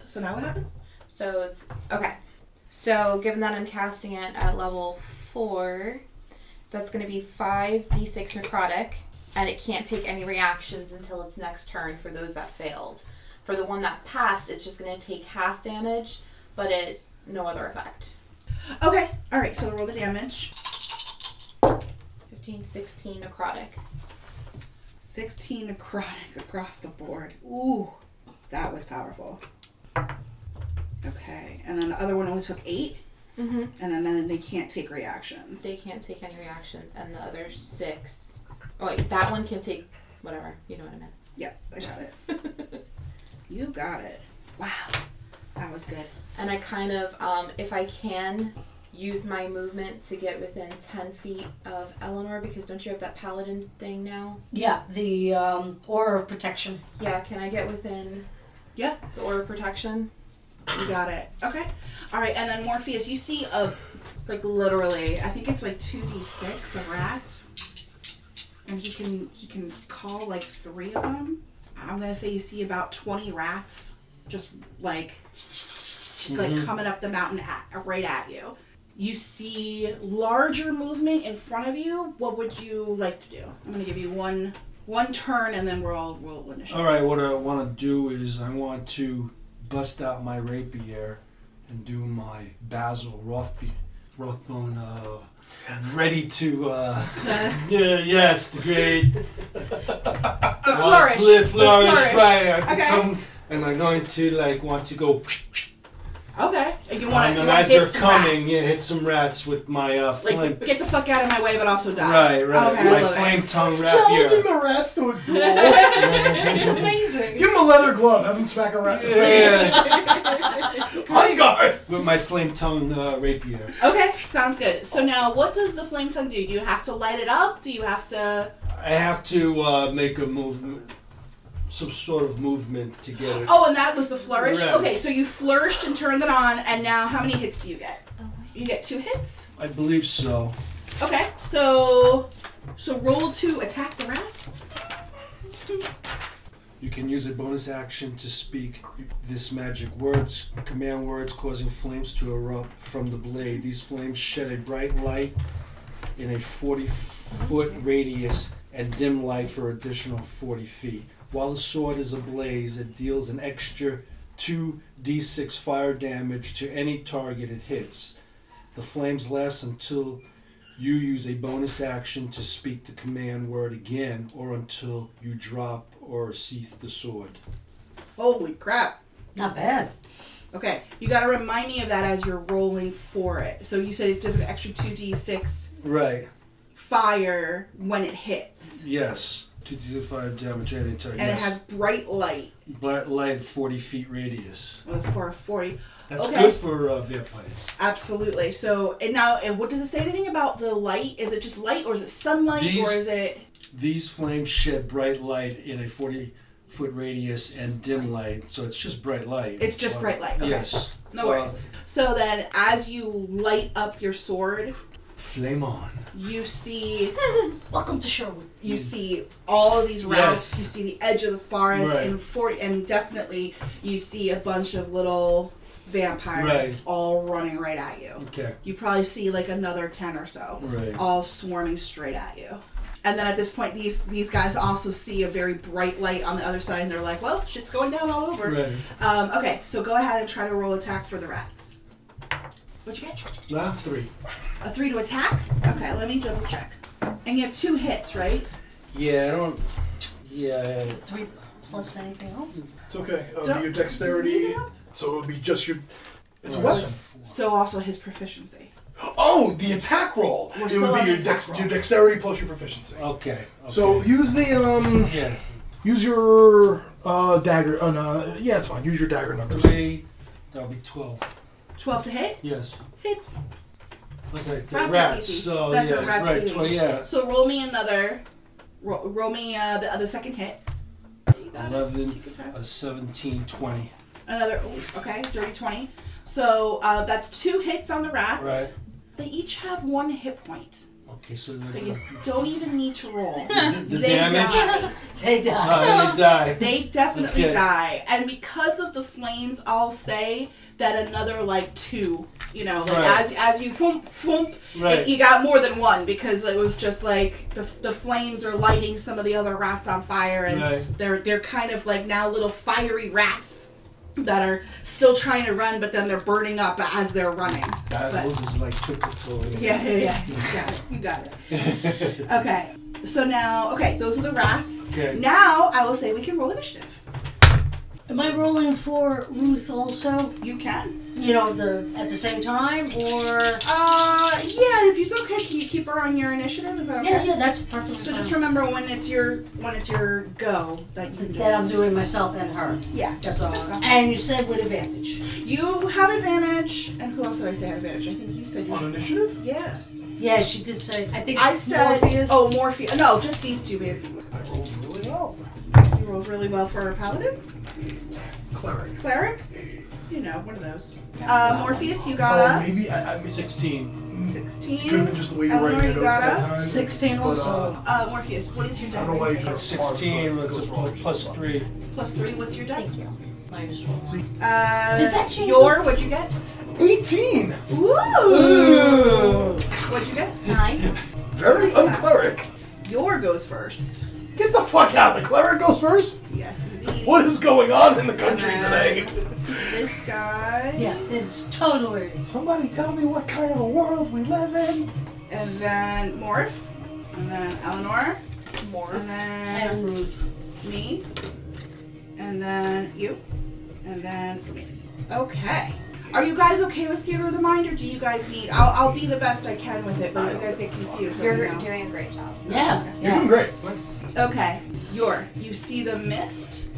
S2: So now what happens?
S4: So it's okay. So given that I'm casting it at level four, that's going to be five d6 necrotic, and it can't take any reactions until its next turn for those that failed. For the one that passed, it's just going to take half damage, but it no other effect.
S2: Okay, all right. So roll the damage.
S4: 15, 16 necrotic.
S2: Sixteen necrotic across the board. Ooh, that was powerful. Okay, and then the other one only took eight,
S4: Mm-hmm.
S2: and then, then they can't take reactions.
S4: They can't take any reactions, and the other six. Oh wait, that one can take whatever. You know what I meant. [laughs]
S2: Yep, I got it. You got it. Wow, that was good.
S4: and I kind of, um, if I can, use my movement to get within 10 feet of Eleanor because don't you have that paladin thing now?
S5: [laughs] Yeah, the um, aura of protection.
S4: Yeah, can I get within
S2: Yeah.
S4: the aura of [laughs] protection?
S2: You got it. Okay. All right, and then Morpheus, you see a like literally, I think it's like two d six of rats and he can he can call like three of them. I'm gonna say you see about twenty rats just like like coming up the mountain at, right at you. You see larger movement in front of you. What would you like to do? I'm gonna give you one one turn and then we're all roll initiative.
S1: All right, what I want to do is I want to bust out my rapier and do my Basil Rothbe- Rothbone uh, ready to.
S2: [laughs]
S1: Uh, [laughs] yeah, yes, the great.
S2: flourish,
S1: Once lit Uh,
S2: the
S1: flourish,
S2: flourish.
S1: right? I
S2: Okay.
S1: become, and I'm going to like want to go. [laughs]
S2: Okay. And you want
S1: And
S2: to
S1: then as they're coming,
S2: rats.
S1: yeah, hit some rats with my uh,
S2: Like
S1: flame.
S2: get the fuck out of my way, but also die.
S1: Right, right.
S2: Okay, I
S1: my
S2: love it.
S1: flame tongue
S6: Challenging
S1: rapier.
S6: the rats to a duel.
S5: It's
S2: [laughs]
S5: amazing.
S6: Give him a leather glove. Have him smack a rat. in the face.
S1: Yeah.
S6: On guard.
S1: With my flame tongue uh, rapier.
S2: Okay, sounds good. So now, what does the flame tongue do? Do you have to light it up? Do you have to?
S1: I have to uh, make a movement, some sort of movement to get it.
S2: Oh, and that was the flourish.
S1: Right.
S2: Okay, so you flourished and turned it on, and now how many hits do you get? You get two hits.
S1: I believe so.
S2: Okay, so so roll to attack the rats.
S1: You can use a bonus action to speak this magic words, command words causing flames to erupt from the blade. These flames shed a bright light in a 40 foot radius and dim light for additional 40 feet. While the sword is ablaze, it deals an extra 2d6 fire damage to any target it hits. The flames last until you use a bonus action to speak the command word again or until you drop or sheath the sword.
S2: Holy crap!
S5: Not bad.
S2: Okay, you got to remind me of that as you're rolling for it. So you said it does an extra two d six
S1: Right.
S2: fire when it hits,
S1: Yes. 2d5 damage and attack.
S2: and it has bright light
S1: Black light 40 feet radius.
S2: with four forty.
S1: That's
S2: Okay.
S1: good for uh, vampires.
S2: Absolutely. So, and now, and what does it say anything about the light? Is it just light, or is it sunlight,
S1: These-
S2: or is it?
S1: These flames shed bright light in a 40 foot radius and dim light. So it's just bright light.
S2: It's just bright light, okay.
S1: Yes. Uh,
S2: No worries. So then, as you light up your sword,
S1: Flame on.
S2: you see
S5: [laughs] Welcome to Sherwood.
S2: you see all of these
S1: Yes.
S2: rats. You see the edge of the forest,
S1: Right.
S2: and for and definitely you see a bunch of little vampires
S1: Right.
S2: all running right at you.
S1: Okay.
S2: You probably see like another ten or so,
S1: Right.
S2: all swarming straight at you. And then at this point, these these guys also see a very bright light on the other side, and they're like, "Well, shit's going down all over."
S1: Right.
S2: Um, okay, so go ahead and try to roll attack for the rats. What'd you get?
S1: Now three.
S2: A three to attack? Okay, let me double check. And you have two hits, right?
S1: Yeah, I don't. Yeah.
S5: Three plus anything else?
S6: It's okay.
S2: Don't-
S6: Um, your dexterity.
S2: Leave it up.
S6: So it would be just your. It's a
S1: Right.
S6: weapon.
S2: So also his proficiency.
S6: Oh, the attack roll.
S2: We're
S6: it
S2: still
S6: would
S2: on
S6: be your,
S2: the attack
S6: dex-
S2: roll.
S6: your dexterity plus your proficiency.
S1: Okay. okay.
S6: So use the um,
S1: Yeah.
S6: use your uh dagger. Oh no, yeah, it's fine. Use your dagger numbers.
S1: Three. That'll be twelve.
S2: Twelve to hit
S1: Yes.
S2: hits.
S1: Okay. The
S2: Rats are
S1: rats.
S2: easy.
S1: So
S2: That's
S1: yeah.
S2: what rats are
S1: right.
S2: easy.
S1: Tw- yeah.
S2: So roll me another. Roll, roll me uh, the other second hit. You got it.
S1: Eleven.
S2: Take your time.
S1: A 17, 20.
S2: Another. ooh, okay, dirty twenty. So uh, that's two hits on the rats.
S1: Right.
S2: They each have one hit point,
S1: Okay. So,
S2: so
S1: the,
S2: you don't even need to roll.
S1: the
S2: They
S1: damage.
S2: die.
S5: They died.
S1: Oh,
S2: [laughs]
S1: they die.
S2: They definitely
S1: Okay.
S2: die. And because of the flames, I'll say that another like two, you know, like
S1: Right.
S2: as as you thump thump,
S1: Right.
S2: you got more than one because it was just like the, the flames are lighting some of the other rats on fire and
S1: Right.
S2: they're they're kind of like now little fiery rats that are still trying to run but then they're burning up as they're running.
S1: Basil's is like quick toy.
S2: Yeah, yeah, yeah. You got it. You got it. okay. So now, okay, those are the rats.
S1: [laughs] Okay.
S2: Now I will say we can roll initiative.
S5: Am I rolling for Ruth also?
S2: You can.
S5: You know, the at the same time or
S2: Uh, yeah. If it's okay, can you keep her on your initiative? Is that okay?
S5: yeah, yeah, that's perfectly
S2: So
S5: fine.
S2: just remember when it's your when it's your go that you can just
S5: that I'm doing myself and her.
S2: yeah.
S5: That's what I
S2: Sounds
S5: want. And you said with advantage.
S2: You have advantage, and who else did I say had advantage? I think you said you.
S6: On initiative.
S2: Yeah.
S5: Yeah, she did say. I think
S2: I said.
S5: Morpheus.
S2: Oh, Morpheus. No, just these two, baby.
S6: I rolled really well.
S2: You rolled really well for a paladin
S6: Cleric.
S2: cleric. you know, one of those. Uh, Morpheus, you got
S7: Oh,
S2: a
S7: maybe I, I mean, it
S1: 16.
S7: could have
S2: 16.
S7: been just the way you're
S2: Eleanor,
S7: writing your
S2: you
S7: notes at
S2: got
S7: that
S2: a-
S7: time.
S5: 16
S7: But,
S5: also.
S7: uh,
S2: Uh, Morpheus, what is your
S7: I don't know why you
S2: dex?
S7: drew
S1: That's 16,
S7: but it
S1: that's a
S7: goes wrong.
S1: plus, plus 3.
S2: Plus three, what's your dex?
S5: Minus one.
S2: Uh,
S5: Does that change-
S2: Your, what'd you get?
S7: 18!
S2: Woo! What'd you get?
S4: Nine.
S7: Very uncleric.
S2: Your goes first.
S7: Get the fuck out. The cleric goes first?
S2: Yes, indeed.
S7: What is going on in the country today?
S2: This guy.
S5: Yeah, it's totally.
S7: Somebody tell me what kind of a world we live in.
S2: And then Morph. And then Eleanor.
S4: More.
S2: And then
S5: And Ruth.
S2: me. And then you. And then me. Okay. Are you guys okay with Theater of the Mind, or do you guys need? I'll, I'll be the best I can with it, but you guys get confused. let me
S4: You're
S2: know.
S4: doing a great job.
S5: Yeah,
S7: You're
S5: yeah.
S7: doing great.
S2: Okay, you're. You see the mist.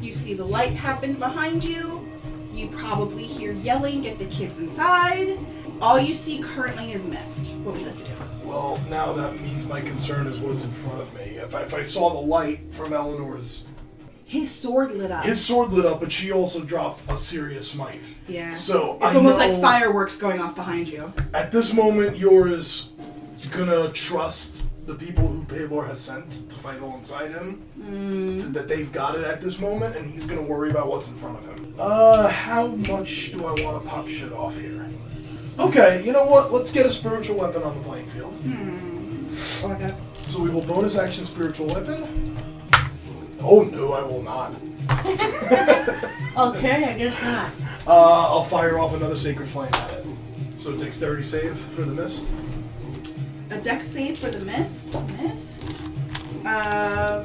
S2: You see the light happen behind you. You probably hear yelling, get the kids inside. All you see currently is mist. What would you like to do?
S7: Well, now that means my concern is what's in front of me. If I, if I saw the light from Eleanor's,
S2: His sword lit up.
S7: his sword lit up, but she also dropped a serious smite.
S2: yeah.
S7: So
S2: it's
S7: I
S2: almost
S7: know
S2: like fireworks going off behind you.
S7: At this moment, yours gonna trust the people who Paylor has sent to fight alongside him.
S5: Mm.
S7: to- that they've got it at this moment, and he's gonna worry about what's in front of him. Uh, how much do I want to pop shit off here? Okay, you know what? Let's get a spiritual weapon on the playing field.
S2: Oh, I got.
S7: So we will bonus action spiritual weapon. Oh no, I will not.
S5: [laughs] Okay, I guess not.
S7: Uh, I'll fire off another sacred flame at it. So dexterity save for the mist.
S2: A deck save for the mist. Mist. Uh, uh,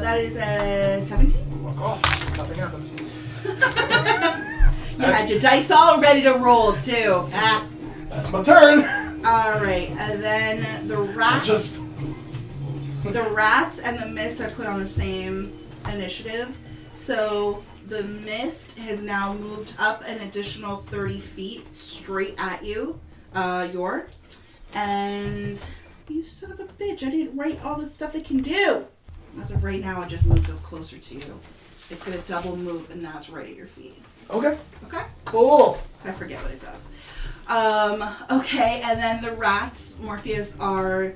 S2: that is a 17.
S7: Fuck off. Nothing happens.
S2: You had your dice all ready to roll, too. Ah.
S7: That's my turn. [laughs]
S2: All right, and then the rats.
S7: Just
S2: the rats and the mist are put on the same initiative. So the mist has now moved up an additional 30 feet straight at you, uh, your. And you son of a bitch, I didn't write all the stuff it can do. As of right now, it just moves up closer to you. It's gonna double move, and now it's right at your feet.
S7: okay.
S2: Okay?
S7: Cool.
S2: I forget what it does. Um, okay, and then the rats, Morpheus, are.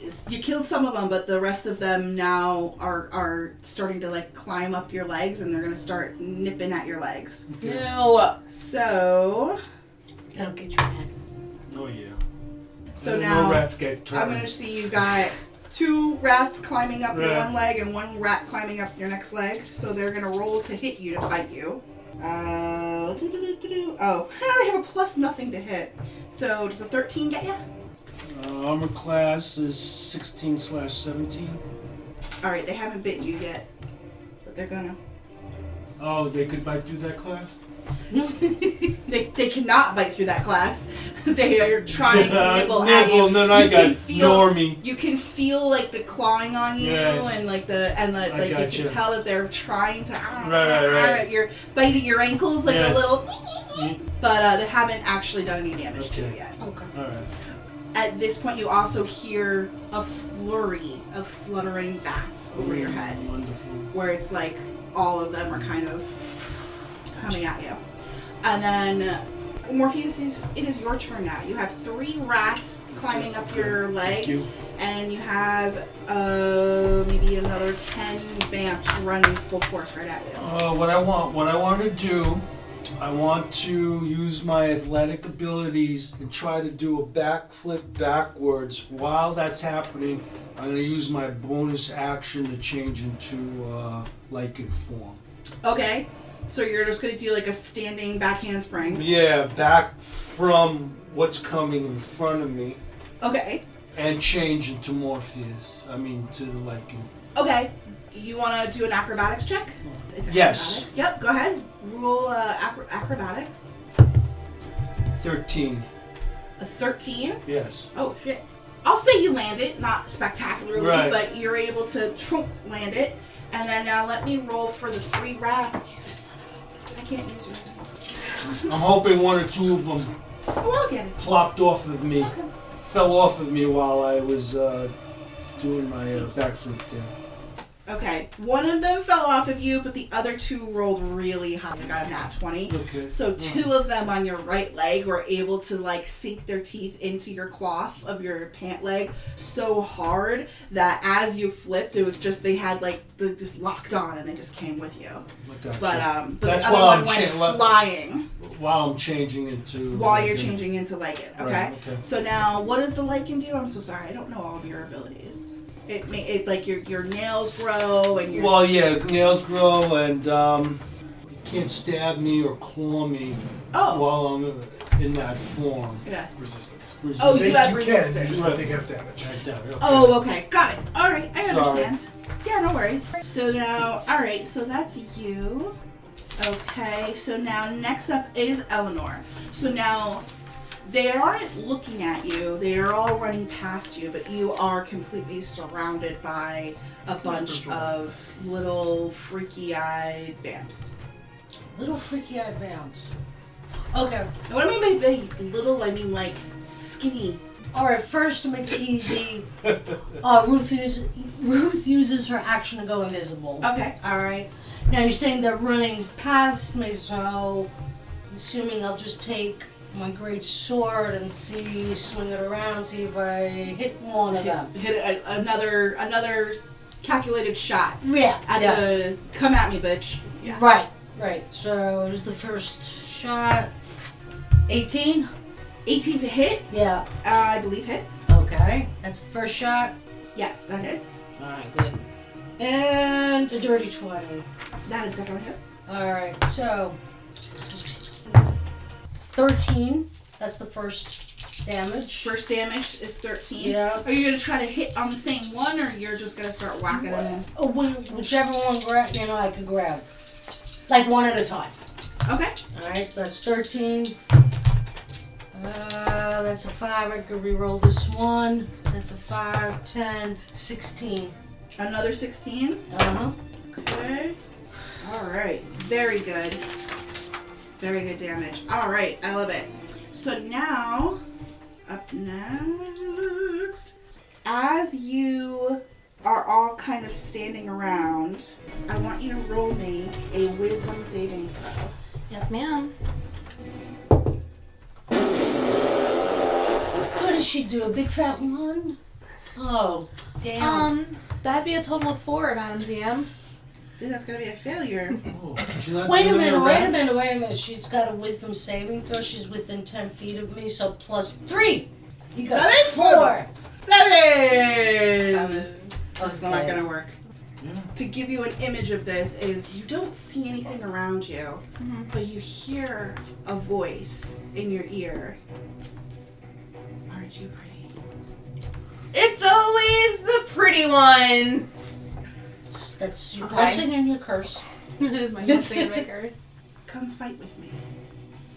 S2: is- You killed some of them, but the rest of them now are are starting to like climb up your legs, and they're gonna start nipping at your legs.
S4: No.
S2: So,
S5: That'll get you back.
S1: Oh, yeah.
S2: so
S1: no
S2: now
S1: rats get
S2: I'm
S1: turned.
S2: gonna see you got two rats climbing up your
S1: Yeah.
S2: one leg and one rat climbing up your next leg. So they're gonna roll to hit you to bite you. Uh, doo-doo-doo-doo-doo. oh, [laughs] I have a plus nothing to hit. So does a 13 get you?
S1: Uh, armor class is 16 slash 17.
S2: All right, they haven't bitten you yet, but they're gonna.
S1: Oh, they could bite through that class?
S2: They, they cannot bite through that glass. [laughs] they are
S1: [laughs]
S2: trying to nibble at
S1: Nibble,
S2: you.
S1: and then I
S2: you
S1: got Normie.
S2: You can feel like the clawing on you,
S1: Yeah.
S2: and like the and the,
S1: I
S2: like you
S1: gotcha.
S2: can tell that they're trying to.
S1: right, right.
S2: You're biting your ankles like
S1: Yes.
S2: a little, but uh, they haven't actually done any damage to you
S1: Okay.
S2: yet.
S5: Okay.
S1: Alright.
S2: At this point, you also hear a flurry of fluttering bats over your head.
S1: Wonderful.
S2: where it's like all of them are kind of coming at you. And then Morpheus, it is- it is your turn now. You have three rats climbing up your
S1: Thank
S2: leg,
S1: you.
S2: and you have uh, maybe another ten vamps running full force right at you.
S1: Uh, what I want, what I want to do, I want to use my athletic abilities and try to do a backflip backwards. While that's happening, I'm going to use my bonus action to change into uh, lycan form.
S2: Okay, so you're just gonna do like a standing back handspring.
S1: Yeah, back from what's coming in front of me
S2: Okay,
S1: and change into Morpheus. I mean, to the lycan.
S2: okay. You want to do an acrobatics check? It's
S1: Yes.
S2: acrobatics. Yep. Go ahead. Rule uh, acro- acrobatics.
S1: Thirteen.
S2: A thirteen.
S1: Yes.
S2: Oh shit. I'll say you land it, not spectacularly,
S1: Right.
S2: but you're able to troom, land it. And then now let me roll for the three rats. You son of a- I can't use it.
S1: I'm hoping one or two of them
S2: Oh, I'll get it.
S1: plopped off of me,
S2: Okay.
S1: fell off of me while I was uh, doing my uh, backflip there.
S2: Okay, one of them fell off of you, but the other two rolled really high. I got a nat 20.
S1: Okay.
S2: So two of them on your right leg were able to like sink their teeth into your cloth of your pant leg so hard that as you flipped, it was just they had like they just locked on and they just came with you.
S1: I gotcha.
S2: But um, but
S1: That's
S2: the other
S1: what
S2: one
S1: I'm
S2: went
S1: saying, let-
S2: flying
S1: while I'm changing uh, into
S2: while you're changing into Lycan. Okay.
S1: Mm-hmm. Right, okay.
S2: So now, what does the Lycan do? I'm so sorry, I don't know all of your abilities. It, ma- it like your your nails grow and your
S1: Well, yeah, nails grow and um, you can't stab me or claw me
S2: oh
S1: while I'm in that form.
S2: yeah.
S7: Resistance.
S2: Oh,
S7: They-
S2: you have
S7: can, you
S2: resistance.
S7: just don't take half damage.
S1: Right there, okay.
S2: Oh, okay, got it. All right, I
S1: Sorry.
S2: understand. Yeah, no worries. So now, all right, so that's you. Okay, so now next up is Eleanor. So now they aren't looking at you; they are all running past you, but you are completely surrounded by a bunch of little freaky-eyed vamps.
S5: Little freaky eyed vamps. Okay.
S2: And what I mean by big, little, I mean like skinny.
S5: All right. First, to make
S2: [laughs]
S5: it easy, uh, Ruth, uses, Ruth uses her action to go invisible.
S2: Okay.
S5: All right. Now you're saying they're running past me, so I'm assuming I'll just take my great sword and see, swing it around, see if I hit one of
S2: Hit,
S5: them.
S2: hit a, another another calculated shot.
S5: Yeah.
S2: at
S5: yeah.
S2: the come at me bitch yeah
S5: Right. Right. So here's the first shot. 18.
S2: 18 to hit
S5: Yeah.
S2: uh, i believe hits
S5: Okay. That's the first shot.
S2: yes that hits
S5: All right. Good. And a dirty twenty.
S2: that definitely hits
S5: All right. So thirteen. That's the first damage.
S2: first damage is 13
S5: Yeah.
S2: are you gonna try to hit on the same one or you're just gonna start whacking them
S5: Oh, wh- whichever one grab you know I could grab, like one at a time.
S2: okay
S5: All right. So that's thirteen. Uh, that's a five. I could re-roll this one. That's a five, ten, sixteen.
S2: another 16
S5: Uh huh.
S2: okay all right very good very good damage all right i love it so now up next as you are all kind of standing around I want you to roll me a wisdom saving throw.
S4: Yes, ma'am.
S5: What does she do? A big fat one? Oh, damn.
S4: Um, that'd be a total of four, Madam DM.
S2: I think that's gonna be a failure.
S1: Oh, did you like
S5: Wait a
S1: the
S5: minute,
S1: little
S5: wait a
S1: rats?
S5: minute, wait a minute. She's got a wisdom saving throw. She's within 10 feet of me, so plus three. You got
S2: Seven?
S5: four.
S2: Seven. That's not
S5: Okay.
S2: gonna work.
S1: Yeah.
S2: To give you an image of this is you don't see anything around you,
S4: Mhm.
S2: but you hear a voice in your ear. Aren't you pretty?
S4: It's always the pretty [laughs] ones.
S5: That's, that's your
S4: Okay.
S5: blessing and your curse.
S4: that is my [laughs] best thing my curse.
S2: Come fight with me.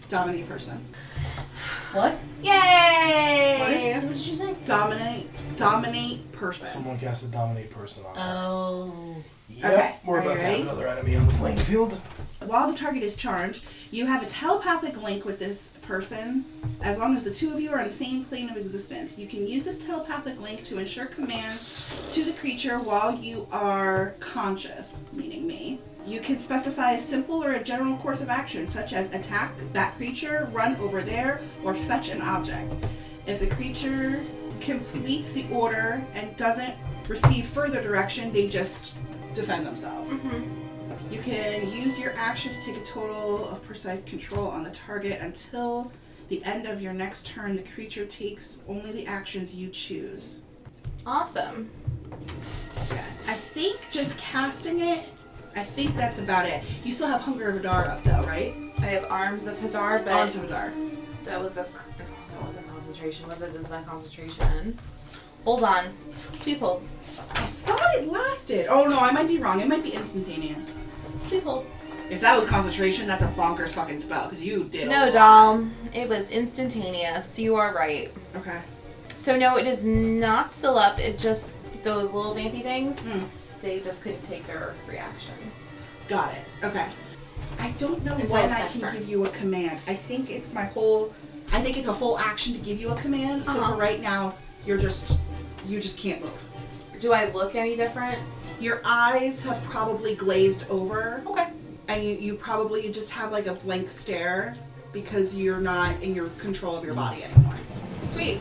S2: Dominate person.
S5: What? What
S4: Yay!
S5: did, what did you say?
S2: Dominate. Dominate person.
S7: Someone cast a dominate person on. them.
S5: Oh.
S7: yep,
S2: okay,
S7: we're
S2: are you
S7: about to
S2: ready?
S7: have another enemy on the playing field.
S2: While the target is charged, you have a telepathic link with this person. As long as the two of you are on the same plane of existence, you can use this telepathic link to ensure commands to the creature while you are conscious, meaning me. You can specify a simple or a general course of action, such as attack that creature, run over there, or fetch an object. If the creature completes the order and doesn't receive further direction, they just defend themselves. You can use your action to take a total of precise control on the target until the end of your next turn. The creature takes only the actions you choose.
S4: Awesome.
S2: Yes, I think just casting it. I think that's about it. You still have Hunger of Adar up though, right?
S4: I have arms of Hadar, but
S2: Arms of Adar.
S4: that was a that was a concentration. Was it just my concentration? Hold on. Please hold.
S2: I thought it lasted. Oh no, I might be wrong. It might be instantaneous.
S4: Please hold.
S2: If that was concentration, that's a bonkers fucking spell because you did. a
S4: No,
S2: lot.
S4: doll. It was instantaneous. You are right.
S2: Okay.
S4: So no, it is not still up. It just those little vampy things.
S2: Mm.
S4: They just couldn't take their reaction.
S2: Got it. Okay. I don't know
S4: Until
S2: when
S4: it's
S2: I
S4: next
S2: can
S4: turn.
S2: give you a command. I think it's my whole. I think it's a whole action to give you a command. So
S4: Uh-huh.
S2: for right now, you're just you just can't move.
S4: Do I look any different?
S2: Your eyes have probably glazed over,
S4: Okay.
S2: and you, you probably just have like a blank stare because you're not in your control of your body anymore.
S4: Sweet.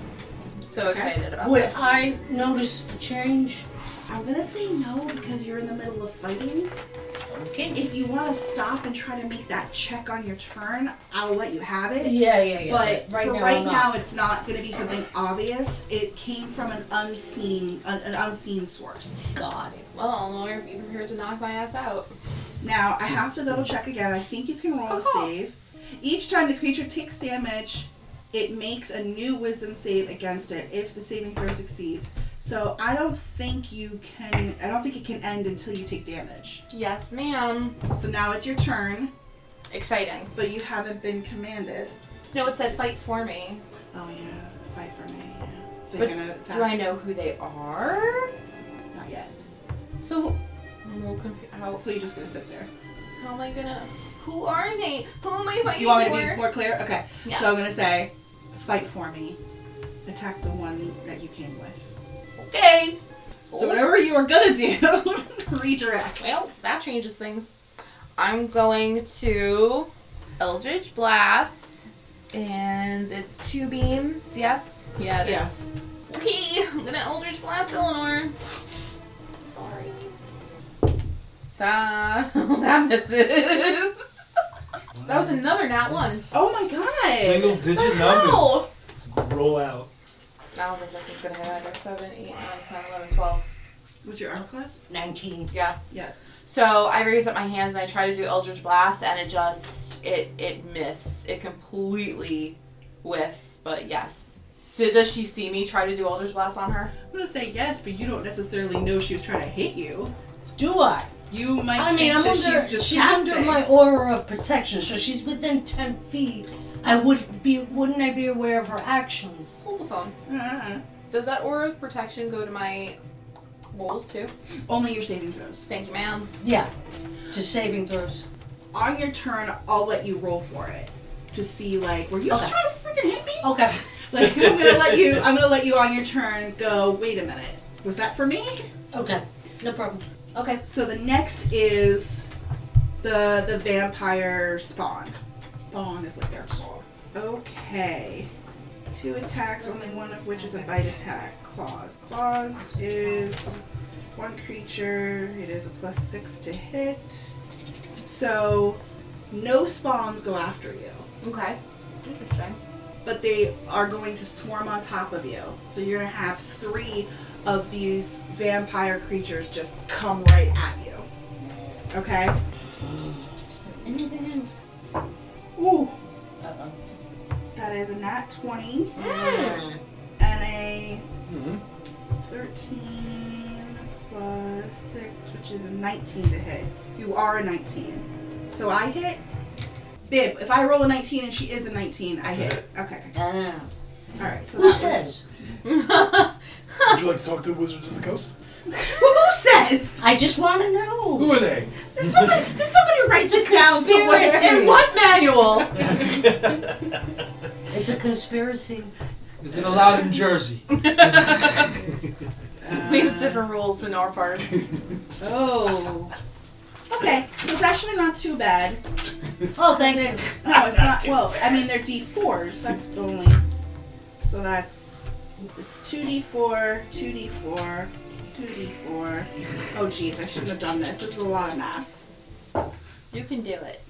S4: I'm so
S2: Okay.
S4: excited about
S5: Would
S4: this.
S5: I notice the change?
S2: I'm gonna say no because you're in the middle of fighting.
S5: Okay.
S2: If you want to stop and try to make that check on your turn, I'll let you have it.
S5: Yeah, yeah, yeah.
S2: But
S5: right
S2: for
S5: now,
S2: right
S5: I'm not.
S2: now, it's not going to be something obvious. It came from an unseen, an, an unseen source.
S5: got it.
S4: Well, Eleanor, you're here to knock my ass out.
S2: Now I have to double check again. I think you can roll a save. Each time the creature takes damage, it makes a new Wisdom save against it if the saving throw succeeds. So I don't think you can. I don't think it can end until you take damage.
S4: Yes, ma'am.
S2: So now it's your turn,
S4: Exciting.
S2: but you haven't been commanded.
S4: No, it said fight for me.
S2: Oh yeah, fight for me. Yeah. So
S4: But
S2: you're gonna attack?
S4: Do I know who they are?
S2: Not yet.
S4: So, who- I'm a little confused. How,
S2: So you're just gonna sit there.
S4: how am I gonna? Who are they? Who am I fighting
S2: You want me
S4: for?
S2: to be more clear? Okay.
S4: Yes.
S2: So I'm gonna say, fight for me. Attack the one that you came with.
S4: okay.
S2: So whatever you were gonna do, [laughs] redirect.
S4: Well, that changes things. I'm going to Eldritch Blast, and it's two beams. Yes, yeah, it
S2: Yeah.
S4: is. Okay, I'm gonna Eldritch Blast Eleanor. Sorry. That [laughs] that misses. that was another nat one.
S2: oh my god!
S1: Single digit numbers.
S4: hell?
S1: Roll out.
S4: I don't think this one's gonna hit either. 7, 8, 9, 10, 11, 12.
S2: What's your armor class?
S5: 19.
S4: Yeah.
S2: Yeah.
S4: So I raise up my hands and I try to do Eldritch Blast, and it just it it miffs. It completely whiffs. But yes, Did- does she see me try to do Eldritch Blast on her?
S2: I'm gonna say yes, but you don't necessarily know she was trying to hit you.
S5: Do I?
S2: You might.
S5: I mean,
S2: think
S5: I'm
S2: that
S5: under.
S2: she's just
S5: under
S2: casting.
S5: my aura of protection, so she's within 10 feet. I would be. Wouldn't I be aware of her actions?
S4: Hold the phone.
S2: Uh-uh.
S4: Does that aura of protection go to my rolls too?
S2: Only your saving throws.
S4: Thank you, ma'am.
S5: Yeah. Just saving throws.
S2: On your turn, I'll let you roll for it to see like were you just
S5: Okay.
S2: trying to freaking hit me?
S5: Okay.
S2: Like I'm gonna let you. I'm gonna let you on your turn. Go. Wait a minute. Was that for me?
S5: Okay. No problem. Okay.
S2: So the next is the the vampire spawn. Spawn is what they're called. Okay. Two attacks, only one of which is a bite attack. Claws. Claws is one creature. It is a plus six to hit. So no spawns go after you.
S4: Okay. [laughs] Interesting.
S2: But they are going to swarm on top of you. So you're gonna have three of these vampire creatures just come right at you. Okay?
S5: Is there anything in?
S2: Ooh,
S5: Uh-oh.
S2: that is a nat 20
S5: Mm.
S2: and a Mm-hmm.
S1: Mhm.
S2: 13 plus 6, which is a 19 to hit. You are a 19. So I hit. Bib, if I roll a 19 and she is a 19, I hit. Okay.
S5: Ah.
S2: Alright, so that
S5: Who
S2: was-
S5: says?
S7: Would you like to talk to Wizards of the Coast?
S2: [laughs] Who says?
S5: I just want to know.
S1: Who are they? [laughs]
S2: Did somebody, did somebody write this down somewhere?
S5: conspiracy.
S2: In what manual?
S5: It's a conspiracy.
S1: Is it allowed in Jersey?
S4: we have different rules in our part.
S2: Oh. Okay, so it's actually not too bad.
S5: Oh, thank you.
S2: It's, no, it's not. Well, I mean, they're D4s. That's the only. So that's. It's 2D4, 2D4, 2D4. Oh, geez, I shouldn't have done this. This is a lot of math.
S4: You can do it.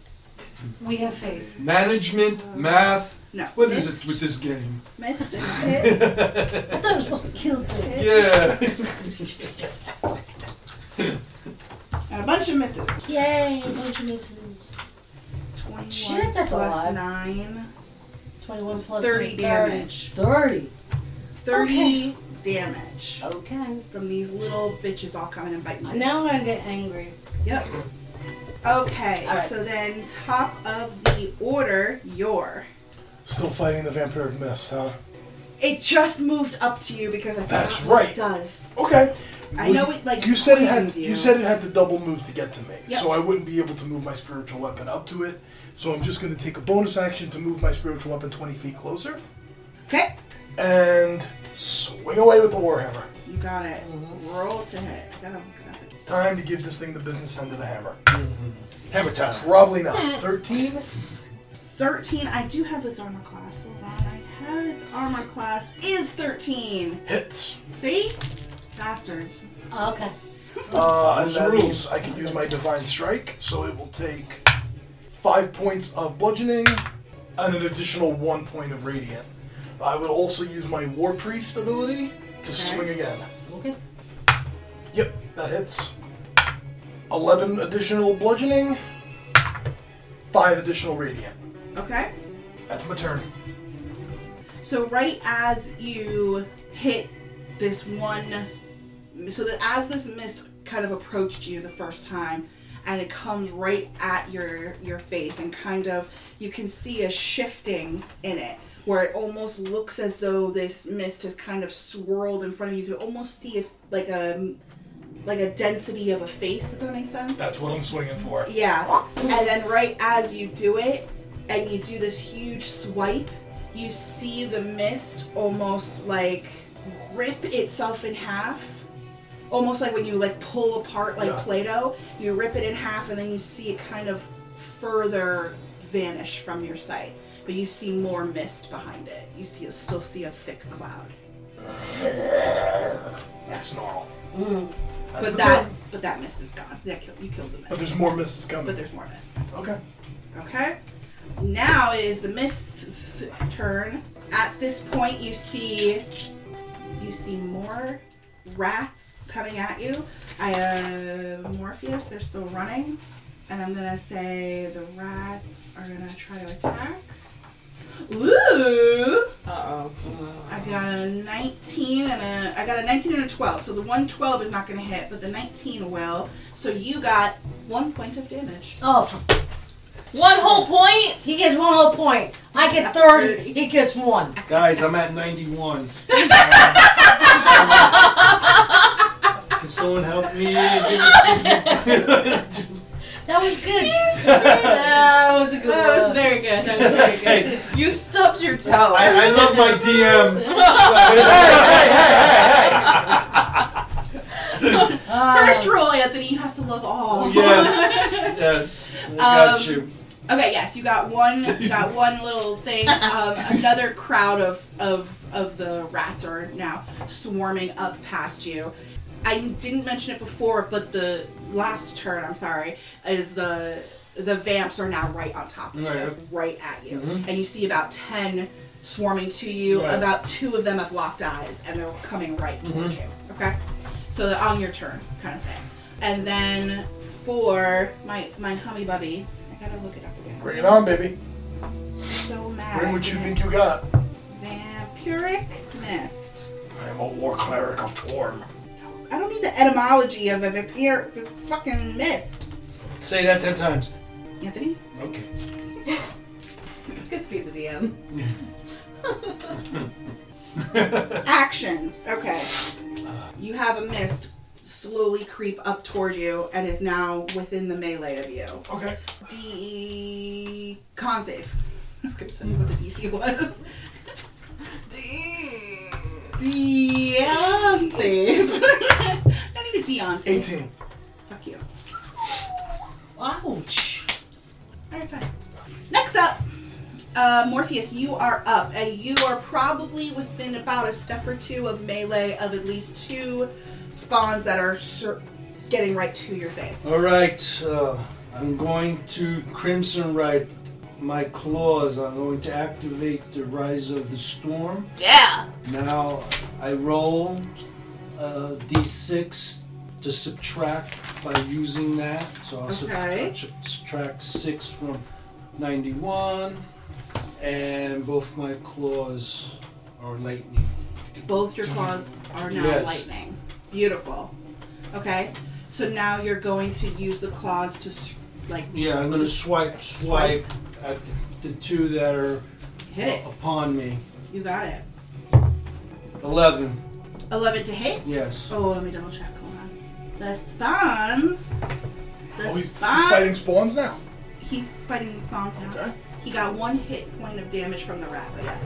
S5: We have faith.
S1: Management, math.
S2: No.
S1: What
S2: missed,
S1: is it with this game?
S2: Missed and
S1: [laughs]
S2: hit.
S5: I thought I was supposed to kill them.
S1: Yeah.
S2: And a bunch of misses.
S5: Yay, a bunch of misses.
S2: 21
S5: Shit, that's a
S2: plus
S5: lot.
S2: 9.
S5: 21 plus
S2: 30
S5: eight,
S2: damage.
S5: 30.
S2: 30 damage
S5: Okay.
S2: from these little bitches all coming and biting. you.
S5: Now I get angry.
S2: Yep. Okay,
S5: All right.
S2: so then top of the order, your.
S7: Still fighting the vampiric mist, huh?
S2: It just moved up to you because I forgot
S7: That's
S2: what
S7: right.
S2: It does.
S7: Okay.
S2: I
S7: Well,
S2: know it, like,
S7: you said it had
S2: poisons you.
S7: said it had to double move to get to me,
S2: Yep.
S7: so I wouldn't be able to move my spiritual weapon up to it. So I'm just going to take a bonus action to move my spiritual weapon 20 feet closer
S2: Okay,
S7: and swing away with the warhammer.
S5: Mm-hmm.
S2: you got it. Roll to hit. I gotta look it up
S7: Time to give this thing the business end of the hammer.
S1: Mm-hmm. Hammer time.
S7: Probably not. 13?
S2: 13. I do have its armor class. Hold on. I have its armor class is 13.
S7: Hits.
S2: See? Bastards.
S5: Okay.
S7: Uh, and
S1: Those
S7: that
S1: rules.
S7: means I can use my Divine Strike, so it will take five points of bludgeoning and an additional one point of radiant. I would also use my War Priest ability to swing again.
S5: Okay.
S7: Yep, that hits. 11 additional bludgeoning, 5 additional radiant.
S2: Okay?
S7: That's my turn.
S2: So right as you hit this one, so that as this mist kind of approached you the first time, and it comes right at your your face, and kind of you can see a shifting in it, where it almost looks as though this mist has kind of swirled in front of you. You can almost see it like a like a density of a face. Does that make sense?
S7: That's what I'm swinging for.
S2: Yeah. And then right as you do it, and you do this huge swipe, you see the mist almost like rip itself in half. Almost like when you like pull apart like
S7: Yeah.
S2: Play-Doh, you rip it in half and then you see it kind of further vanish from your sight. But you see more mist behind it. You see still see a thick cloud.
S7: That's snarl. That's
S2: Mm. But
S7: my
S2: that
S7: turn.
S2: but that mist is gone. That kill, you killed the mist.
S7: But there's more mists coming.
S2: but there's more mist.
S7: okay.
S2: Okay. Now it is the mist's turn. At this point, you see you see more rats coming at you. I uh, Morpheus, they're still running, and I'm gonna say the rats are gonna try to attack. Ooh!
S10: Uh oh.
S2: I got a 19 and a I got a 19 and a 12. So the 112 is not gonna hit, but the 19 will. So you got one point of damage.
S5: Oh, for,
S10: One whole point?
S5: he gets one whole point. I get 30. He gets one.
S1: Guys, I'm at 91. Can someone help me? [laughs]
S5: That was good. [laughs] that was a good
S2: That was
S5: one.
S2: very good. That
S1: [laughs]
S2: was very good. You stubbed your toe.
S1: I, I love my DM.
S5: Uh,
S2: First rule, Anthony, you have to love all.
S1: Oh, Yes, yes, I got
S2: Um,
S1: you.
S2: [laughs] Okay, yes, you got one
S1: [laughs]
S2: got one little thing. Um, another crowd of, of of the rats are now swarming up past you. I didn't mention it before, but the last turn, I'm sorry, is the the vamps are now right on top of you,
S1: Right. Mm-hmm.
S2: right at you. And you see about ten swarming to you.
S1: Right.
S2: About two of them have locked eyes and they're coming right towards
S1: Mm-hmm.
S2: you. Okay? So they're on your turn kind of thing. And then for my my hummy bubby, I gotta look it up again.
S7: Bring it on, baby.
S2: So mad.
S7: Bring what you think you got.
S2: Vampiric mist.
S7: I am a war cleric of Torm.
S2: I don't need the etymology of a vampire fucking mist.
S1: Say that ten times.
S7: [laughs]
S2: Anthony?
S1: Okay.
S10: It's good to be the DM.
S2: Actions. Okay. You have a mist slowly creep up toward you and is now within the melee of you.
S7: Okay.
S2: D con save. I was gonna tell you what the DC was. D Dion E save. [laughs] I need a Dion save.
S7: 18.
S2: Fuck you.
S5: ouch.
S2: Alright, fine. Next up, uh, Morpheus, you are up, and you are probably within about a step or two of melee of at least two spawns that are sur- getting right to your face.
S1: All right. Uh, I'm going to crimson right my claws. I'm going to activate the rise of the storm.
S10: Yeah.
S1: Now I roll uh, d6 to subtract by using that. So I'll
S2: Okay.
S1: subtract, subtract 6 from 91. And both my claws are lightning.
S2: Both your claws are now
S1: Yes.
S2: lightning. Beautiful. Okay, so now you're going to use the claws to s- like
S1: Yeah, I'm gonna swipe, swipe at the, the two that are
S2: hit it.
S1: upon me.
S2: You got it.
S1: Eleven.
S2: Eleven to hit.
S1: Yes.
S2: Oh, let me double check. Hold on. The spawns. The
S7: Oh, he's, he's
S2: spawns.
S7: fighting spawns now.
S2: He's fighting the spawns now.
S7: Okay.
S2: He got one hit point of damage from the rat, but yeah.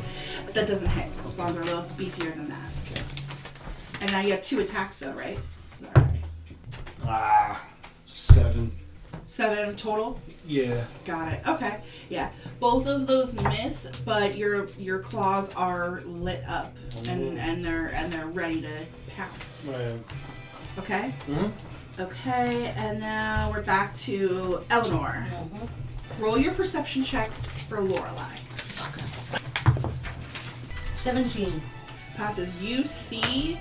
S2: But that doesn't hit. The spawns are a little beefier than that. And now you have two attacks though, right? Sorry.
S1: I Ah, seven.
S2: Seven total.
S1: Yeah.
S2: Got it. Okay. Yeah. Both of those miss, but your your claws are lit up and and they're and they're ready to pounce.
S1: Right.
S2: Okay.
S1: Mhm.
S2: Okay. And now we're back to Eleanor. Roll your perception check for Lorelai.
S5: 17.
S2: Passes. You see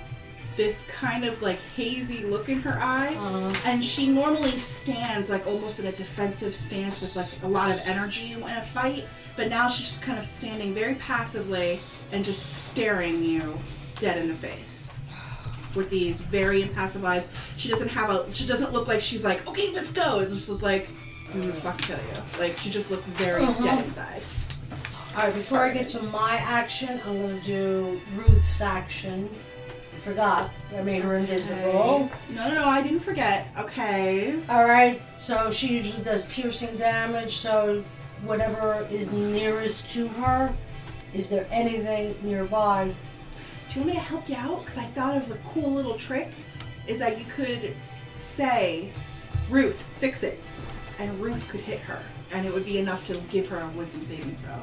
S2: this kind of like hazy look in her eye.
S5: Uh,
S2: And she normally stands like almost in a defensive stance with like a lot of energy in a fight, but now she's just kind of standing very passively and just staring you dead in the face with these very impassive eyes. She doesn't have a. She doesn't look like she's like okay, let's go. It just was like I'm gonna fuck kill you. Like she just looks very dead inside.
S5: Alright, before I get to my action, I'm gonna do Ruth's action. I forgot. I made her invisible.
S2: No, no, no. I didn't forget. Okay.
S5: Alright, so she usually does piercing damage, so whatever is nearest to her. Is there anything nearby?
S2: Do you want me to help you out? Because I thought of a cool little trick. Is that you could say, Ruth, fix it. And Ruth could hit her. And it would be enough to give her a wisdom saving throw.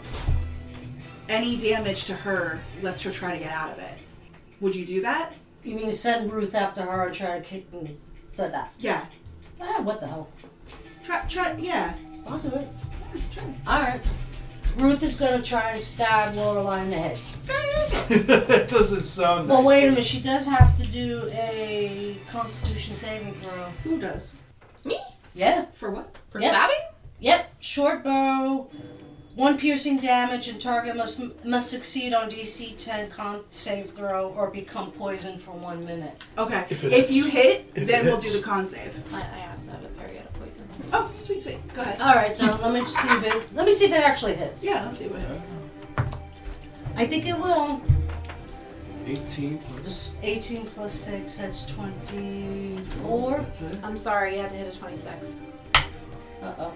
S2: Any damage to her lets her try to get out of it. Would you do that?
S5: You mean send Ruth after her and try to kick me? Do that.
S2: Yeah.
S5: Ah, what the hell?
S2: Try, try, yeah.
S5: I'll do it.
S2: Yeah, try.
S5: Alright. Ruth is gonna try and stab Lorelai in the head.
S1: [laughs] that doesn't sound
S5: Well,
S1: nice.
S5: wait a minute. She does have to do a Constitution saving throw.
S2: Who does?
S4: Me?
S5: Yeah.
S2: For what?
S4: For
S5: Yep.
S4: stabbing?
S5: Yep. Short bow. One piercing damage, and target must must succeed on DC 10 con save throw or become poisoned for one minute.
S2: Okay. If,
S6: it hits.
S2: you hit,
S6: If
S2: then
S6: it
S2: we'll do
S6: hits.
S2: the con save.
S4: I, I also have a period of poison.
S2: Oh, sweet, sweet. Go ahead.
S5: All right. So let me see if it let me see if it actually hits.
S2: Yeah, let's see what it is.
S5: I think it will.
S1: 18.
S5: Just 18 plus six. That's 24.
S1: That's it.
S4: I'm sorry, you had to hit a 26.
S5: Uh oh.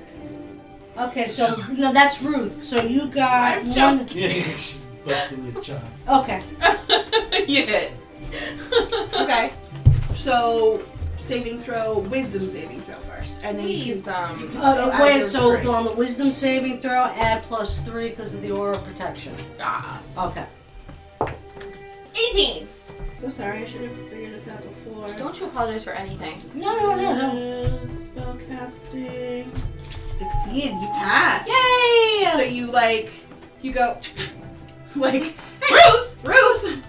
S5: Okay. So no, that's Ruth. So you got one.
S1: [laughs] Yeah, she busting your job.
S5: Okay.
S4: [laughs] you hit.
S2: Okay. So, saving throw, wisdom saving throw first. And then you
S4: Please,
S2: can
S4: um,
S5: Uh,
S2: So
S5: wait,
S2: add
S5: so
S2: your three.
S5: on the wisdom saving throw, add plus three because of the aura of protection.
S4: ah.
S5: Okay.
S4: 18!
S2: So sorry, I should have figured this out before.
S4: Don't you apologize for anything.
S5: No, no, no, no.
S2: Uh, Spellcasting. 16. You pass.
S4: Yay!
S2: So you like, you go, [laughs] like, Ruth! Ruth!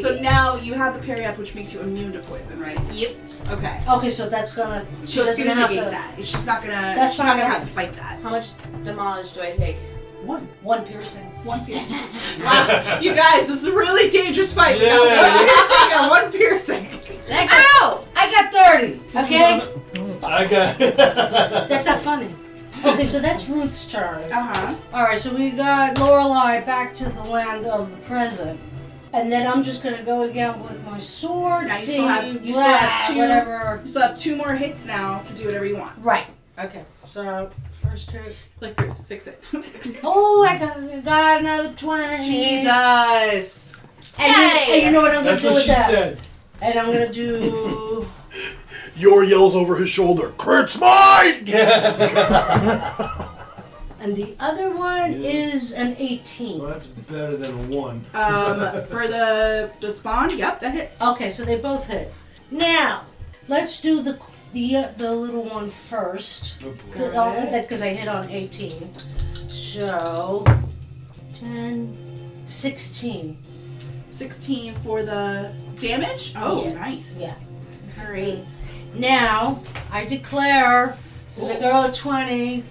S2: So now you have the parry up, which makes you immune to poison, right?
S4: yep.
S2: Okay.
S5: Okay, so that's gonna. She
S2: So it's
S5: doesn't
S2: gonna
S5: have
S2: negate
S5: to.
S2: that. She's not gonna.
S5: That's
S2: she's not
S5: fine.
S2: gonna have to fight that.
S4: How much damage do I [laughs] take?
S2: One.
S5: One piercing.
S2: One [laughs] piercing. wow, you guys, this is a really dangerous fight. We got one piercing and one piercing.
S5: That got-
S2: Ow!
S5: I got thirty. Okay,
S1: I got.
S5: that's not funny. Okay, so that's Ruth's turn.
S2: Uh huh.
S5: All right, so we got Lorelai back to the land of the present, and then I'm just gonna go again with my sword,
S2: Now you
S5: see,
S2: still have- you still
S5: blah,
S2: have two-
S5: whatever.
S2: You still have two more hits now to do whatever you want.
S5: Right. Okay. So first two.
S2: Click Ruth, fix it.
S5: [laughs] Oh, I got, I got another twenty.
S2: Jesus.
S5: And, you, and you know what I'm gonna
S1: That's
S5: do
S1: what
S5: with
S1: she
S5: that?
S1: said.
S5: And I'm gonna do.
S6: Yor yells over his shoulder, Kurt's mine!
S5: and the other one is an 18.
S1: Well, that's better than a one.
S2: Um, for the the spawn, yep, that hits.
S5: Okay, so they both hit. Now, let's do the the uh, the little one first.
S1: Oh, boy.
S5: The- uh, That because I hit on 18. So 10, 16.
S2: 16 for the damage. Oh,
S5: Yeah.
S2: nice.
S5: Yeah.
S2: Great.
S5: Now I declare since I got a 20.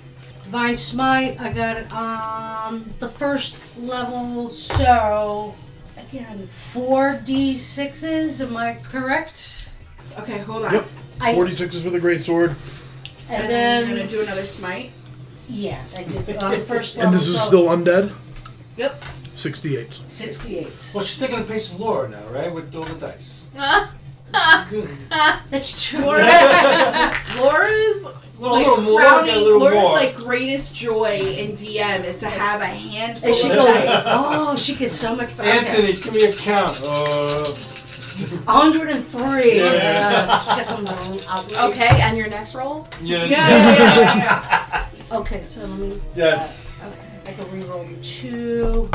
S5: Divine Smite, I got it on the first level, so again, four D6s, am I correct?
S2: Okay, hold on.
S6: Yep.
S5: I
S6: 46 is for the great sword,
S2: And then you're gonna do another
S5: [laughs]
S2: smite.
S5: Yeah, I did. On the first level.
S6: and this is
S5: so
S6: still undead.
S2: Yep.
S6: 68.
S5: 68.
S1: Well, she's taking a piece of Laura now, right? With all the dice. Good.
S5: That's [laughs] true.
S2: Laura's
S1: Well, a
S2: like
S1: little more, Oh, got a
S2: crowning,
S1: little
S2: Laura's
S1: more.
S2: like greatest joy in DM is to have a handful
S5: and she
S2: of
S5: goes,
S2: dice.
S5: oh, she gets so much fun.
S1: Anthony, come here, count. Uh,
S5: 103.
S1: Yeah.
S5: Yes. Get some out-
S4: Okay, and your next roll?
S1: Yeah.
S5: Okay, so let me.
S1: Yes.
S5: Okay, I can reroll the two.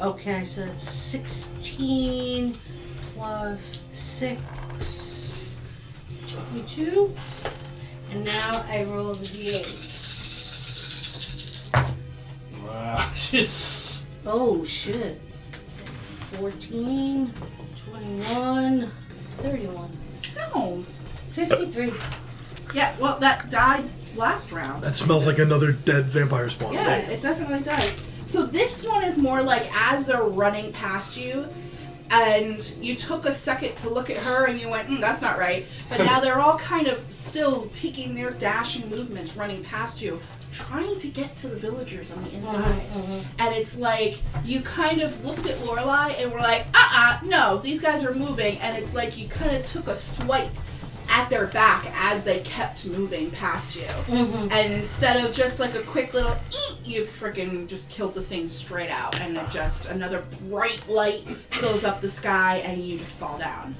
S5: Okay, so that's 16 plus 6. 22. And now I roll the d8.
S1: Wow. [laughs]
S5: Oh shit. 14, 21, 31,
S2: No.
S5: 53.
S2: Yeah, well, that died last round.
S6: That smells like another dead vampire spawn.
S2: Yeah, it definitely does. So this one is more like as they're running past you, and you took a second to look at her and you went, mm, that's not right. But
S4: [laughs]
S2: now they're all kind of still taking their dashing movements running past you, trying to get to the villagers on the inside. And it's like you kind of looked at Lorelai and were like, uh uh no, these guys are moving. And it's like you kind of took a swipe at their back as they kept moving past you. And instead of just like a quick little eat, you freaking just killed the thing straight out. And it just another bright light fills up the sky and you just fall down.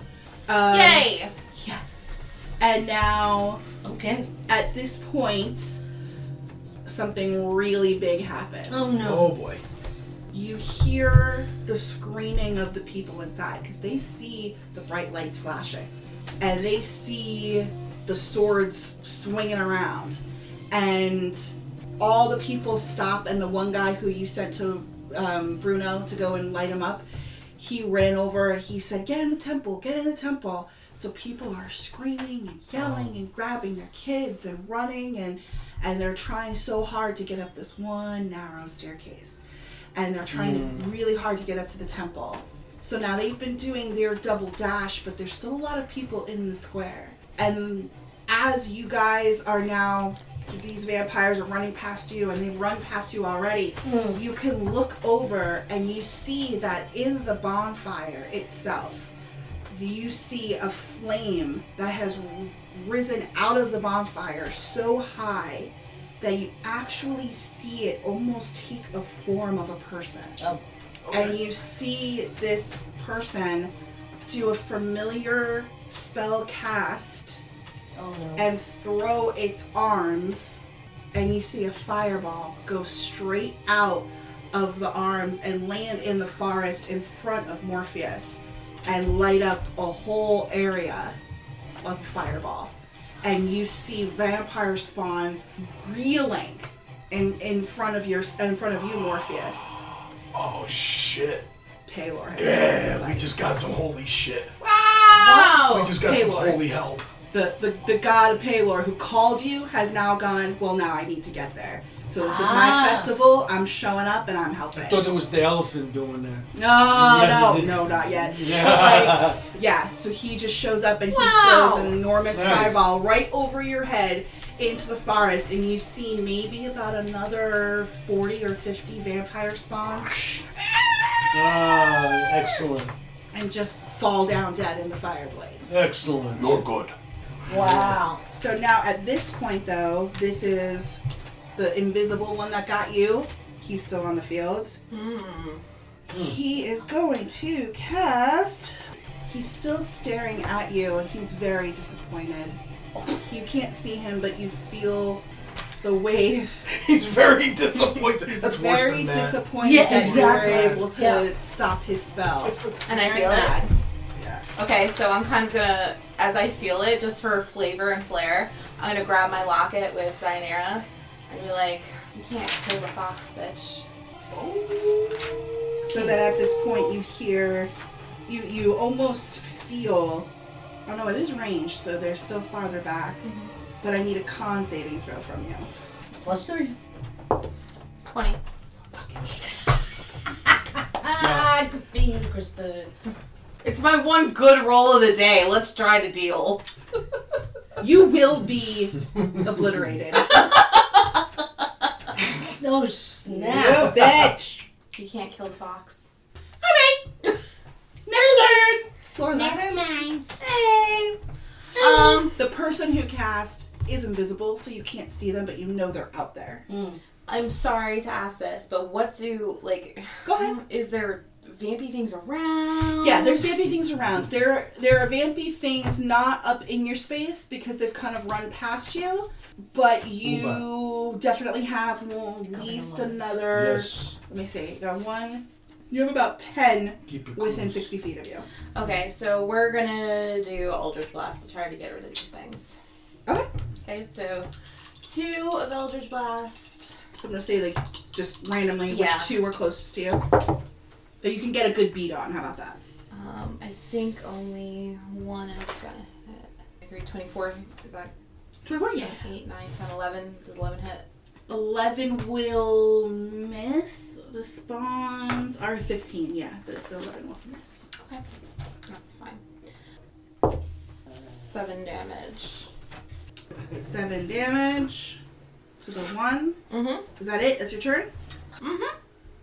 S2: Um,
S4: Yay!
S2: Yes. And now
S5: Okay.
S2: at this point, something really big happens
S5: Oh no.
S6: Oh boy.
S2: you hear the screaming of the people inside because they see the bright lights flashing and they see the swords swinging around and all the people stop and the one guy who you sent to um, bruno to go and light him up he ran over and he said get in the temple get in the temple so people are screaming and yelling and grabbing their kids and running and and they're trying so hard to get up this one narrow staircase and they're trying really hard to get up to the temple. So now they've been doing their double dash, but there's still a lot of people in the square. And as you guys are now, these vampires are running past you and they've run past you already, you can look over and you see that in the bonfire itself, you see a flame that has risen out of the bonfire so high that you actually see it almost take a form of a person.
S5: Oh.
S2: And you see this person do a familiar spell cast
S5: Oh no.
S2: and throw its arms, and you see a fireball go straight out of the arms and land in the forest in front of Morpheus and light up a whole area of fireball. And you see vampire spawn reeling in, in front of your in front of you, Morpheus.
S7: Oh shit.
S2: Paylor. has-
S7: Yeah, we just got some holy shit. We
S2: Oh,
S4: Wow!
S7: just got some
S2: Hayward.
S7: holy help.
S2: the, the, the god of Palor who called you has now gone, well, now I need to get there. So this is my
S5: Ah.
S2: festival. I'm showing up and I'm helping.
S1: I thought it was the elephant doing that.
S2: No, no,
S1: Yeah.
S2: no, not yet.
S1: Yeah.
S2: But like, yeah, so he just shows up and he
S4: Wow.
S2: throws an enormous
S1: Nice.
S2: fireball right over your head into the forest, and you see maybe about another 40 or 50 vampire spawns
S1: Ah, excellent.
S2: and just fall down dead in the fireblaze.
S1: Excellent.
S7: You're good.
S5: Wow.
S2: So now at this point, though, this is the invisible one that got you. He's still on the fields.
S4: Hmm.
S2: He is going to cast. He's still staring at you and he's very disappointed. You can't see him, but you feel the wave.
S7: [laughs] He's very disappointed. That's worse
S2: very
S7: than uh, that.
S2: disappointed
S5: Yeah,
S2: that
S5: exactly.
S2: you were able to
S5: Yeah.
S2: stop his spell.
S4: And I
S2: Very
S4: feel it.
S2: bad. Yeah.
S4: Okay, so I'm kind of gonna, as I feel it, just for flavor and flair, I'm gonna grab my locket with Dianera and be like, you can't kill the fox, bitch.
S2: so that at this point you hear you you almost feel oh no it is range so they're still farther back but i need a con saving throw from you
S5: Plus three.
S4: 20.
S5: Ah, good for you, Krista.
S4: It's my one good roll of the day. Let's try to deal.
S2: you will be obliterated
S5: Oh snap.
S2: you bitch
S4: You can't kill the fox.
S2: next turn Lorelai.
S5: Never mind.
S4: Hey! Um,
S2: the person who cast is invisible so you can't see them but you know they're out there
S4: I'm sorry to ask this, but what do, like,
S2: Go ahead.
S4: [sighs] Is there vampy things around.
S2: Yeah, there's vampy things around. There, there are vampy things not up in your space because they've kind of run past you, but you definitely have well, at least another.
S1: Yes.
S2: Let me see. You got one. You have about ten
S1: Keep it
S2: within
S1: close.
S2: sixty feet of you.
S4: Okay, so we're gonna do Eldritch Blast to try to get rid of these things.
S2: Okay.
S4: Okay, so two of Eldritch Blast.
S2: So I'm gonna say like just randomly
S4: Yeah.
S2: which two are closest to you. That you can get a good beat on. How about that?
S4: Um, I think only one is gonna hit. Three twenty-four. Is that
S2: Twenty-four. Yeah.
S4: eight, nine, ten, eleven? Does eleven hit?
S2: 11 will miss. The spawns are 15, yeah. The, the 11 will miss.
S4: Okay, that's fine. Seven damage.
S2: 7 damage to the 1.
S4: Mm-hmm.
S2: Is that it? That's your turn?
S4: Mm-hmm.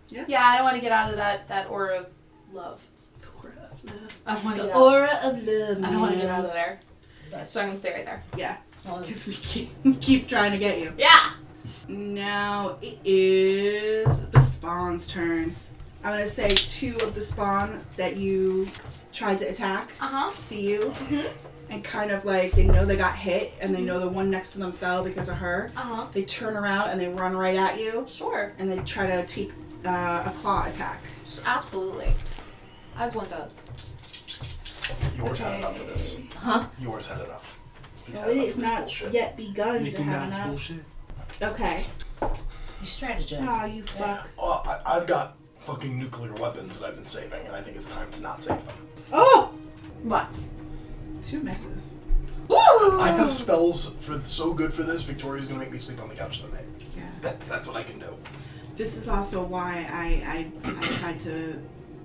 S2: Yeah.
S4: Yeah, I don't want to get out of that that aura of love.
S2: The aura of love.
S4: I want to
S2: The
S4: get out.
S2: aura of love.
S4: I don't want to
S2: man.
S4: get out of there.
S5: That's
S4: So I'm gonna stay right there.
S2: Yeah,
S5: all
S2: because we keep, [laughs] we keep trying to get you.
S4: Yeah.
S2: Now it is the spawn's turn. I'm going to say two of the spawn that you tried to attack
S4: Uh huh.
S2: see you
S4: Mhm.
S2: and kind of like they know they got hit and
S4: Mm-hmm.
S2: they know the one next to them fell because of her.
S4: Uh huh.
S2: They turn around and they run right at you,
S4: Sure.
S2: and they try to take uh, a claw attack.
S4: Absolutely. As one does.
S7: Yours had enough of this.
S5: Huh?
S7: Yours had enough. He's
S2: So
S7: had
S2: Oh, it
S7: enough
S2: is
S7: of this
S2: not
S7: bullshit.
S2: yet begun to
S1: Mickey
S2: have
S1: Mouse
S2: enough.
S1: bullshit.
S2: Okay.
S5: He's strategizing.
S1: Ah.
S2: Oh, you fuck.
S7: Oh, I, I've got fucking nuclear weapons that I've been saving, and I think it's time to not save them.
S2: Oh,
S4: What?
S2: two misses.
S7: I
S2: Oh.
S7: have spells for so good for this. Victoria's gonna make me sleep on the couch tonight.
S2: Yeah.
S7: That's that's what I can do.
S2: This is also why I I, I tried to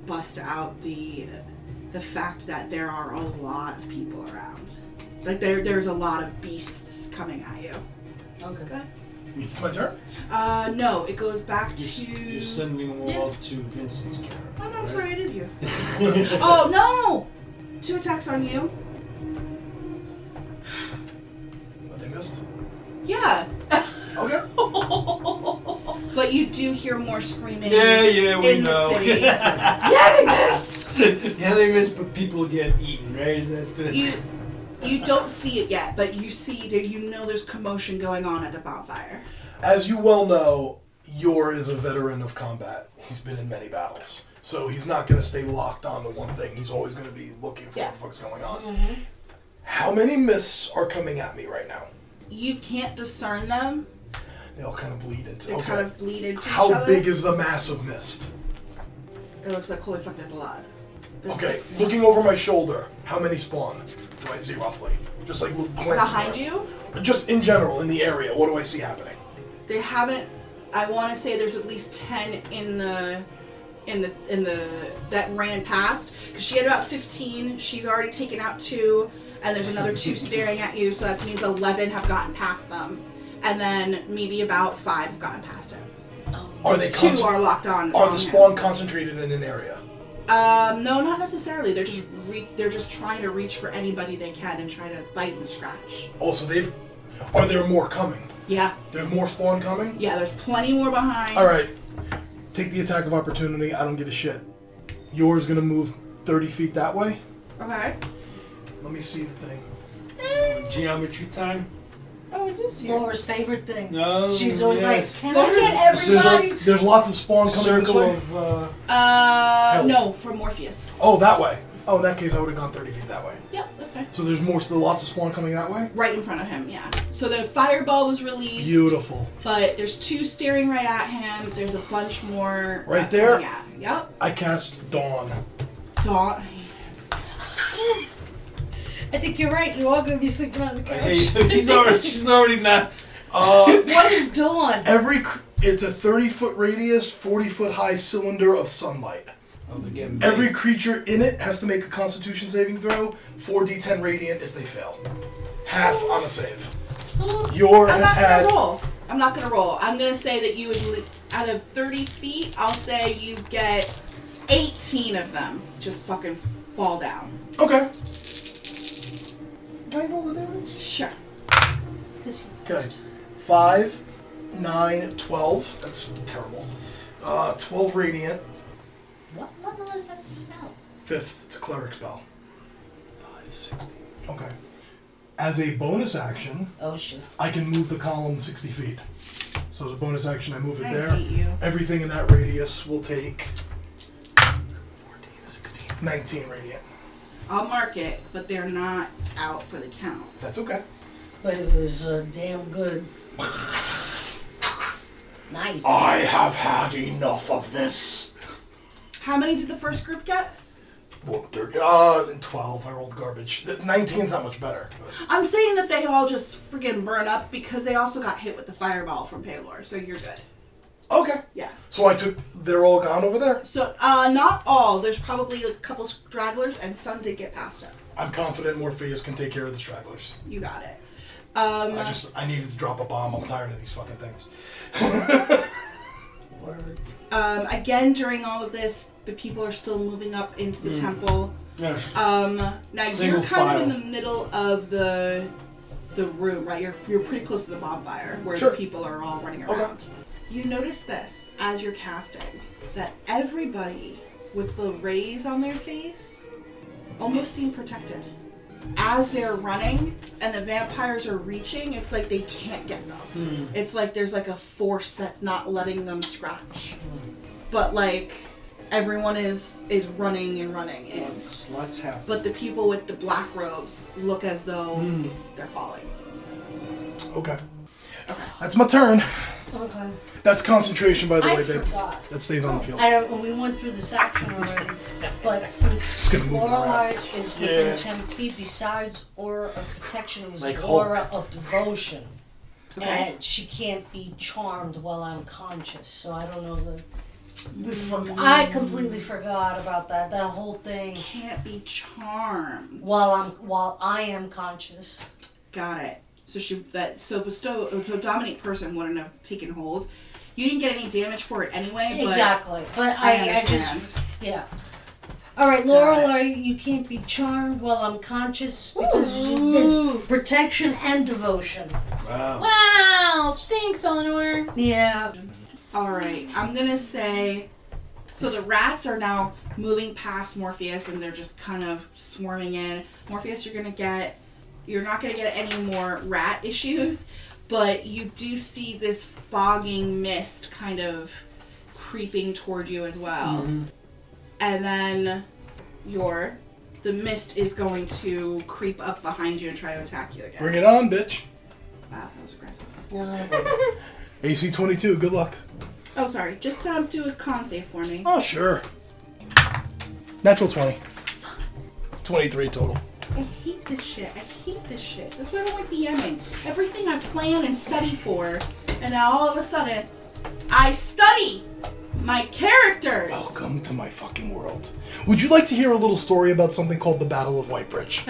S2: bust out the the fact that there are a lot of people around. Like there there's a lot of beasts coming at you.
S5: Okay.
S7: It's my turn.
S2: Uh, no, it goes back
S1: You're,
S2: to.
S1: s- you're sending them all to Vincent's care.
S2: Oh no, I'm
S1: right?
S2: sorry, it is you. oh no! Two attacks on you.
S7: I think this.
S2: Yeah,
S7: Okay.
S2: [laughs] but you do hear more
S1: [laughs]
S2: screaming.
S1: Yeah, yeah, we
S2: in
S1: know.
S2: The city.
S7: [laughs]
S1: yeah, they missed. [laughs] yeah, they missed, but people get eaten, right? Is that uh, the-
S2: you you don't see it yet, but you see that you know there's commotion going on at the bonfire.
S7: As you well know, Yor is a veteran of combat. He's been in many battles. So he's not going to stay locked on to one thing. He's always going to be looking for
S2: Yeah. Mm-hmm.
S7: what the fuck's going on. How many mists are coming at me right now?
S2: You can't discern them.
S7: They all kind of bleed into.
S2: They are
S7: okay.
S2: kind of bleed into each
S7: How
S2: other.
S7: big is the mass of mist?
S2: It looks like holy fuck, there's a lot. There's
S7: Okay,
S2: six.
S7: looking over my shoulder, how many spawn do I see roughly? Just like look- glancing
S2: behind
S7: around.
S2: you.
S7: Just in general, in the area, what do I see happening?
S2: They haven't. I want to say there's at least ten in the in the in the that ran past because she had about fifteen. She's already taken out two, and there's another
S7: [laughs]
S2: two staring at you. So that means eleven have gotten past them, and then maybe about five have gotten past him.
S7: Are they
S2: Two
S7: concent-
S2: are locked on.
S7: are
S2: on
S7: the
S2: him.
S7: spawn concentrated in an area?
S2: Um, no, not necessarily. They're just re- they're just trying to reach for anybody they can and try to bite and scratch.
S7: Also, they've. Are there more coming?
S2: Yeah,
S7: There's more spawn coming.
S2: yeah. There's plenty more behind.
S7: All right, take the attack of opportunity. I don't give a shit. Yours gonna move 30 feet that way.
S2: Okay.
S7: Let me see the thing.
S1: Geometry time?
S2: Oh, it is here.
S5: Laura's favorite thing.
S1: No,
S5: She's always
S1: yes.
S5: like,
S2: Look
S5: "Can I
S2: at
S7: There's, a-
S1: [laughs]
S2: everybody.
S7: there's lots of spawn coming this
S1: Circle
S7: way.
S1: of.
S2: [laughs]
S1: Uh,
S2: Uh,
S1: Help.
S2: no, for Morpheus.
S7: oh, that way. Oh, in that case, I would have gone 30 feet that way.
S2: Yep, that's right.
S7: So there's more. Still lots of spawn coming that way.
S2: Right in front of him, yeah. So the fireball was released,
S7: Beautiful.
S2: but there's two staring right at him. There's a bunch more.
S7: Right there?
S2: Yeah. Yep.
S7: I cast Dawn.
S2: Dawn.
S5: I think you're right. You are going to be sleeping on the
S1: hey,
S5: couch.
S1: he's already, she's already not.
S7: Uh,
S5: what is dawn?
S7: every cr- it's a 30 foot radius, 40 foot high cylinder of sunlight.
S1: Oh, they're getting
S2: Uh,
S1: big.
S7: Every creature in it has to make a Constitution saving throw, 4d10 radiant if they fail. Half on a save.
S1: [laughs]
S7: Your
S2: I'm
S7: has
S2: not gonna
S7: had.
S2: roll. I'm not gonna roll. I'm gonna say that you would, li- out of 30 feet, I'll say you get 18 of them just fucking fall down.
S7: Okay. Can I roll the damage?
S2: Sure.
S7: Okay. 5, 9, 12. That's terrible. Uh, 12 radiant.
S5: What level is that spell?
S7: Fifth, it's a cleric spell. Okay. As a bonus action,
S5: Oh shit.
S7: I can move the column 60 feet. So as a bonus action, I move it
S2: I
S7: there.
S2: hate you.
S7: Everything in that radius will take 14, 16, 19 radiant.
S2: I'll mark it, but they're not out for the count.
S7: That's okay.
S5: But it was uh, damn good. Nice.
S7: I have had enough of this.
S2: How many did the first group get?
S7: Well, thir- uh, 12. I rolled garbage. 19's not much better.
S2: I'm saying that they all just friggin' burn up because they also got hit with the fireball from Paylor, so you're good.
S7: Okay.
S2: Yeah.
S7: So I took. They're all gone over there?
S2: So, uh, not all. There's probably a couple stragglers, and some did get past it.
S7: I'm confident Morpheus can take care of the stragglers.
S2: You got it. Um,
S7: I just. I needed to drop a bomb. I'm tired of these fucking things.
S2: um, again, during all of this, the people are still moving up into the temple.
S1: Yes.
S2: Um, now
S1: Single
S2: you're kind
S1: file.
S2: of in the middle of the the room, right? You're you're pretty close to the bonfire where
S7: Sure.
S2: the people are all running
S7: Okay.
S2: around. You notice this as you're casting that everybody with the rays on their face almost seem protected. As they're running and the vampires are reaching, it's like they can't get them.
S1: Hmm.
S2: It's like there's like a force that's not letting them scratch. But like everyone is is running and running and
S1: Lots, lots happen.
S2: but the people with the black robes look as though they're falling.
S7: Okay. That's my turn.
S5: Okay.
S7: That's concentration, by the
S5: I
S7: way, babe.
S5: forgot.
S7: That stays on the field.
S5: I don't, we went through this action already, but since
S7: gonna move it
S5: Lorelai
S7: around.
S5: is
S1: Yeah.
S5: within 10 feet, besides aura of protection, it was
S1: Like
S5: aura of devotion.
S2: Okay.
S5: And she can't be charmed while I'm conscious, so I don't know the. We forg I completely forgot about that. That whole thing
S2: Can't be charmed.
S5: while I'm while I am conscious.
S2: Got it. So she that so bestow so dominate person wouldn't have taken hold. You didn't get any damage for it anyway. But
S5: exactly, but
S2: I
S5: I, I just
S2: understand.
S5: yeah. All right,
S2: Got it.
S5: Lorelai, you can't be charmed while I'm conscious because there's protection and devotion.
S1: Wow.
S4: Wow! Thanks, Eleanor.
S5: Yeah.
S2: All right, I'm gonna say. So the rats are now moving past Morpheus and they're just kind of swarming in. Morpheus, you're gonna get. You're not gonna get any more rat [laughs] issues, but you do see this fogging mist kind of creeping toward you as well.
S7: Mm-hmm.
S2: And then your. The mist is going to creep up behind you and try to attack you again.
S7: Bring it on, bitch.
S2: Wow, that was aggressive. [laughs]
S5: No.
S7: AC 22, good luck.
S2: Oh, sorry. Just um, do a con save for me.
S7: Oh, sure. Natural 20. 23 total.
S2: I hate this shit. I hate this shit. That's why I don't like DMing. Everything I plan and study for, and now all of a sudden, I study my characters.
S7: Welcome to my fucking world. Would you like to hear a little story about something called the Battle of Whitebridge?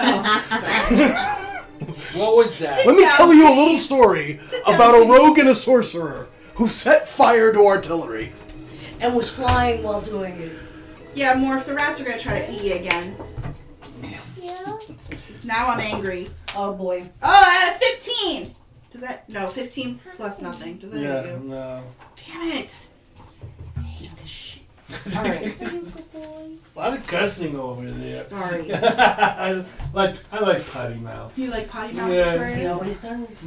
S1: What was that?
S7: Let me
S2: down,
S7: tell you a little story
S2: down,
S7: about a
S2: please.
S7: rogue and a sorcerer who set fire to artillery.
S5: and was flying while doing it.
S2: Yeah, more if the rats are gonna try to eat you again.
S4: Yeah.
S2: Now I'm angry.
S5: Oh boy.
S2: Oh, uh, 15. Does that no 15 plus nothing? Does that yeah.
S1: Yeah,
S2: do?
S1: no.
S2: Damn it! I hate this shit.
S5: All right.
S1: [laughs] A lot of cussing over there. [laughs]
S2: Sorry.
S1: I like I like potty mouth. [laughs]
S2: You like potty mouth?
S1: Yeah.
S2: Victoria?
S5: he always does.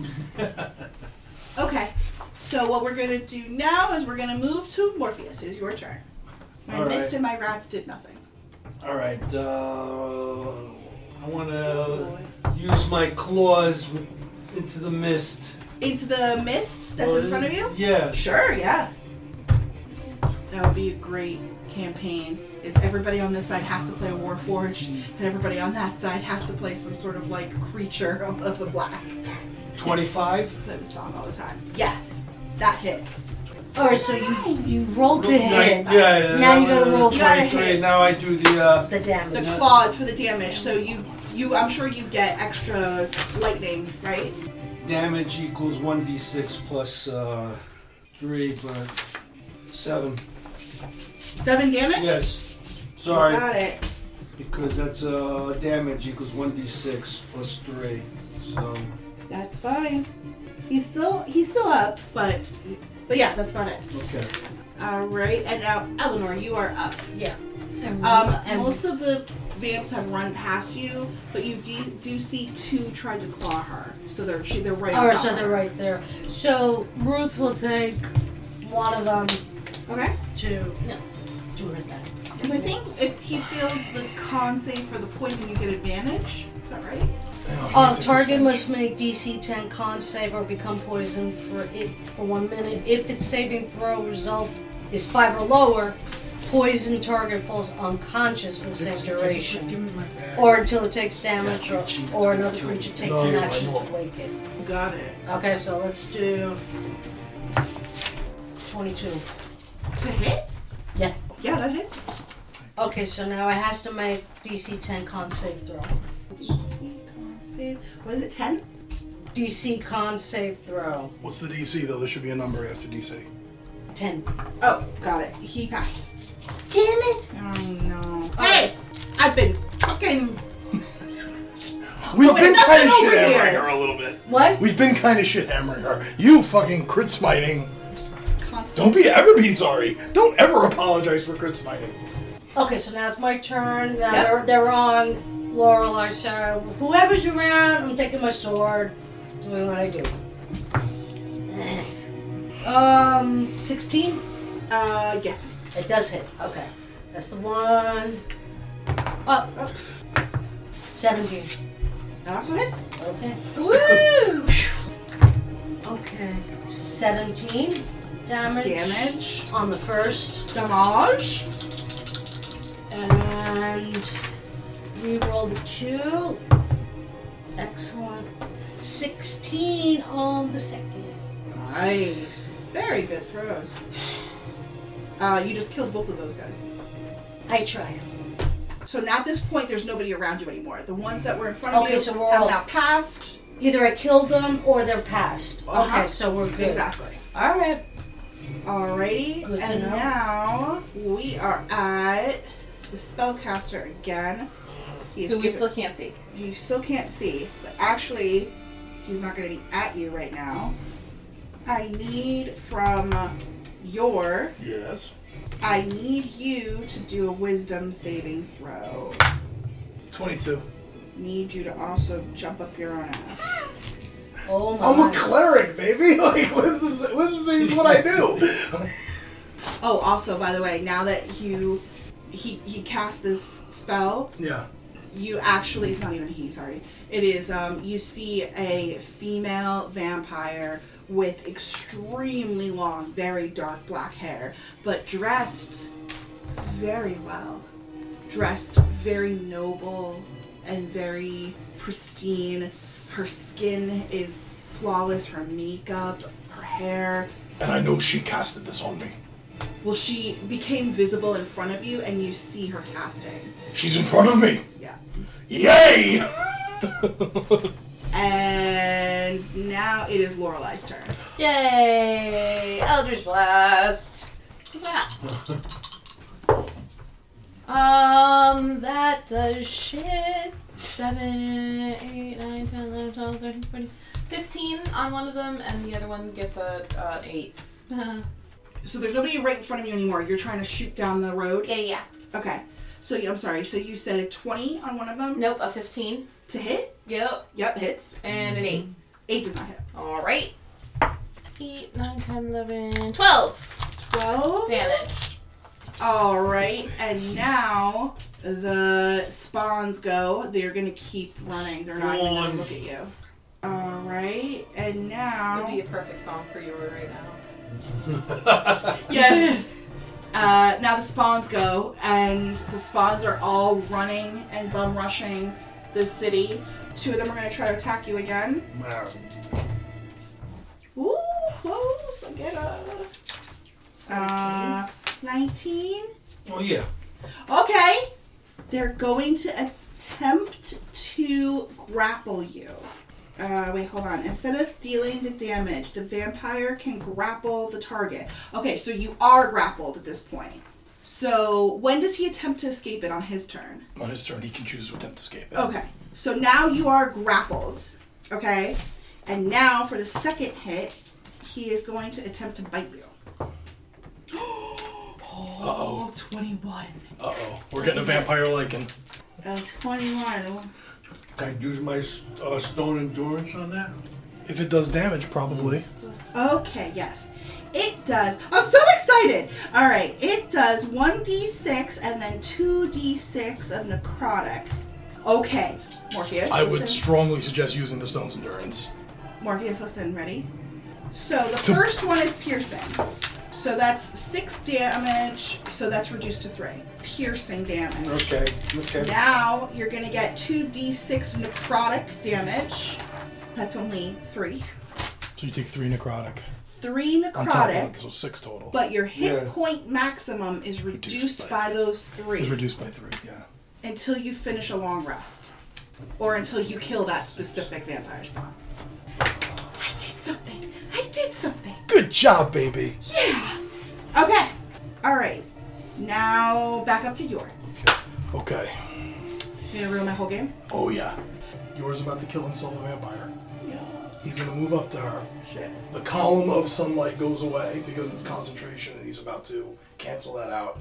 S2: Okay. So what we're gonna do now is we're gonna move to Morpheus. It's your turn. My
S1: All
S2: mist
S1: right.
S2: and my rats did nothing.
S1: All right. Uh, I want to use my claws with, into the mist.
S2: Into the mist that's in front of you?
S1: Yeah.
S2: Sure, yeah. That would be a great campaign. Is everybody on this side has to play a Warforged, and everybody on that side has to play some sort of like creature [laughs] of of the black.
S1: Twenty-five.
S2: Play the song all the time. Yes, that hits.
S5: All right. So you you rolled to hit.
S1: Yeah, yeah,
S5: Now you
S1: that
S5: gotta
S1: was
S5: roll
S2: You gotta hit.
S1: Twenty-three. Now I do the. Uh,
S5: The
S2: The
S5: damage.
S2: claws for the damage. So you, you, I'm sure you get extra lightning, right?
S1: damage equals 1d6 plus uh, 3, but 7.
S2: Seven damage.
S1: Yes. Sorry,
S2: Got it.
S1: because that's uh, damage equals 1d6 plus 3. So
S2: That's fine. He's still he's still up, but but yeah, that's about it.
S1: Okay.
S2: All right, and now Eleanor, you are up.
S5: Yeah. And
S2: Um,
S5: and
S2: most of the vamps have run past you, but you de- do see two tried to claw her. Oh, So they're she, they're right. on
S5: All right,
S2: top
S5: so
S2: of
S5: they're
S2: her.
S5: right there. So Ruth will take one of them
S2: Okay.
S5: to yeah, do her thing.
S2: Because I think if he feels the con save for the poison, you get advantage. Is that right?
S5: Uh, target must make DC 10 con save or become poisoned for it for one minute. If its saving throw result is five or lower, poison target falls unconscious for the same duration, or until it takes damage, or, or another creature takes an action to wake it.
S2: Got it.
S5: Okay, so let's do 22.
S2: To hit?
S5: Yeah.
S2: Yeah, that hits.
S5: Okay, so now it has to make DC 10 con save throw.
S2: DC con save. What is it? Ten.
S5: DC con save throw
S7: What's the DC though? There should be a number after DC.
S5: 10.
S2: Oh, got it. He passed.
S5: Damn it!
S2: Oh no.
S5: All
S2: Hey, I've been fucking.
S7: We've
S2: Oh, wait,
S7: been
S2: nothing
S7: kind of
S2: over
S7: shit hammering
S2: here.
S7: her a little bit.
S5: What?
S7: We've been kind of shit hammering her. You fucking crit smiting.
S2: Constant.
S7: Don't be ever be sorry. Don't ever apologize for crit smiting.
S5: Okay, so now it's my turn. Now
S2: Yep.
S5: they're, they're on Lorelai, so whoever's around, I'm taking my sword, doing what I do. [sighs] Eh. Um, 16?
S2: Uh, yes.
S5: It does hit. Okay. That's the one. Oh. 17.
S2: That also hits.
S5: Okay.
S2: Woo!
S5: Okay. 17 damage.
S2: Damage.
S5: On the
S2: [laughs]
S5: first.
S2: Damage.
S5: And we roll the two. Excellent. 16 on the second.
S2: Nice. Very good throws. Uh, you just killed both of those guys.
S5: I try.
S2: So now at this point, there's nobody around you anymore. The ones that were in front of
S5: Okay,
S2: you
S5: so we're
S2: have
S5: all-
S2: now passed.
S5: Either I kill them or they're passed.
S2: Uh-huh.
S5: Oh, Okay, so we're good.
S2: Exactly.
S5: All right.
S2: Alrighty,
S5: Good to
S2: and
S5: know.
S2: now we are at the spellcaster again. He's
S4: Who we still can't see.
S2: you still can't see, but actually, he's not going to be at you right now. I need from your,
S7: Yes.
S2: I need you to do a wisdom saving throw.
S7: Twenty-two.
S2: Need you to also jump up your own ass.
S5: Oh my.
S7: I'm a cleric, baby. [laughs] Like wisdom, sa- wisdom saving is what
S2: [laughs]
S7: I do.
S2: Oh, also, by the way, now that you, he he cast this spell,
S7: yeah.
S2: you actually it's not even he sorry it is um you see a female vampire with extremely long very dark black hair but dressed very well dressed very noble and very pristine her skin is flawless her makeup her hair
S7: And I know she casted this on me.
S2: well she became visible in front of you and you see her casting
S7: She's in front of me.
S2: yeah
S7: [laughs] Yay!
S2: and now it is Lorelai's turn
S4: Yay! Eldritch Blast. Look [laughs] at that. um, that does shit. 7, 8, 9, 10, 11, 12, 13, 14, 15 on one of them, and the other one gets a uh, [laughs] 8. yeah,
S2: So there's nobody right in front of you anymore. You're trying to shoot down the road.
S4: yeah.
S2: Okay. So you, I'm sorry. So you said a 20 on one of them
S4: Nope, a 15.
S2: to hit.
S4: Yep,
S2: Yep, hits.
S4: and an 8.
S2: Eight does not hit.
S4: Mm-hmm. Alright. 8, 9, 10, 11, 12
S2: Twelve.
S4: damage.
S2: All right. And now the spawns go. They're gonna keep running. They're not even gonna look at you. All right. And
S4: Would be
S2: now.
S4: a perfect song for you right now.
S2: Yeah, it is. Uh, now the spawns go, and the spawns are all running and bum rushing the city. Two of them are gonna try to attack you again.
S1: Wow.
S2: Ooh, close. I get a. Uh, 19.
S1: Oh yeah.
S2: Okay. They're going to attempt to grapple you. Uh, wait, hold on. Instead of dealing the damage, the vampire can grapple the target. Okay, so you are grappled at this point. So when does he attempt to escape it on his turn?
S7: on
S2: Oh.
S7: his turn, he can choose to attempt escape.
S2: Okay. So now you are grappled. Okay. And now for the second hit, he is going to attempt to bite you. [gasps] Oh, 21.
S7: Uh oh. We're getting a vampire lichen.
S2: Uh, 21.
S1: Can I use my uh, stone endurance on that?
S7: If it does damage, probably.
S2: Okay, yes. It does. I'm so excited. All right, it does 1d6 and then 2d6 of necrotic. Okay, Morpheus.
S7: I would
S2: listen.
S7: strongly suggest using the stone's endurance.
S2: Morpheus, listen, ready? So the first one is piercing. So that's 6 damage, so that's reduced to 3. Piercing damage.
S1: Okay, okay.
S2: Now you're gonna get 2d6 necrotic damage. That's only 3.
S7: So you take three necrotic.
S2: 3
S7: On top of that,
S2: necrotic,
S7: so six total.
S2: but your hit
S1: Yeah.
S2: point maximum is reduced
S7: by
S2: by those
S7: it's
S2: 3
S7: reduced by three, yeah.
S2: until you finish a long rest. Or until you kill that specific vampire spawn. I did something! I did something!
S7: Good job, baby.
S2: Yeah. Okay. All right. Now back up to Yor.
S7: Okay.
S2: You gonna ruin my whole game?
S7: Oh, yeah. Yours about to kill himself a vampire. He's gonna move up to her.
S2: Shit.
S7: The column of sunlight goes away because it's concentration and he's about to cancel that out.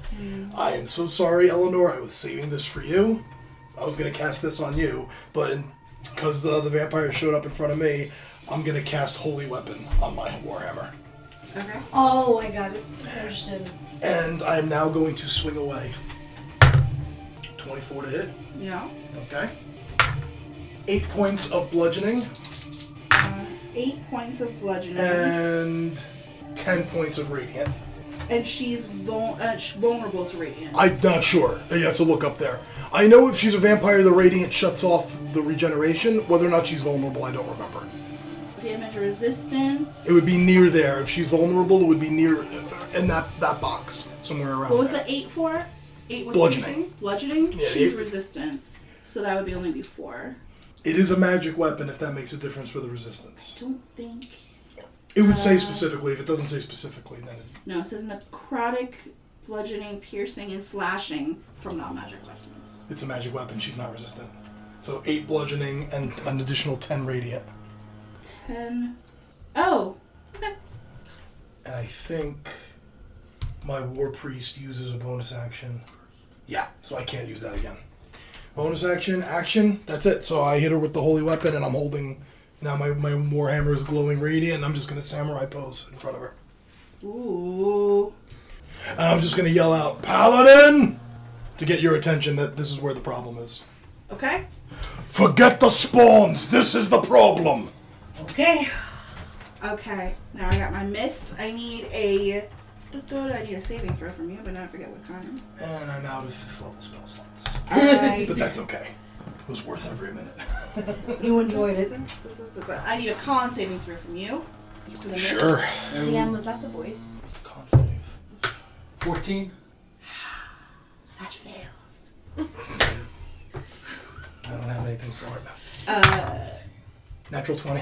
S7: I am so sorry, Eleanor. I was saving this for you. I was going to cast this on you, but because uh, the vampire showed up in front of me, I'm going to cast Holy Weapon on my Warhammer.
S2: Okay.
S5: Oh, I got it. I understood.
S7: And I am now going to swing away. 24 to hit.
S2: You know,
S7: Okay. Eight points of bludgeoning
S2: uh, eight points of bludgeoning,
S7: Uh, and 10 points of radiant.
S2: and she's vul- uh, sh- vulnerable to radiant.
S7: I'm not sure. You have to look up there. I know if she's a vampire, the radiant shuts off the regeneration. Whether or not she's vulnerable, I don't remember.
S2: Damage resistance.
S7: It would be near there. If she's vulnerable, it would be near in that, that box somewhere around.
S2: What was
S7: there.
S2: the eight for? Eight was
S7: Bludgeoning.
S2: piercing? Bludgeoning.
S7: Yeah,
S2: she's
S7: eight-
S2: resistant, so that would be only be four.
S7: It is a magic weapon. If that makes a difference for the resistance,
S2: Don't think.
S7: it would say specifically. If it doesn't say specifically, then it,
S2: No, it says necrotic, bludgeoning, piercing, and slashing from non-magic weapons.
S7: it's a magic weapon. She's not resistant. So eight bludgeoning and an additional ten radiant.
S2: 10. Oh, okay.
S7: And I think my war priest uses a bonus action. Yeah, so I can't use that again. Bonus action, action, that's it. So I hit her with the holy weapon and I'm holding now my, my warhammer is glowing radiant and I'm just gonna samurai pose in front of her.
S2: Ooh.
S7: And I'm just gonna yell out, Paladin! To get your attention that this is where the problem is.
S2: Okay.
S7: Forget the spawns, this is the problem.
S2: Okay. Okay. Now I got my mists. I need a. I need a saving throw from you, but now I forget what kind.
S7: And I'm out of fifth level spell slots.
S2: [laughs] Okay.
S7: But that's okay. It was worth every minute.
S5: You enjoyed it.
S2: I need a con saving throw from you. For the mist.
S4: DM, was that the voice?
S7: Con save.
S1: 14?
S4: That fails.
S7: I don't have anything for it.
S2: Uh,
S7: Natural 20.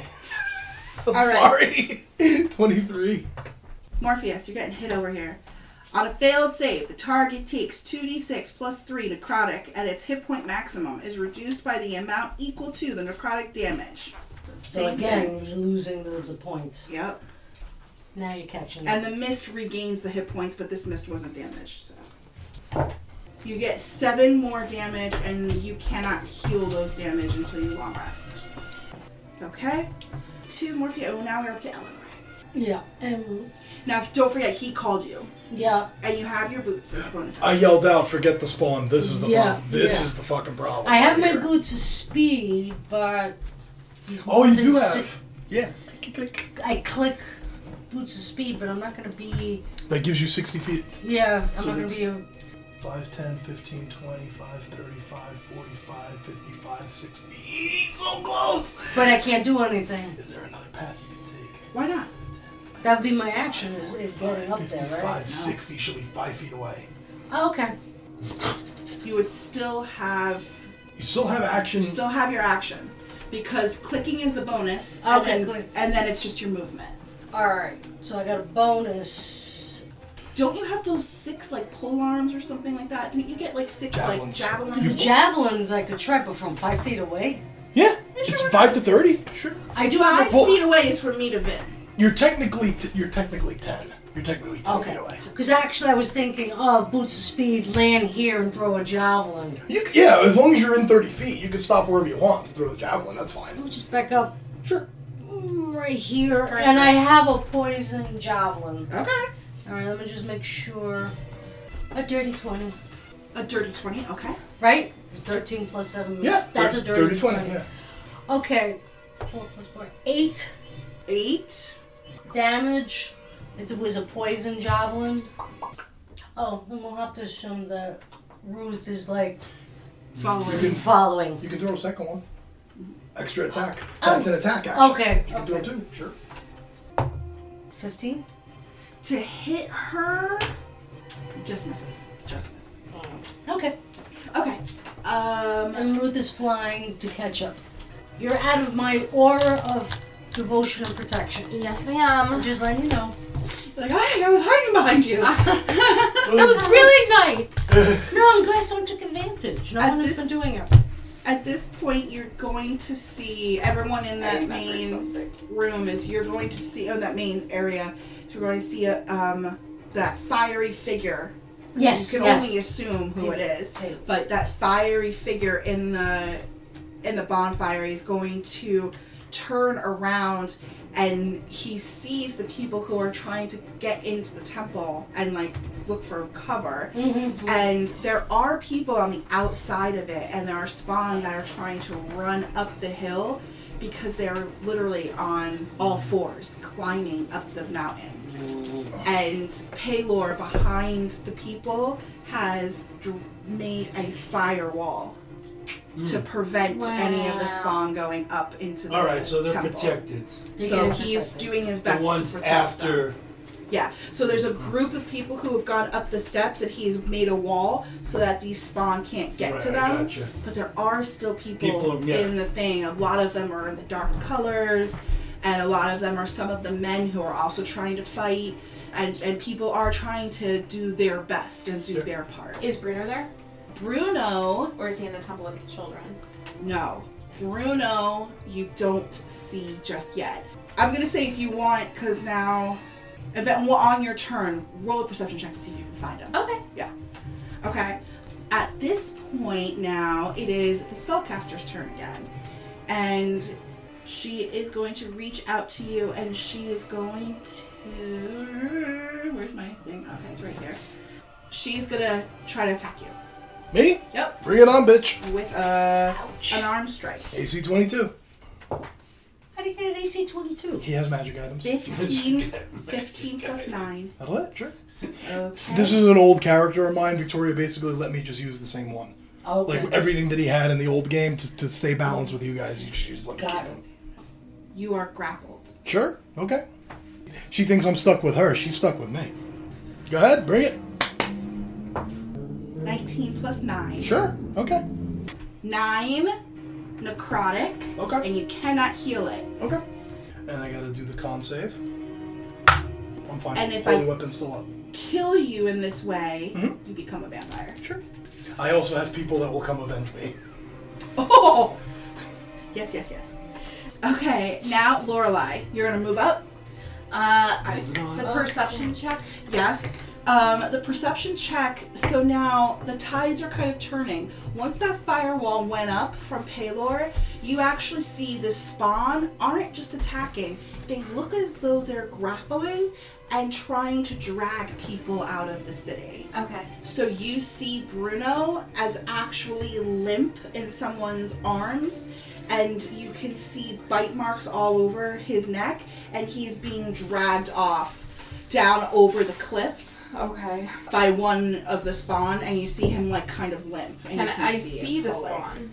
S7: [laughs] I'm
S2: All
S7: sorry. [laughs] 23.
S2: Morpheus, you're getting hit over here. On a failed save, the target takes 2d6 plus 3 necrotic at its hit point maximum, is reduced by the amount equal to the necrotic damage.
S5: So again, you're losing the, the points.
S2: Yep.
S5: Now you're catching up.
S2: And the mist regains the hit points, but this mist wasn't damaged, so. You get seven more damage, and you cannot heal those damage until you long rest. Okay? Two more. Oh, now we're up to Eleanor.
S5: Yeah. And
S2: Now, don't forget, he called you,
S5: yeah.
S2: and you have your boots as a bonus.
S7: I yelled out, forget the spawn. This is the
S5: Yeah,
S7: problem. This
S5: yeah.
S7: is the fucking problem.
S5: I have
S7: right
S5: my
S7: here.
S5: boots of speed, but he's
S7: Oh,
S5: more
S7: you
S5: than
S7: do
S5: si-
S7: have. Yeah. Click, click.
S5: I click boots of speed, but I'm not gonna be.
S7: That gives you 60 feet.
S5: Yeah, I'm
S7: So
S5: not gonna
S7: it's-
S5: be. A,
S7: 5, 10, 15, 20, 5, 35, 45, 55, 60. Eee, So close!
S5: but I can't do anything.
S7: Is there another path you can take?
S2: Why not?
S5: That would be my action is, is getting up there,
S7: 55,
S5: right?
S7: 60 should be 5 feet away.
S5: Oh, okay.
S2: You would still have
S7: You still have action.
S2: you still have your action because clicking is the bonus.
S5: Okay,
S2: and then,
S5: good.
S2: and then it's just your movement.
S5: All right. So I got a bonus.
S2: Don't you have those six like pole arms or something like that? Didn't you get like six
S7: Javelins.
S2: like javelins?
S5: The javelins I could try, but from five feet away.
S7: Yeah. It's five to thirty. Sure.
S2: I do have
S7: Well-
S2: five feet away is from me to Vin.
S7: You're technically t- you're technically ten. You're technically ten
S5: Okay.
S7: feet away.
S5: Because actually, I was thinking, oh, boots of speed, land here and throw a javelin.
S7: You, c- yeah, as long as you're in thirty feet, you can stop wherever you want to throw the javelin. That's fine.
S5: Let me just back up
S7: Sure.
S5: mm, right here, and I have a poison javelin.
S2: Okay.
S5: All right, let me just make sure. A dirty twenty,
S2: A dirty twenty. Okay.
S5: right? Thirteen plus seven. is-
S7: Yeah.
S5: that's a
S7: thir-
S5: dirty, 20.
S7: Yeah.
S5: Okay, four plus four, eight
S2: Eight.
S5: damage. It was a poison javelin. Oh, and we'll have to assume that Ruth is like
S7: You
S2: Following.
S7: can
S5: following.
S7: you can throw a second one. Extra attack. That's an attack action.
S5: Oh. Okay,
S7: You can throw two. Sure.
S5: fifteen.
S2: To hit her. Just misses. Just misses.
S5: Okay.
S2: Okay. Um.
S5: And Ruth is flying to catch up. You're out of my aura of devotion and protection.
S4: Yes, ma'am. [laughs]
S5: Just letting you know.
S2: Like, hey, I was hiding behind you.
S4: that was really nice.
S5: No, I'm glad someone took advantage. No
S2: At
S5: one has
S2: this-
S5: been doing it.
S2: At this point, you're going to see everyone in that main room. Is you're going to see oh that main area. You're going to see a, um that fiery figure.
S5: Yes,
S2: You can
S5: yes.
S2: only assume who it is,
S5: Yeah.
S2: but that fiery figure in the in the bonfire is going to turn around and he sees the people who are trying to get into the temple and like look for cover
S5: Mm-hmm.
S2: and there are people on the outside of it and there are spawn that are trying to run up the hill because they're literally on all fours climbing up the mountain and Paylor behind the people has dr- made a firewall to prevent any of the spawn going up into
S1: Hmm.
S2: the
S1: All right, so they're
S2: temple.
S1: protected.
S5: They're
S2: So
S5: getting
S2: he's
S5: protected.
S2: doing his
S1: The
S2: best
S1: ones
S2: to protect them.
S1: after.
S2: Yeah. So there's a group of people who have gone up the steps and he's made a wall so that these spawn can't get to
S1: Right,
S2: them.
S1: I gotcha.
S2: But there are still people,
S1: People, yeah.
S2: in the thing. A lot of them are in the dark colors, and a lot of them are some of the men who are also trying to fight. And, and people are trying to do their best and do
S1: Sure.
S2: their part.
S4: Is Bruno there?
S2: Bruno,
S4: Or is he in the temple of the children?
S2: no. Bruno, you don't see just yet. I'm going to say if you want, because now, event on your turn, roll a perception check to see if you can find him.
S4: Okay.
S2: Okay. At this point now, it is the spellcaster's turn again. And she is going to reach out to you and she is going to. Where's my thing? Okay, it's right here. She's gonna try to attack you
S7: Me?
S2: Yep.
S7: Bring it on, bitch.
S2: with a, an arm strike.
S7: AC twenty two.
S5: How do you get an AC 22?
S7: He has magic items.
S2: 15,
S7: [laughs]
S2: 15 plus 9.
S7: That'll it. Sure.
S2: Okay.
S7: This is an old character of mine. Victoria basically let me just use the same one.
S5: Okay.
S7: Like everything that he had in the old game to, to stay balanced with you guys, you just, you just let me
S5: Got
S7: keep him.
S2: you are grappled.
S7: Sure. Okay. She thinks I'm stuck with her. She's stuck with me. Go ahead, bring it.
S2: 19 plus 9.
S7: Sure. Okay.
S2: 9 necrotic,
S7: Okay.
S2: and you cannot heal it.
S7: Okay. And I gotta do the con save. I'm fine.
S2: And if
S7: Holy
S2: I-
S7: weapon's still up.
S2: kill you in this way, you become a vampire.
S7: Sure. I also have people that will come avenge me. [laughs]
S2: Oh! [laughs] Yes, yes, yes. Okay, now Lorelai, you're gonna move up.
S4: Uh, I, the perception check.
S2: Yes. Um, the perception check. So now the tides are kind of turning. Once that firewall went up from Paylor, you actually see the spawn aren't just attacking. They look as though they're grappling and trying to drag people out of the city.
S4: Okay.
S2: So you see Bruno as actually limp in someone's arms, and you can see bite marks all over his neck, and he's being dragged off down over the cliffs
S4: Okay.
S2: by one of the spawn, and you see him like kind of limp. And you
S4: Can I see
S2: it
S4: the
S2: fall away.
S4: spawn?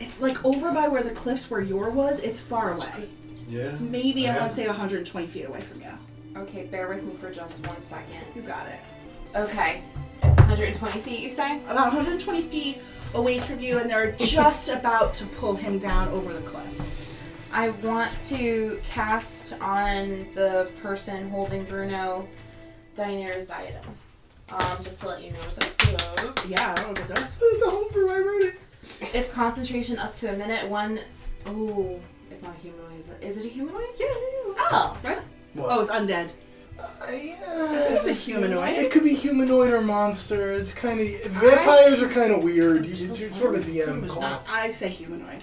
S2: It's like over by where the cliffs where your was. It's far away.
S1: Yeah.
S2: It's maybe I
S1: Yeah.
S2: want to say 120 feet away from you.
S4: Okay, bear with me for just one second.
S2: You got it.
S4: Okay. It's 120 feet, you say?
S2: about 120 feet away from you, and they're just about to pull him down over the cliffs.
S4: I want to cast on the person holding Bruno Diana's diadem. Um, just to let you know what that's of.
S2: Yeah, I don't know what that is.
S7: It's a homebrew. I wrote it.
S4: It's concentration up to a minute. One Oh, it's not a humanoid. Is it, is it a humanoid?
S2: Yeah, yeah, yeah.
S4: Oh,
S2: Right?
S7: What?
S2: Oh, it's undead. It's a humanoid.
S7: It could be humanoid or monster. It's kind of vampires are kind of weird. It's, it's sort of a DM call.
S2: I say humanoid.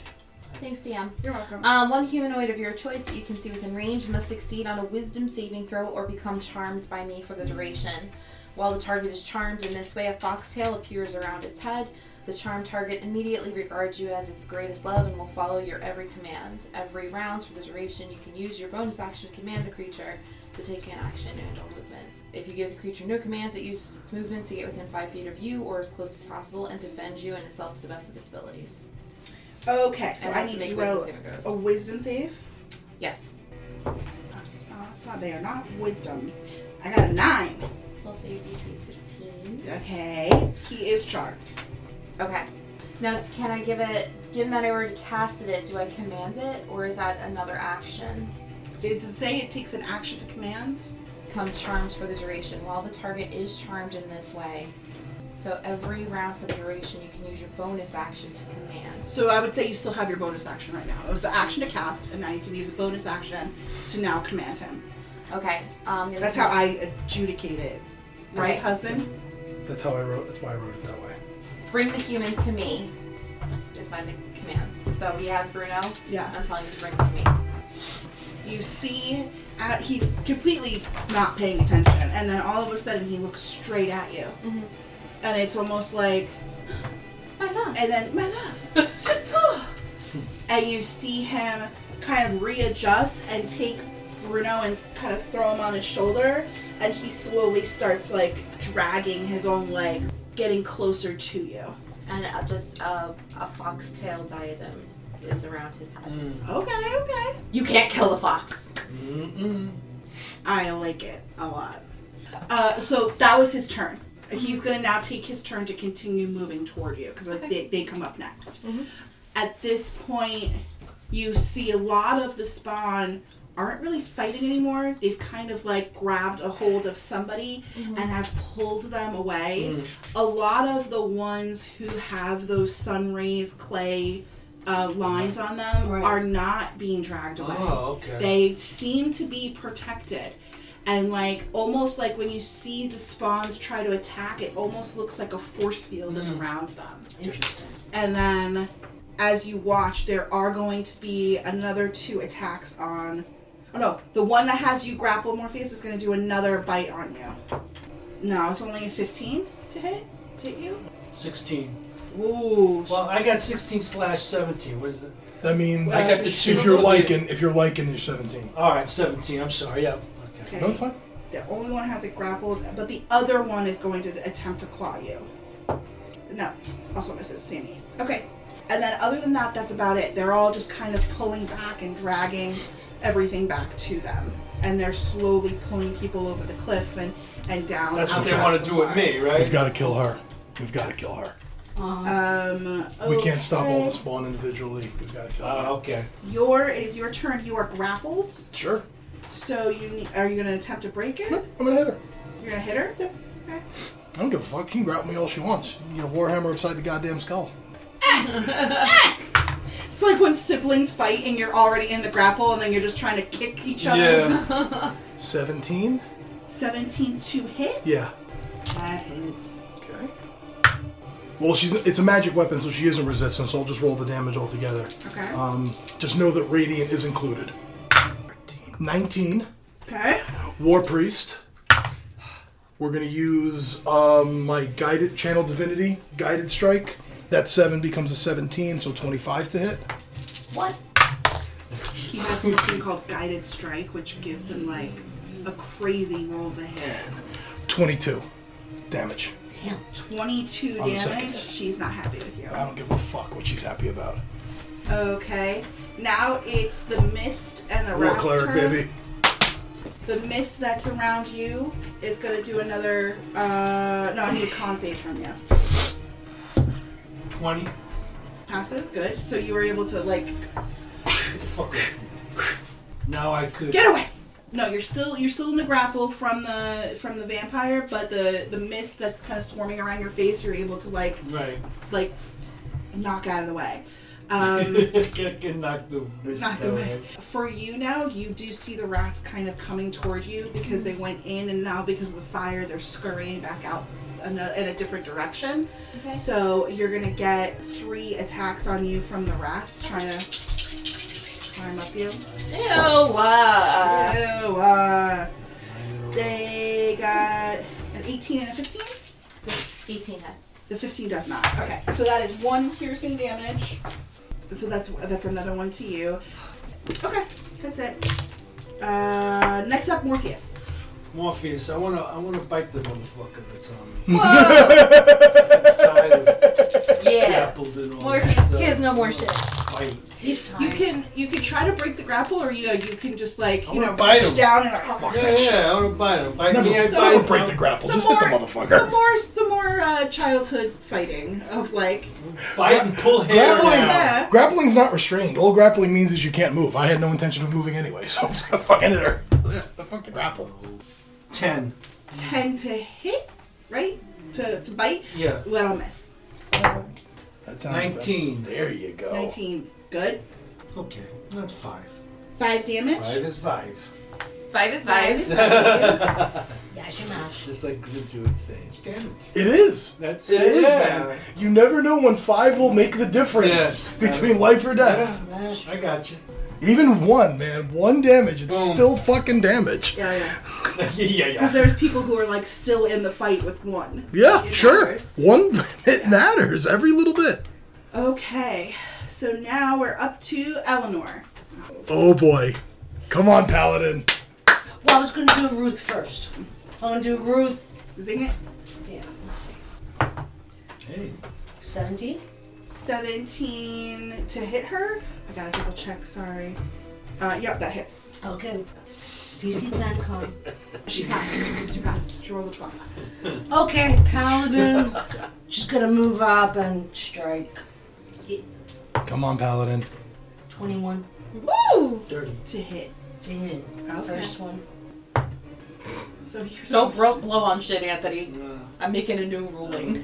S4: thanks, DM.
S2: You're welcome.
S4: Um, one humanoid of your choice that you can see within range must succeed on a wisdom saving throw or become charmed by me for the duration. While the target is charmed in this way, a foxtail appears around its head. The charmed target immediately regards you as its greatest love and will follow your every command. Every round for the duration, you can use your bonus action to command the creature to take an action and or movement. If you give the creature no commands, it uses its movement to get within five feet of you or as close as possible and defends you and itself to the best of its abilities.
S2: Okay, so
S4: And
S2: I
S4: has to
S2: need
S4: make
S2: to
S4: wisdom
S2: roll
S4: saving throws.
S2: a wisdom save.
S4: Yes.
S2: Oh, that's not there. Not wisdom. I got a nine.
S4: Spell save DC 15.
S2: Okay. He is charmed.
S4: Okay. Now, can I give it, given that I already casted it, do I command it, or is that another action?
S2: Does it say it takes an action to command?
S4: Come charmed for the duration. While the target is charmed in this way, so every round for the duration, you can use your bonus action to command.
S2: So I would say you still have your bonus action right now. It was the action to cast, and now you can use a bonus action to now command him.
S4: Okay. Um,
S2: That's how I adjudicate it. Right,
S4: Right.
S2: husband?
S7: That's how I wrote. That's why I wrote it that way.
S4: bring the human to me. Is my commands. So he has Bruno.
S2: Yeah.
S4: I'm telling you to bring it to me.
S2: You see, uh, he's completely not paying attention, and then all of a sudden he looks straight at you.
S4: Mhm.
S2: And it's almost like,
S4: My love.
S2: and then, my love. and you see him kind of readjust and take Bruno and kind of throw him on his shoulder, and he slowly starts like dragging his own legs, getting closer to you.
S4: And uh, just uh, a foxtail diadem is around his head.
S2: Okay, okay.
S4: You can't kill a fox.
S1: Mm-mm.
S2: I like it a lot. Uh, so that was his turn. He's going to now take his turn to continue moving toward you because they, they come up next. At this point, you see a lot of the spawn aren't really fighting anymore. They've kind of like grabbed a hold of somebody and have pulled them away.
S1: Mm. Mm-hmm.
S2: A lot of the ones who have those sun rays clay uh, lines on them
S5: Right.
S2: are not being dragged away
S1: Oh, okay.
S2: they seem to be protected and like almost like when you see the spawns try to attack it almost looks like a force field is around them
S5: Interesting.
S2: and then as you watch there are going to be another two attacks on oh no the one that has you grapple morpheus is going to do another bite on you no it's only a 15 to hit to hit you
S1: 16.
S2: Ooh,
S1: Well, I got 16 slash 17. What is it?
S7: That means
S1: I got the two.
S7: if you're liking, if you're liking, you're 17.
S1: All right, 17. I'm sorry. Yeah. Okay.
S2: okay.
S7: No, it's fine.
S2: The only one has it grappled, but the other one is going to attempt to claw you. No, also misses Sammy. Okay. And then other than that, that's about it. They're all just kind of pulling back and dragging everything back to them. And they're slowly pulling people over the cliff and, and down.
S1: That's
S2: out
S1: what they
S2: past
S1: want
S2: the
S1: to do with me,
S2: fires.
S1: right?
S7: We've got to kill her. We've got to kill her.
S5: Uh,
S2: Um,
S7: We can't stop all the
S2: okay.
S7: spawn individually. We've got to kill
S1: Ah,
S2: [laughs]
S7: her.
S1: okay.
S2: Your it is your turn. You are grappled,
S7: Sure.
S2: so you ne- are you gonna attempt to break it?
S7: Nope, I'm gonna hit her.
S2: You're gonna hit her. Okay.
S7: I don't give a fuck. She can grab me all she wants. You can get a warhammer upside the goddamn skull.
S2: It's like when siblings fight and you're already in the grapple and then you're just trying to kick each other.
S1: Yeah.
S7: 17.
S2: 17 to hit.
S7: Yeah.
S2: That hits.
S7: Okay. Well, she's it's a magic weapon, so she isn't resistant. So I'll just roll the damage altogether.
S2: Okay.
S7: Um, just know that radiant is included. Nineteen.
S2: Okay.
S7: War priest. We're gonna use um, my guided channel divinity guided strike. That seven becomes a seventeen, so twenty-five to hit.
S5: what?
S2: He has something called Guided Strike, which gives him like a crazy roll to hit.
S7: Twenty-two damage.
S5: Damn.
S2: 22
S7: On the second
S2: damage.
S7: hit.
S2: She's not happy with you.
S7: I don't give a fuck what she's happy about.
S2: Okay. Now it's the mist and the
S7: War
S2: Raph's
S7: cleric,
S2: turn.
S7: baby.
S2: The mist that's around you is gonna do another. Uh, no, I need a con save from you.
S1: 20.
S2: Passes. Good. So you were able to like
S1: Get the fuck away from me. Now I could. [laughs]
S2: Get away! No, you're still you're still in the grapple from the from the vampire, but the the mist
S1: [laughs]
S2: that's kind of swarming around your face, you're able to like
S1: Right.
S2: like knock out of the way.
S1: [laughs]
S2: Um,
S1: Can knock the wrist
S2: knocked
S1: down,
S2: away.
S1: right?
S2: For you now, you do see the rats kind of coming toward you because they went in, and now because of the fire, they're scurrying back out in a, in a different direction.
S4: Okay.
S2: So you're gonna get three attacks on you from the rats trying to climb up you.
S4: Ew. Uh,
S2: Ew, uh, they got an 18 and a 15.
S4: 18 hits.
S2: The 15 does not. Okay, so that is one piercing damage. So that's that's another one to you. Okay, that's it. Uh, next up,
S7: [laughs]
S2: Morpheus.
S1: Morpheus, I wanna, I wanna bite the motherfucker that's on
S2: [laughs]
S1: me.
S2: Whoa!
S1: I'm tired of
S4: [laughs] Yeah.
S1: grappled and all
S4: Morpheus,
S1: that.
S4: he has no more shit.
S1: Fight.
S5: He's tired.
S2: you can you can try to break the grapple, or you you can just like
S1: I
S2: you
S1: wanna
S2: know
S1: bite
S2: reach
S1: him.
S2: down and like,
S1: Yeah, yeah, I wanna bite him. Bite
S7: Never,
S1: me, I
S2: so-
S1: bite
S7: never
S1: him.
S7: break the grapple.
S2: Some
S7: Just hit the
S2: more- some
S7: motherfucker.
S2: more some more uh, childhood fighting of like oh,
S1: Bite and pull hair
S7: Grappling,
S1: down.
S2: yeah.
S7: grappling's not restrained. All grappling means is you can't move. I had no intention of moving anyway, [laughs] so I'm just gonna fucking hit her. [laughs] Yeah, fuck the grapple.
S1: Ten.
S2: tend to hit right to to bite.
S1: Yeah.
S2: Well, I'll miss.
S7: That sounds bad.
S1: 19.
S7: There you
S2: Oh.
S7: go.
S2: 19. Good.
S1: Okay, that's five.
S2: Five damage.
S1: Five is five.
S4: Five
S2: [laughs]
S4: is
S2: Five.
S4: five.
S5: Dash him out.
S1: Just like Vinci would say. It's damage.
S7: It is.
S1: That's
S7: It is, man. You never know when five will make the difference
S1: Yes.
S7: between life or death.
S1: Yeah,
S5: That's
S1: I
S5: true.
S1: got you. [laughs]
S7: Even one, man, one damage, it's
S1: Boom.
S7: still fucking damage.
S2: Yeah, yeah.
S1: yeah, yeah,
S2: Because
S1: yeah.
S2: there's people who are like still in the fight with one.
S7: Yeah,
S2: It
S7: sure.
S2: matters.
S7: One, [laughs] it matters every little bit.
S2: Okay, so now we're up to Eleanor.
S7: Oh boy. Come on, Paladin.
S5: Well, I was gonna do Ruth first. I'm gonna do Ruth.
S2: Zing it.
S5: Yeah, let's see.
S1: Hey,
S5: 17?
S2: 17 to hit her. I gotta double check, sorry. Uh, yep, that hits.
S5: Okay. DC 10 con.
S2: She passed. She passed. She rolled a 12.
S5: Okay, Paladin. She's gonna move up and strike.
S7: Come on, Paladin.
S5: 21
S2: Woo!
S1: dirty.
S2: To hit.
S5: to hit.
S2: Okay.
S5: First one.
S2: So here's
S4: Don't bro- blow on shit, Anthony.
S1: Uh,
S4: I'm making a new ruling.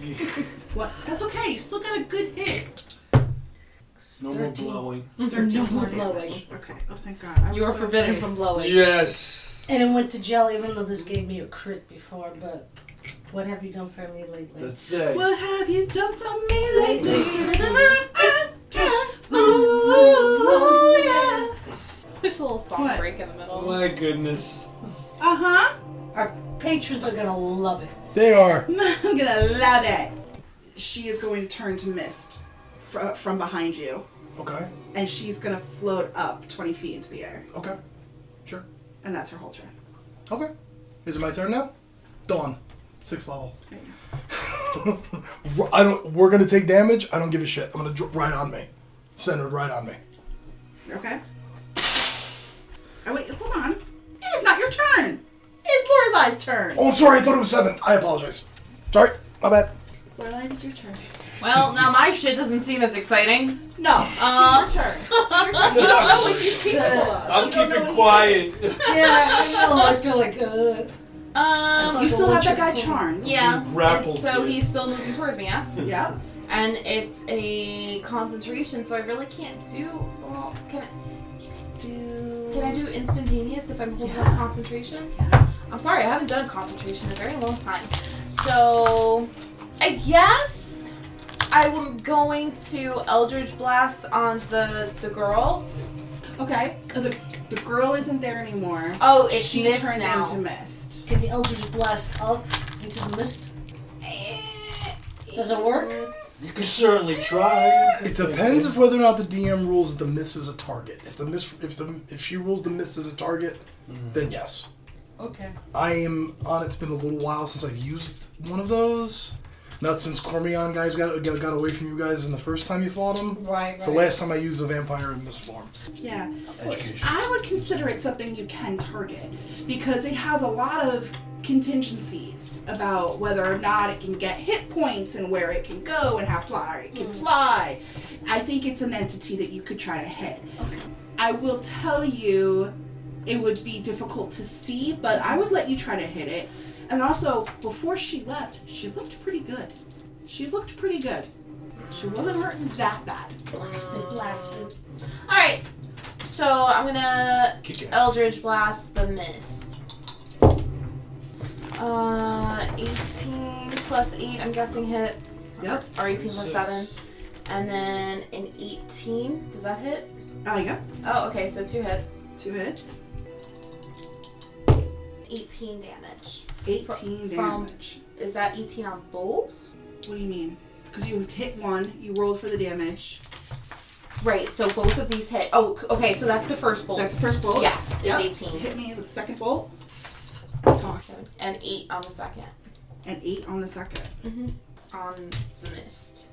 S2: what. That's okay, you still got a good hit.
S1: no more blowing.
S2: 13
S4: Mm-hmm. No more
S2: damage.
S4: blowing.
S2: Okay, oh thank god. I was
S4: You are
S2: so
S4: forbidden from blowing.
S1: Yes.
S5: And it went to jail, even though this gave me a crit before, but what have you done for me lately?
S1: That's it.
S2: What have you done for me lately? Ooh, yeah.
S4: There's a little song
S2: What?
S4: break in the middle.
S1: Oh my goodness.
S2: Uh huh.
S5: Our patrons are gonna love it.
S7: They are.
S2: [laughs] I'm gonna love it. She is going to turn to mist fr- from behind you,
S7: Okay,
S2: and she's gonna float up 20 feet into the air,
S7: okay, sure.
S2: and that's her whole turn.
S7: Okay. Is it my turn now? Dawn. Sixth level. [laughs] I don't. We're gonna take damage. I don't give a shit. I'm gonna dr- right on me, centered right on me.
S2: Okay. Oh wait, hold on. It is not your turn. It's Lorelai's turn.
S7: Oh, I'm sorry. I thought it was seventh. I apologize. Sorry. My bad.
S2: Lorelai, it's your turn.
S4: Well, now my shit doesn't seem as exciting.
S2: No,
S4: Uh,
S2: it's your turn. It's your [laughs] turn. You don't know what he's capable of.
S1: I'm
S2: You don't know
S1: keeping
S2: what he
S1: quiet.
S2: is.
S5: Yeah, I know. I feel like, uh.
S4: Um,
S2: You still have that guy charmed.
S4: yeah.
S1: Grappled
S4: So
S1: to it.
S4: he's still moving towards me, yes?
S2: Yeah.
S4: And it's a concentration, so I really can't do. Well, can I,
S2: Do.
S4: can I do instantaneous if I'm holding up concentration? I'm sorry, I haven't done concentration in a very long time. So, I guess I am going to Eldridge Blast on the the girl. Okay.
S2: Uh, The, the girl isn't there anymore.
S4: Oh, it's
S2: she
S4: missed
S2: turned
S4: now.
S2: into mist.
S5: Can the elders blast up into the mist? Does it work?
S1: [laughs] You can certainly try.
S7: It depends if whether or not the DM rules the miss as a target. If the miss, if the if she rules the miss as a target, then yes.
S5: Okay.
S7: I am on. It's been a little while since I've used one of those. Not since Cormion guys got got, got away from you guys in the first time you fought him.
S5: Right,
S7: It's the
S5: right.
S7: last time I used a vampire in this form.
S2: Yeah.
S7: Education.
S2: I would consider it something you can target because it has a lot of contingencies about whether or not it can get hit points and where it can go and how far it can fly. I think it's an entity that you could try to hit. I will tell you it would be difficult to see, but I would let you try to hit it. And also, before she left, she looked pretty good. She looked pretty good. She wasn't hurting that bad.
S5: Blasted, blasted.
S4: All right. So I'm gonna
S1: Kick it.
S4: Eldridge Blast the Mist. Uh, 18 plus 8, I'm guessing hits.
S2: Yep.
S4: Or 18 plus
S1: Six.
S4: 7. And then an 18. Does that hit?
S2: Uh, yeah.
S4: Oh, okay, so two hits.
S2: Two hits.
S4: 18 damage.
S2: 18
S4: from-
S2: damage.
S4: Is that 18 on both?
S2: What do you mean? Because you hit one, you rolled for the damage.
S4: Right, so both of these hit. Oh, c- okay, so that's the first bolt.
S2: That's the first bolt?
S4: Yes,
S2: Yep.
S4: it's 18.
S2: Hit me with the second bolt. Talk.
S4: And 8 on the second.
S2: And eight on the second.
S4: Mm-hmm. On the mist.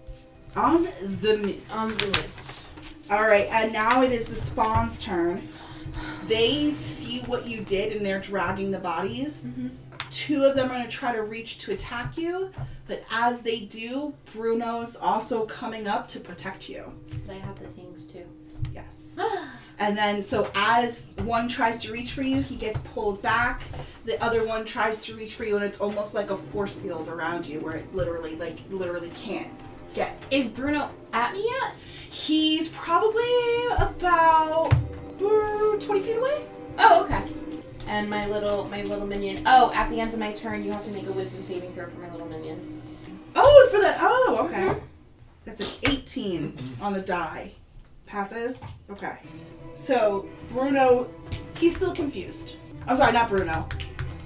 S2: On the miss.
S4: On the mist.
S2: All right, and now it is the spawn's turn. They see what you did, and they're dragging the bodies.
S4: Mm-hmm.
S2: Two of them are going to try to reach to attack you, but as they do, Bruno's also coming up to protect you.
S4: But I have the things too.
S2: Yes. And then, so as one tries to reach for you, he gets pulled back. The other one tries to reach for you, and it's almost like a force field around you, where it literally, like, literally can't get
S4: [gasps] Is Bruno at me yet?
S2: He's probably about uh, 20 feet away.
S4: Oh, okay. And my little my little minion. Oh, at the end of my turn, you have to make a wisdom saving throw for my little minion.
S2: Oh, for the. Oh, okay.
S5: Mm-hmm.
S2: That's an 18 on the die. Passes? Okay. So, Bruno, he's still confused. I'm sorry, not Bruno.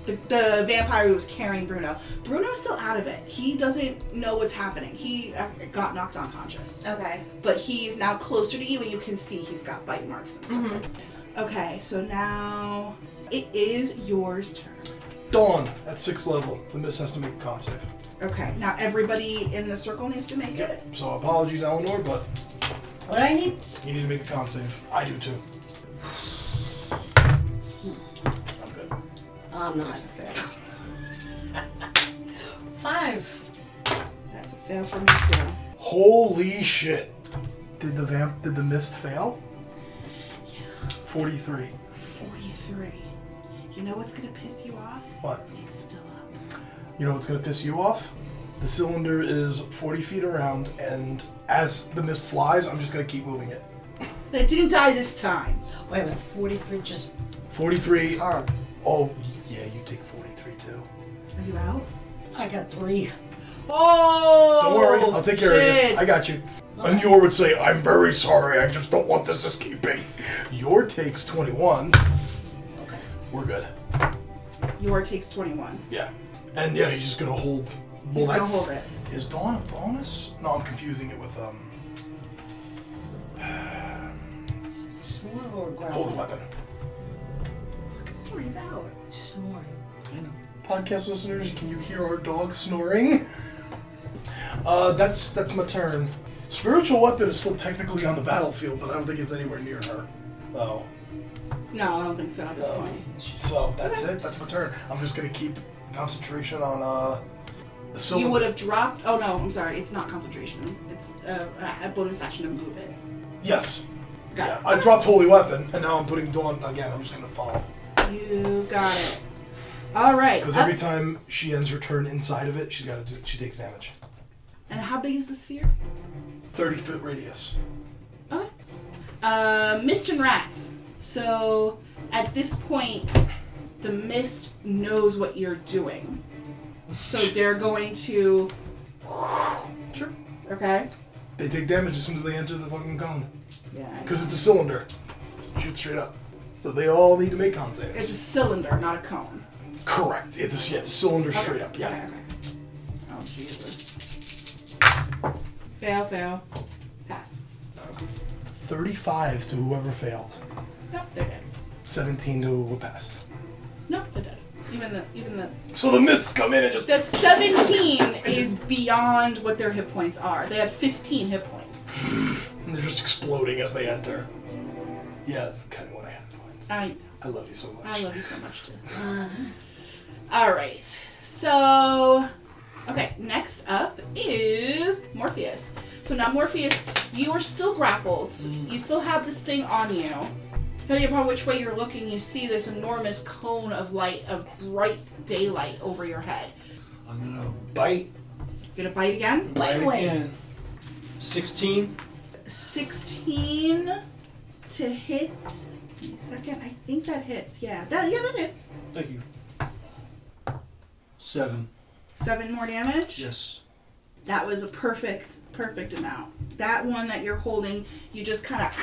S2: The, the vampire who was carrying Bruno. Bruno's still out of it. He doesn't know what's happening. He uh, got knocked unconscious.
S4: Okay.
S2: but he is now closer to you and you can see he's got bite marks and stuff like
S5: Mm-hmm.
S2: that. Okay, so now it is yours turn.
S7: Dawn at sixth level. The miss has to make a con save.
S2: Okay, now everybody in the circle needs to make it.
S7: So apologies, Eleanor, but
S5: What I need?
S7: you need to make a con save. I do too. I'm good.
S5: I'm not.
S2: That's a fail.
S5: Five.
S2: That's a fail for me too.
S7: Holy shit! Did the vamp? Did the mist fail? Yeah. Forty-three.
S2: 43. You know what's gonna piss you off?
S7: What?
S2: It's still up.
S7: You know what's gonna piss you off? The cylinder is forty feet around, and as the mist flies, I'm just gonna keep moving it.
S2: But it didn't die this time.
S5: Wait a minute. Forty-three. Just
S7: Forty-three.
S5: hard.
S7: Oh yeah, you take forty-three too.
S2: Are you out?
S5: I got three.
S2: Oh!
S7: Don't worry, I'll take care of
S2: shit.
S7: you. I got you. And Yor would say, I'm very sorry, I just don't want this escaping. Yor takes 21.
S5: Okay.
S7: We're good.
S2: Your takes 21.
S7: Yeah. And yeah, he's just gonna hold. Well,
S2: He's gonna
S7: that's.
S2: hold it.
S7: Is Dawn a bonus? No, I'm confusing it with um,
S5: Snort or growl?
S7: Holy Weapon.
S2: Story's out.
S5: Snort.
S7: Podcast listeners, can you hear our dog snoring? [laughs] uh, that's that's my turn. Spiritual Weapon is still technically on the battlefield, but I don't think it's anywhere near her. Oh. Though.
S2: No, I don't think so at this
S7: Um,
S2: point.
S7: So that's it. That's my turn. I'm just gonna keep concentration on uh. The cylinder.
S2: You would have dropped. Oh no, I'm sorry. It's not concentration. It's uh, a bonus action to move it.
S7: Yes.
S2: Got
S7: Yeah. I dropped holy weapon, and now I'm putting dawn again. I'm just gonna follow
S2: it. You got it. All right.
S7: because
S2: up-
S7: every time she ends her turn inside of it, she's got to do. She takes damage.
S2: and how big is the sphere?
S7: Thirty foot radius.
S2: Okay. Uh, mist and rats. So at this point, the mist knows what you're doing. So they're going to.
S7: Sure.
S2: Okay.
S7: They take damage as soon as they enter the fucking cone
S2: Yeah.
S7: because it's a cylinder. Shoot straight up. So they all need to make con
S2: It's a
S7: saves.
S2: cylinder, not a cone.
S7: Correct. It's a, yeah, it's a cylinder straight up. Yeah.
S2: Okay, okay. Oh Jesus. Fail. Fail. Pass.
S7: Thirty-five to whoever failed.
S2: Nope, they're dead.
S7: Seventeen to who passed.
S2: Nope, they're dead. Even the even the
S7: So the myths come in and just
S2: the seventeen is beyond what their hit points are. They have fifteen hit points.
S7: And they're just exploding as they enter. Yeah, that's kind of what I had in mind.
S2: I
S7: I love you so much.
S2: I love you so much too. Uh-huh. All right, so okay, next up is Morpheus. So now Morpheus, you are still grappled. You still have this thing on you. Depending upon which way you're looking, you see this enormous cone of light of bright daylight over your head.
S1: I'm gonna bite
S2: You gonna bite again?
S5: Wait,
S1: right
S5: wait.
S1: again. 16.
S2: 16 to hit. Give me a Second, I think that hits. Yeah, that yeah that hits.
S1: Thank you. 7.
S2: Seven more damage.
S1: Yes.
S2: That was a perfect perfect amount. That one that you're holding, you just kind of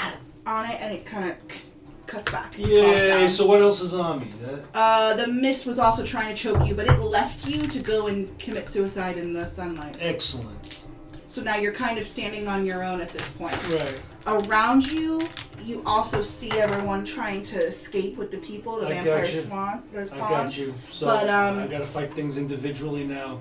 S2: on it, and it kind of cuts back. and falls
S1: Yay!
S2: down.
S1: So what else is on me? That,
S2: Uh, the mist was also trying to choke you, but it left you to go and commit suicide in the sunlight.
S1: excellent.
S2: So now you're kind of standing on your own at this point.
S1: Right.
S2: Around you, you also see everyone trying to escape with the people, the
S1: I got
S2: vampire
S1: you.
S2: swan, the
S1: I
S2: spawn.
S1: got you. So
S2: But, um,
S1: I gotta fight things individually now.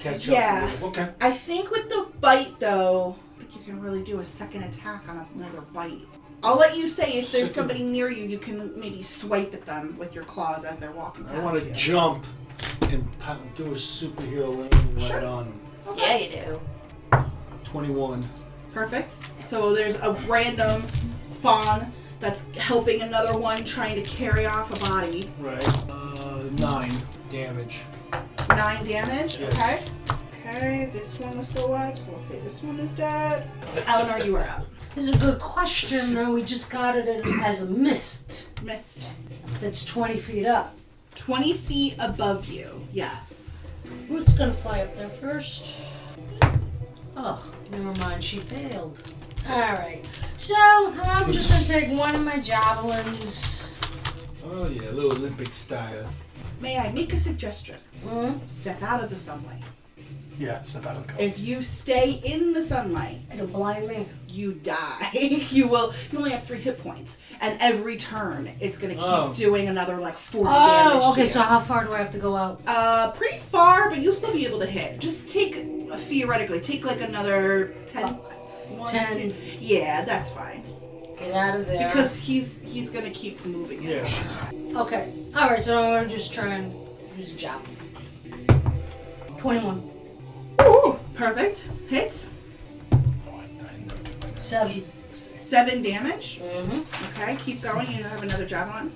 S1: Catch
S2: Yeah.
S1: up. with- Okay.
S2: I think with the bite, though, I think you can really do a second attack on another bite. I'll let you say if there's
S1: Second-
S2: somebody near you, you can maybe swipe at them with your claws as they're walking past
S1: I want
S2: you.
S1: to jump and pa- do a superhero landing right
S2: Sure.
S1: on
S4: Yeah, you do.
S1: 21.
S2: Perfect. So there's a random spawn that's helping another one trying to carry off a body.
S1: Right. Uh, 9 damage.
S2: Nine damage.
S1: Yeah.
S2: Okay. Okay, this one was still alive, so we'll say this one is dead. Eleanor, you are up.
S5: It's a good question, and we just got it in- as a mist
S2: Missed.
S5: that's 20 feet up.
S2: 20 feet above you. Yes.
S5: Root's gonna fly up there first. Oh, never mind, she failed. Alright, so I'm just gonna take one of my javelins.
S1: Oh yeah, a little Olympic style.
S2: May I make a suggestion?
S5: Hmm?
S2: Step out of the sunlight.
S7: Yeah, step out of the cover.
S2: If you stay in the sunlight,
S5: It'll blind me.
S2: you [laughs] die. you will. You only have three hit points, and every turn, it's gonna keep
S1: Oh.
S2: doing another like forty damage.
S5: Oh,
S2: to
S5: okay,
S2: you.
S5: so how far do I have to go out?
S2: Uh, pretty far, but you'll still be able to hit. Just take uh, theoretically, take like another ten. one,
S5: Ten.
S2: two- Yeah, that's fine
S5: Get out of there.
S2: because he's he's gonna keep moving. it.
S1: Yeah.
S5: Okay, alright, so I'm gonna just try and use a javelin. 21.
S2: Perfect. Hits
S7: No, I, I know too much.
S5: 7.
S2: seven damage.
S5: Mm-hmm.
S2: Okay, keep going. You have another javelin.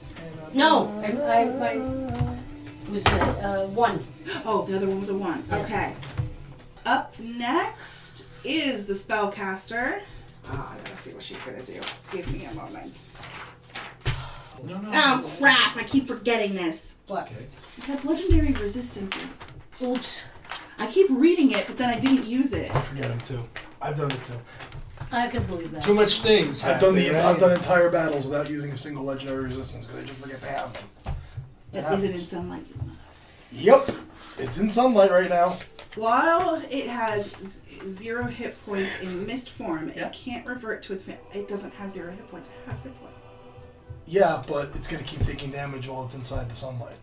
S5: No, I, I, my was uh, uh, one.
S2: Oh, the other one was a one. Okay. Up next is the spellcaster. Ah, I gotta see what she's gonna do. Give me a moment.
S1: No, no.
S2: Oh crap! I keep forgetting this.
S5: What?
S1: Okay.
S2: I have legendary resistances.
S5: Oops.
S2: I keep reading it, but then I didn't use it.
S7: Forget him too. I've done it too.
S5: I can believe
S1: Too
S5: that.
S1: much things.
S7: I've done
S1: happen,
S7: the
S1: right?
S7: I've done entire battles without using a single legendary resistance because I just forget to have them.
S2: But
S7: Yeah.
S2: is it in sunlight?
S7: Yep, it's in sunlight right now.
S2: While it has z- zero hit points in mist form,
S7: Yeah.
S2: it can't revert to its. Fa- it doesn't have zero hit points. It has hit points.
S7: Yeah, but it's gonna keep taking damage while it's inside the sunlight.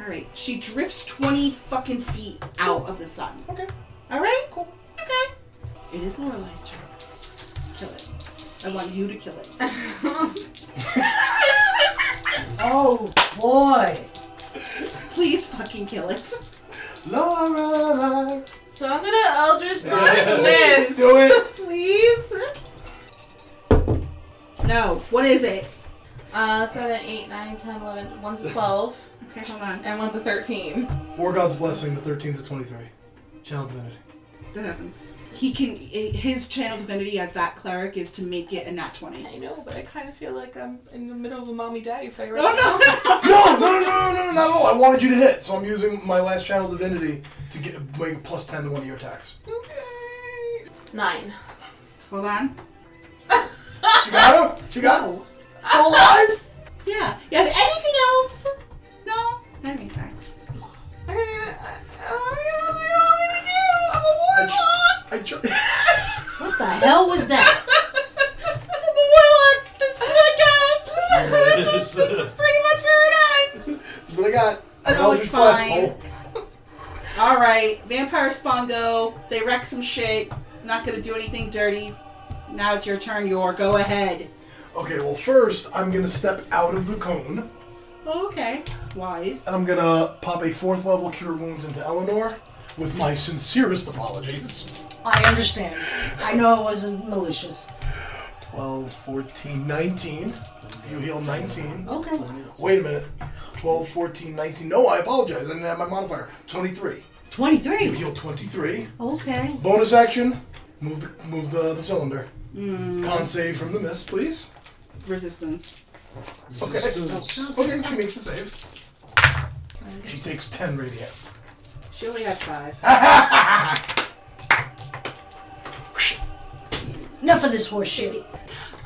S2: All right. She drifts twenty fucking feet out of the sun.
S7: Okay.
S2: All right. Cool. Okay. It is Lorelai's turn. Kill it. I want you to kill it.
S4: [laughs]
S5: Oh boy.
S2: Please fucking kill it.
S7: Laura,
S4: So I'm gonna Eldritch Blast this.
S7: do it.
S2: Please. No. What is it?
S4: Uh, 7, 8, 9, 10, 11. One's a 12,
S2: Okay, hold on.
S4: and one's a 13.
S7: War God's blessing, the 13th to 23. Channel divinity.
S2: That happens. He can. His channel divinity as that cleric is to make it a nat twenty.
S4: I know, but I kind of feel like I'm in the middle of a mommy daddy fight right
S2: Oh no!
S7: No, no, no, no, no, no, not at all. I wanted you to hit, so I'm using my last channel divinity to get make a plus 10 to one of your attacks.
S4: [laughs] now. Okay. Nine.
S2: Hold on.
S7: She got him. She got him. It's all alive.
S2: Yeah. You have anything else? No. I mean, fine.
S4: I mean, I, I don't know what you want me to do. I'm a
S7: I
S4: warlock.
S7: tr- I tr-
S5: What the hell was that?
S4: I'm a warlock. That's what I got. this, is, this is pretty much where it ends.
S7: That's what I got.
S2: I know, it's
S7: Eldritch Blast.
S2: fine. All right. Vampire spawn go. They wreck some shit. Not gonna do anything dirty. Now it's your turn. Yor. Go ahead.
S7: Oh, Okay, well, first, I'm going to step out of the cone,
S2: Oh, okay. Wise.
S7: and I'm going to pop a fourth level Cure Wounds into Eleanor with my sincerest apologies.
S5: I understand. I know it wasn't malicious.
S7: 12, 14, 19. You heal 19.
S5: Okay.
S7: Wait a minute. 12, 14, 19. No, I apologize. I didn't have my modifier. 23. You
S5: 23.
S7: heal 23.
S2: Oh.
S5: Okay.
S7: Bonus action. Move the, move the, the cylinder. Con save from the mist, please.
S2: Resistance.
S7: Okay.
S1: Resistance.
S7: Okay, she makes the save. She takes 10 radiant.
S2: She only had five.
S5: Enough of this horse shit.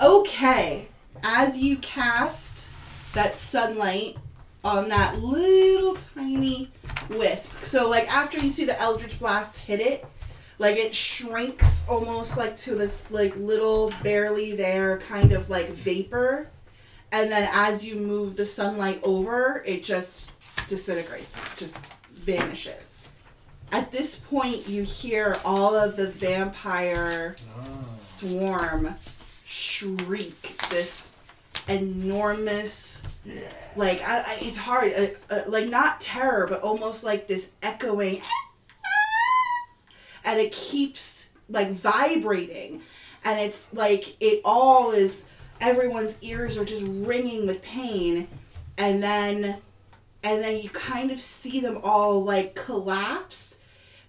S2: Okay. As you cast that sunlight on that little tiny wisp, so like after you see the eldritch blast hit it, like it shrinks almost like to this like little barely there kind of like vapor, and then as you move the sunlight over, it just disintegrates. It just vanishes. At this point, you hear all of the vampire swarm shriek this enormous like I, I, it's hard uh, uh, like not terror but almost like this echoing [laughs] and it keeps like vibrating and it's like it all is everyone's ears are just ringing with pain and then and then you kind of see them all like collapse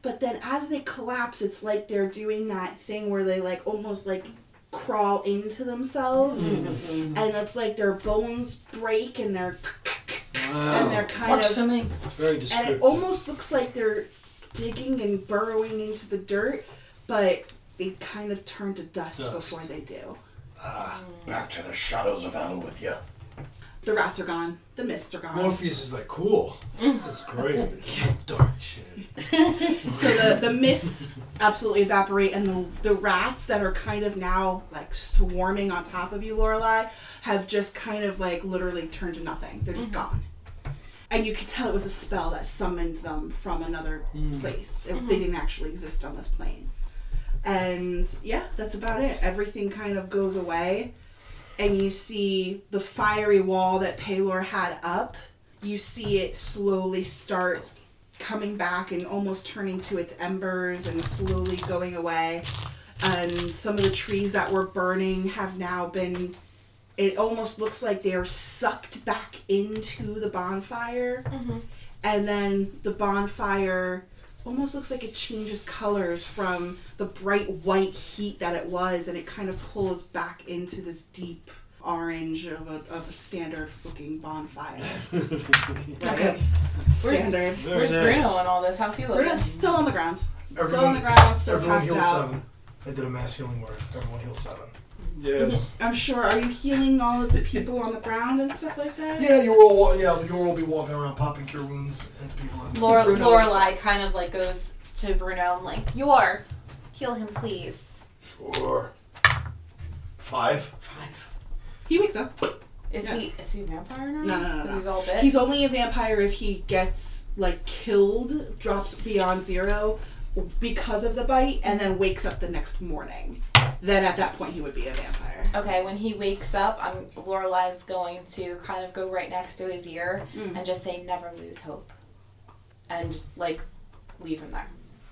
S2: but then as they collapse it's like they're doing that thing where they like almost like crawl into themselves and it's like their bones break and they're and they're kind
S5: Works
S2: of
S5: for
S2: [laughs]
S5: me.
S1: Very
S2: and it
S1: descriptive.
S2: almost looks like they're digging and burrowing into the dirt, but they kind of turn to dust,
S1: Dust.
S2: before they do.
S7: Ah, Back to the shadows of hell with you.
S2: The rats are gone. The mists are gone.
S1: Morpheus is like, cool.
S2: Mm.
S1: That's great. Dark shit.
S2: [laughs] so the, the mists absolutely evaporate, and the, the rats that are kind of now like swarming on top of you, Lorelai, have just kind of like literally turned to nothing. They're just gone. And you could tell it was a spell that summoned them from another place. It- They didn't actually exist on this plane. And yeah, that's about it. Everything kind of goes away. And you see the fiery wall that Paylor had up. You see it slowly start coming back and almost turning to its embers and slowly going away. And some of the trees that were burning have now been. It almost looks like they are sucked back into the bonfire. And then the bonfire almost looks like it changes colors from the bright white heat that it was and it kind of pulls back into this deep orange of a, of a standard looking bonfire.
S4: Okay.
S2: Standard.
S4: Where's Bruno in all this? How's he looking?
S2: Bruno's still on the ground. still on
S7: Everyone-
S2: the ground, still
S7: Everyone
S2: passed
S7: heals
S2: out.
S7: seven. I did a mass healing word. Everyone heals seven.
S1: Yes.
S2: I'm sure. Are you healing all of the people on the ground and stuff like that?
S7: Yeah, you will. wa- Yeah, you will be walking around popping cure wounds into people. As
S4: Laura,
S2: Bruno.
S4: Lorelai kind of like goes to Bruno and like, Yor, heal him, please.
S7: Sure. Five.
S2: He wakes up.
S4: Is
S2: Yeah.
S4: he is he a vampire now?
S2: No, no, no, no.
S4: He's all bit.
S2: He's only a vampire if he gets like killed, drops beyond zero because of the bite, and then wakes up the next morning. Then at that point he would be a vampire.
S4: Okay, when he wakes up, I'm Lorelai's going to kind of go right next to his ear and just say, "Never lose hope," and like leave him there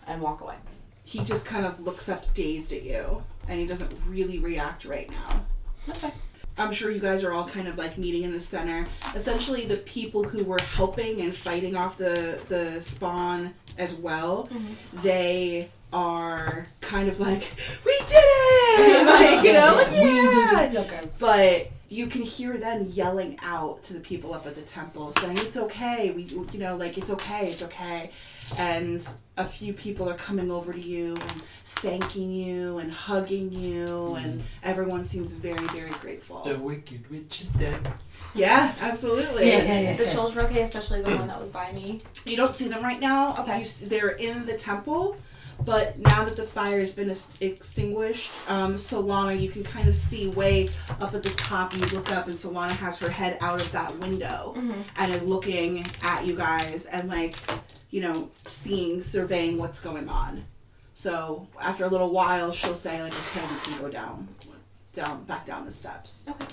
S4: and walk away.
S2: He just kind of looks up dazed at you, and he doesn't really react right now.
S4: Okay.
S2: I'm sure you guys are all kind of like meeting in the center. Essentially, the people who were helping and fighting off the the spawn as well, they are kind of like, "We did it!" [laughs] like you
S5: [laughs]
S2: know, like, yeah.
S5: Okay.
S2: But you can hear them yelling out to the people up at the temple, saying, "It's okay. We, you know, like it's okay. It's okay." And a few people are coming over to you and thanking you and hugging you, and everyone seems very, very grateful.
S1: The wicked witch is dead.
S2: Yeah, absolutely.
S5: Yeah, yeah, yeah.
S4: The children okay, especially the one that was by me.
S2: You don't see them right now.
S4: Okay.
S2: You s they're in the temple, but now that the fire has been ex- extinguished, um, Solana, you can kind of see way up at the top. You look up, and Solana has her head out of that window
S4: Mm-hmm.
S2: and is looking at you guys and, like, you know, seeing, surveying what's going on. So after a little while, she'll say, like, okay, we can go down, down, back down the steps.
S4: Okay.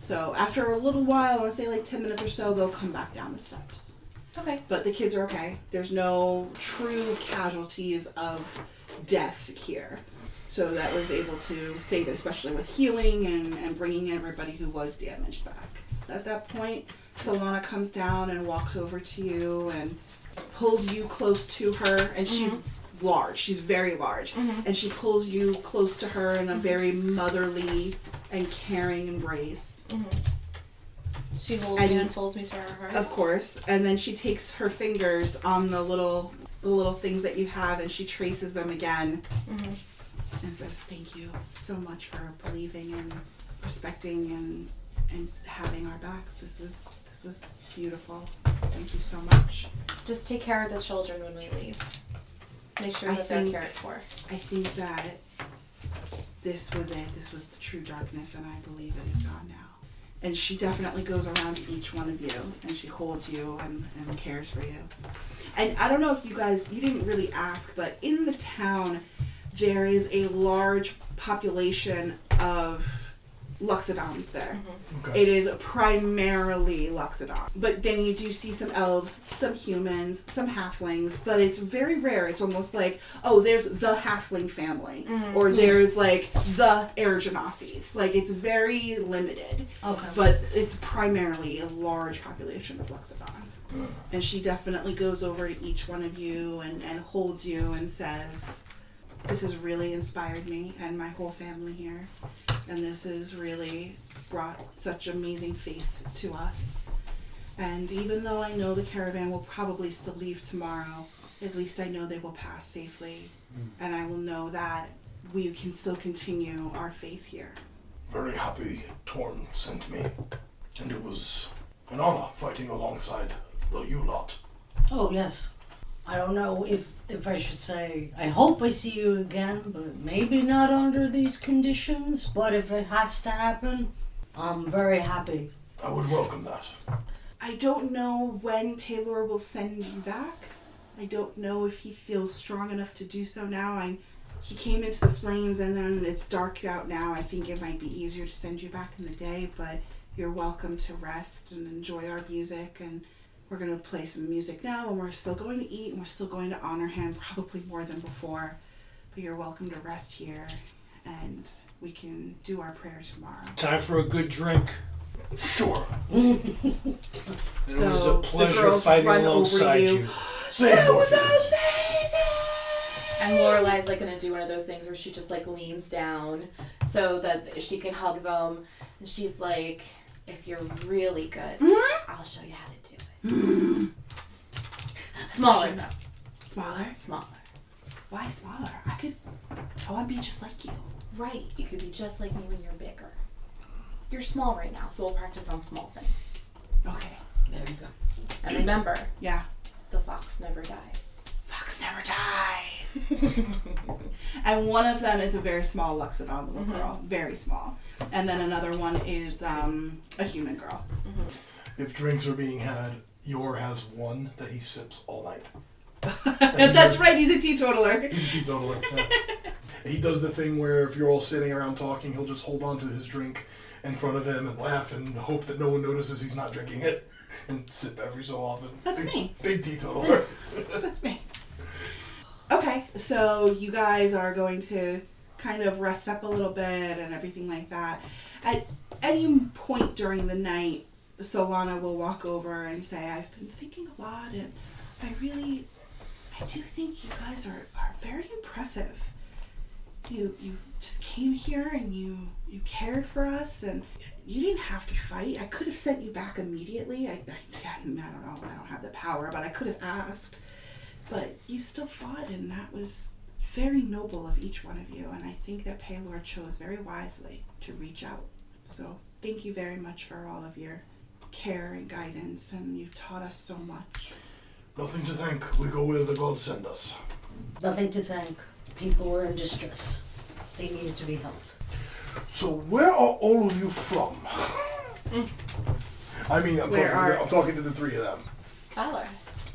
S2: So after a little while, I want to say like 10 minutes or so, they'll come back down the steps
S4: Okay.
S2: but the kids are okay. There's no true casualties of death here. So that was able to save it, especially with healing and, and bringing everybody who was damaged back. At that point, Solana comes down and walks over to you and pulls you close to her, and she's large. She's very large,
S4: Mm-hmm.
S2: and she pulls you close to her in a very motherly and caring embrace.
S4: She holds
S2: And-
S4: me and folds me to her heart.
S2: Of course. And then she takes her fingers on the little the little things that you have and she traces them again.
S4: Mm-hmm.
S2: And says, Thank you so much for believing and respecting and and having our backs. This was this was beautiful. Thank you so much.
S4: Just take care of the children when we leave. Make sure
S2: I
S4: that they're
S2: think-
S4: cared for.
S2: I think that this was it. This was the true darkness, and I believe it is gone now. And she definitely goes around to each one of you, and she holds you and, and cares for you. And I don't know if you guys, you didn't really ask, but in the town, there is a large population of Luxodons there.
S7: Okay.
S2: It is primarily Luxodon. But then you do see some elves, some humans, some halflings, but it's very rare. It's almost like, oh, there's the halfling family, or there's like the Eriginaces. Like it's very limited,
S5: Okay.
S2: but it's primarily a large population of Luxodon. And she definitely goes over to each one of you and, and holds you and says, This has really inspired me and my whole family here. And this has really brought such amazing faith to us. And even though I know the caravan will probably still leave tomorrow, at least I know they will pass safely. And I will know that we can still continue our faith here.
S7: Very happy Torm sent me, and it was an honor fighting alongside the you lot.
S5: Oh yes. I don't know if if I should say I hope I see you again, but maybe not under these conditions. But if it has to happen, I'm very happy.
S7: I would welcome that.
S2: I don't know when Paylor will send you back. I don't know if he feels strong enough to do so now. I he came into the flames and then it's dark out now. I think it might be easier to send you back in the day, but you're welcome to rest and enjoy our music and we're going to play some music now and we're still going to eat and we're still going to honor him probably more than before. But you're welcome to rest here and we can do our prayer tomorrow.
S1: Time for a good drink.
S7: Sure.
S1: And it was a
S2: So, the
S1: pleasure
S2: girls
S1: fighting
S2: run over
S1: alongside
S2: you.
S1: you.
S7: Save horses.
S4: And Lorelai's like gonna do one of those things where she just like leans down so that she can hug them. And she's like, if you're really good, I'll show you how to do it. [gasps] smaller though.
S2: Smaller?
S4: Smaller.
S2: Why smaller? I could. I want to be just like you.
S4: Right. You could be just like me when you're bigger. You're small right now, so we'll practice on small things.
S2: Okay.
S5: There you go.
S4: And remember,
S2: Yeah.
S4: the fox never dies.
S2: Fox never dies.
S4: [laughs]
S2: [laughs] and one of them is a very small Luxodon little
S4: Mm-hmm.
S2: girl, very small. And then another one is um, a human
S4: [laughs]
S2: girl.
S7: If drinks are being had, Yor has one that he sips all
S2: [laughs]
S7: night.
S2: That's right. He's a teetotaler.
S7: He's a teetotaler. yeah. He does the thing where if you're all sitting around talking, he'll just hold on to his drink in front of him and laugh and hope that no one notices he's not drinking it [laughs] and sip every so often.
S2: That's
S7: big,
S2: me.
S7: Big teetotaler.
S2: [laughs] That's me. Okay, so you guys are going to kind of rest up a little bit and everything like that. At any point during the night, Solana will walk over and say, I've been thinking a lot and I really I do think you guys are, are very impressive. You you just came here and you you cared for us and you didn't have to fight. I could have sent you back immediately. I, I, I don't know. I don't have the power, but I could have asked. But you still fought, and that was very noble of each one of you. And I think that Paylor chose very wisely to reach out. So thank you very much for all of your care and guidance, and you've taught us so much.
S7: Nothing to thank. We go where the gods send us.
S5: Nothing to thank. People were in distress. They needed to be helped.
S7: So where are all of you [laughs] from? I mean, I'm talking,
S2: Where
S7: to
S2: are-
S7: the, I'm talking to the three of them.
S4: Valorous.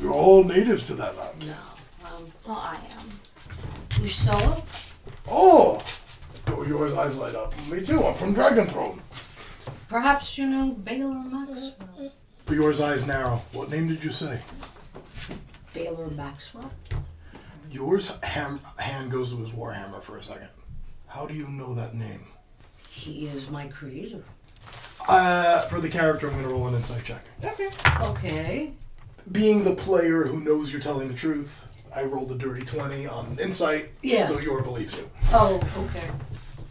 S7: You're all natives to that land.
S5: No. Um,
S4: Well, I am.
S5: you saw it?
S7: Oh! Your- Yours eyes light up. Me too. I'm from Dragon Throne.
S5: Perhaps you know Baylor Maxwell.
S7: But yours eyes narrow. What name did you say?
S5: Baylor Maxwell?
S7: Yours ham- hand goes to his warhammer for a second. How do you know that name?
S5: He is my creator.
S7: Uh, for the character, I'm going to roll an insight check.
S2: Okay.
S5: Okay.
S7: Being the player who knows you're telling the truth, I rolled a dirty 20 on insight,
S5: Yeah.
S7: so Yor believes you.
S5: Oh, okay.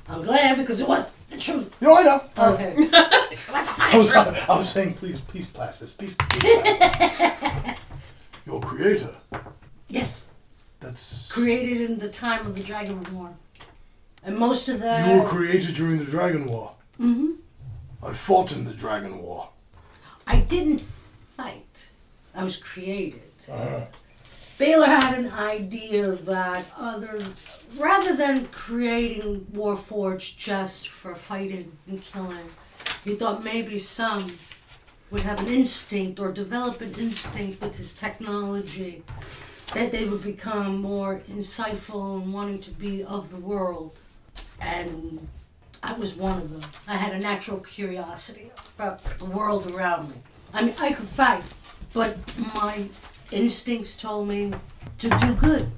S5: I'm glad because it was the truth.
S7: No, I know.
S5: Okay.
S7: I was, I was saying, please, please pass this. Please, please pass
S5: [laughs]
S7: this. Your creator.
S5: [laughs] yes.
S7: That's.
S5: Created in the time of the Dragon War. And most of
S7: You were
S5: the.
S7: created during the Dragon War. Mm-hmm. I fought in the Dragon War.
S5: I didn't fight, I was created.
S7: Uh-huh.
S5: Baylor had an idea that other. Rather than creating Warforged just for fighting and killing, he thought maybe some would have an instinct or develop an instinct with his technology that they would become more insightful and wanting to be of the world. And I was one of them. I had a natural curiosity about the world around me. I mean, I could fight, but my instincts told me to do good.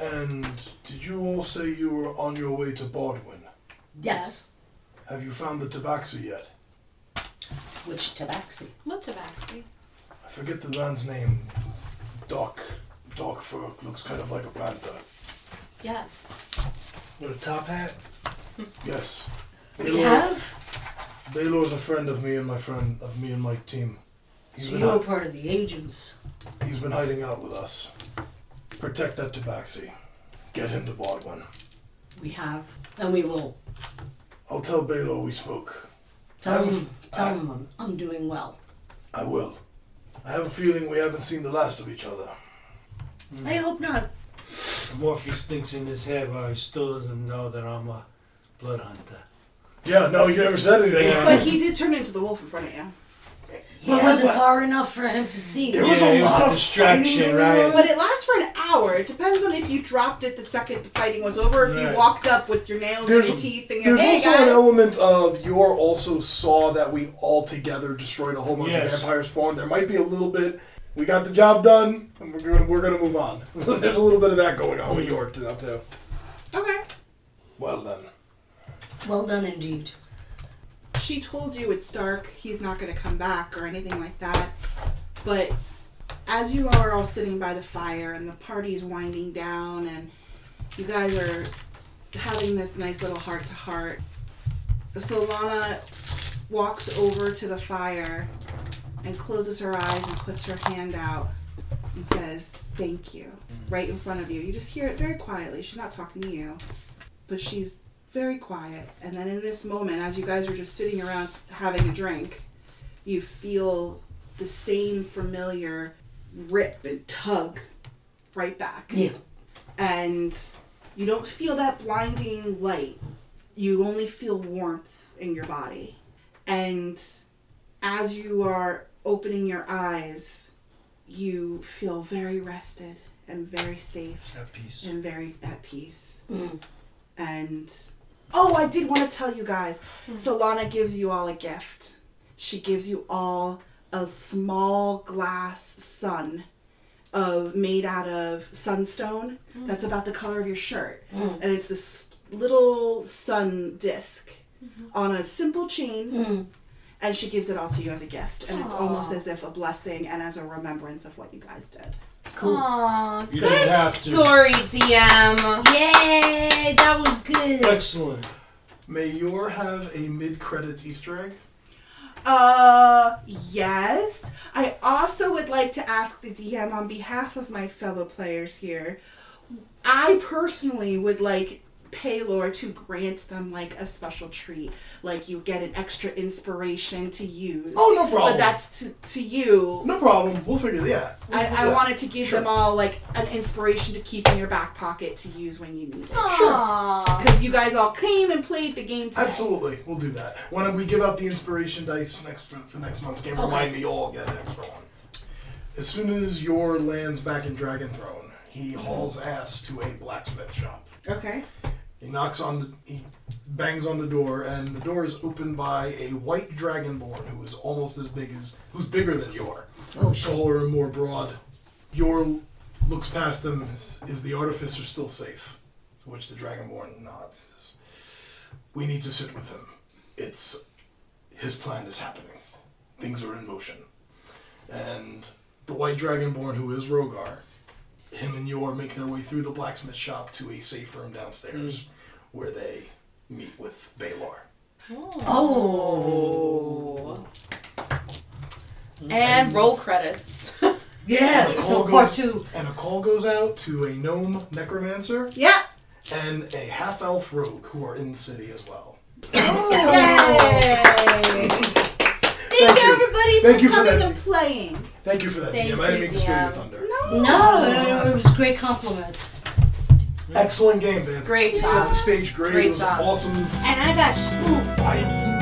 S7: And did you all say you were on your way to Baldwin?
S5: Yes.
S7: Have you found the tabaxi yet?
S5: Which tabaxi?
S4: What tabaxi?
S7: I forget the man's name. Dark, dark fur. Looks kind of like a panther.
S4: Yes.
S1: With a top hat?
S7: Yes.
S5: We
S7: Baylor-
S5: have.
S7: Baylor's a friend of me and my friend of me and my team. He's
S5: So
S7: been
S5: you were
S7: hi-
S5: part of the agents.
S7: he's been hiding out with us. Protect that tabaxi. Get him to Baldwin.
S5: We have, and we will.
S7: I'll tell Baylor we spoke.
S5: Tell
S7: I've-
S5: them, tell them I'm, I'm doing well.
S7: I will. I have a feeling we haven't seen the last of each other. Mm.
S5: I hope not.
S1: Morpheus thinks in his head, well, he still doesn't know that I'm a blood hunter.
S7: Yeah, no, you never said anything.
S2: But he did turn into the wolf in front of you.
S5: It wasn't far enough for him to see.
S7: There was a
S1: it was
S7: lot
S1: a
S7: of
S1: distraction,
S7: fighting
S1: right?
S2: But it lasts for an hour. It depends on if you dropped it the second the fighting was over, if
S1: Right.
S2: you walked up with your nails
S7: There's-
S2: and your teeth and your
S7: There's
S2: hey
S7: also
S2: guys.
S7: an element of you're also saw that we all together destroyed a whole bunch
S1: Yes.
S7: of vampire spawn. There might be a little bit. We got the job done, and we're gonna, we're gonna move on. [laughs] There's a little bit of that going on with York too. too.
S2: okay.
S7: Well then,
S5: Well done indeed.
S2: She told you it's dark. He's not going to come back or anything like that. But as you are all sitting by the fire and the party's winding down and you guys are having this nice little heart to heart, Solana walks over to the fire and closes her eyes and puts her hand out and says, Thank you, right in front of you. You just hear it very quietly. She's not talking to you, but she's very quiet. And then in this moment, as you guys are just sitting around having a drink, you feel the same familiar rip and tug right back
S5: Yeah.
S2: and you don't feel that blinding light. You only feel warmth in your body. And as you are opening your eyes, you feel very rested and very safe
S1: That piece.
S2: and very at peace.
S5: Mm.
S2: And oh, I did want to tell you guys Solana gives you all a gift. She gives you all a small glass sun of made out of sunstone that's about the color of your shirt.
S5: Mm.
S2: And it's this little sun disk on a simple chain.
S5: Mm.
S2: And she gives it all to you as a gift. And it's
S4: Aw.
S2: almost as if a blessing and as a remembrance of what you guys did.
S5: Cool.
S4: Aww,
S1: You didn't have to.
S4: story, DM.
S5: Yay! That was good.
S1: Excellent.
S7: may Yor have a mid-credits Easter egg?
S2: Uh, yes. I also would like to ask the DM on behalf of my fellow players here. I personally would like Paylor to grant them like a special treat, like you get an extra inspiration to use.
S7: Oh, no problem.
S2: But that's to, to you.
S7: No problem. We'll figure that. out.
S2: I, I
S7: Yeah.
S2: wanted to give
S7: Sure.
S2: them all like an inspiration to keep in your back pocket to use when you need it.
S4: Aww.
S2: Because you guys all came and played the game today.
S7: Absolutely, we'll do that. When we give out the inspiration dice next for, for next month's game, remind me you'll all get an extra one. As soon as your lands back in Dragon Throne, he hauls ass to a blacksmith shop.
S2: Okay.
S7: He knocks on the he bangs on the door, and the door is opened by a white dragonborn who is almost as big as who's bigger than Yor,
S5: Oh, shit.
S7: taller and more broad. Yor looks past him. Is, is the artificer still safe? To which the dragonborn nods. Says, we need to sit with him. It's his plan is happening. Things are in motion, and the white dragonborn who is Rogar him and Yor make their way through the blacksmith shop to a safe room downstairs where they meet with Baylor.
S10: Oh.
S4: And roll credits.
S5: Yeah,
S7: And a
S5: it's
S7: call
S5: a part
S7: goes-
S5: two.
S7: And a call goes out to a gnome necromancer
S2: Yeah.
S7: and a half elf rogue who are in the city as well.
S4: [laughs]
S2: Yay!
S7: Thank
S2: Thank
S7: you.
S2: everybody
S7: Thank
S2: for
S7: you for
S2: coming
S7: that.
S2: and playing.
S7: Thank you for that,
S4: Thank
S7: DM. I didn't
S4: you,
S7: mean to steal your
S4: DM.
S7: thunder.
S5: No, no, no, it was a great compliment.
S7: Excellent game, man.
S4: Great
S7: You
S4: job.
S7: set the stage great.
S4: Great
S7: it was
S4: job.
S7: awesome.
S5: And I got spooked.
S7: I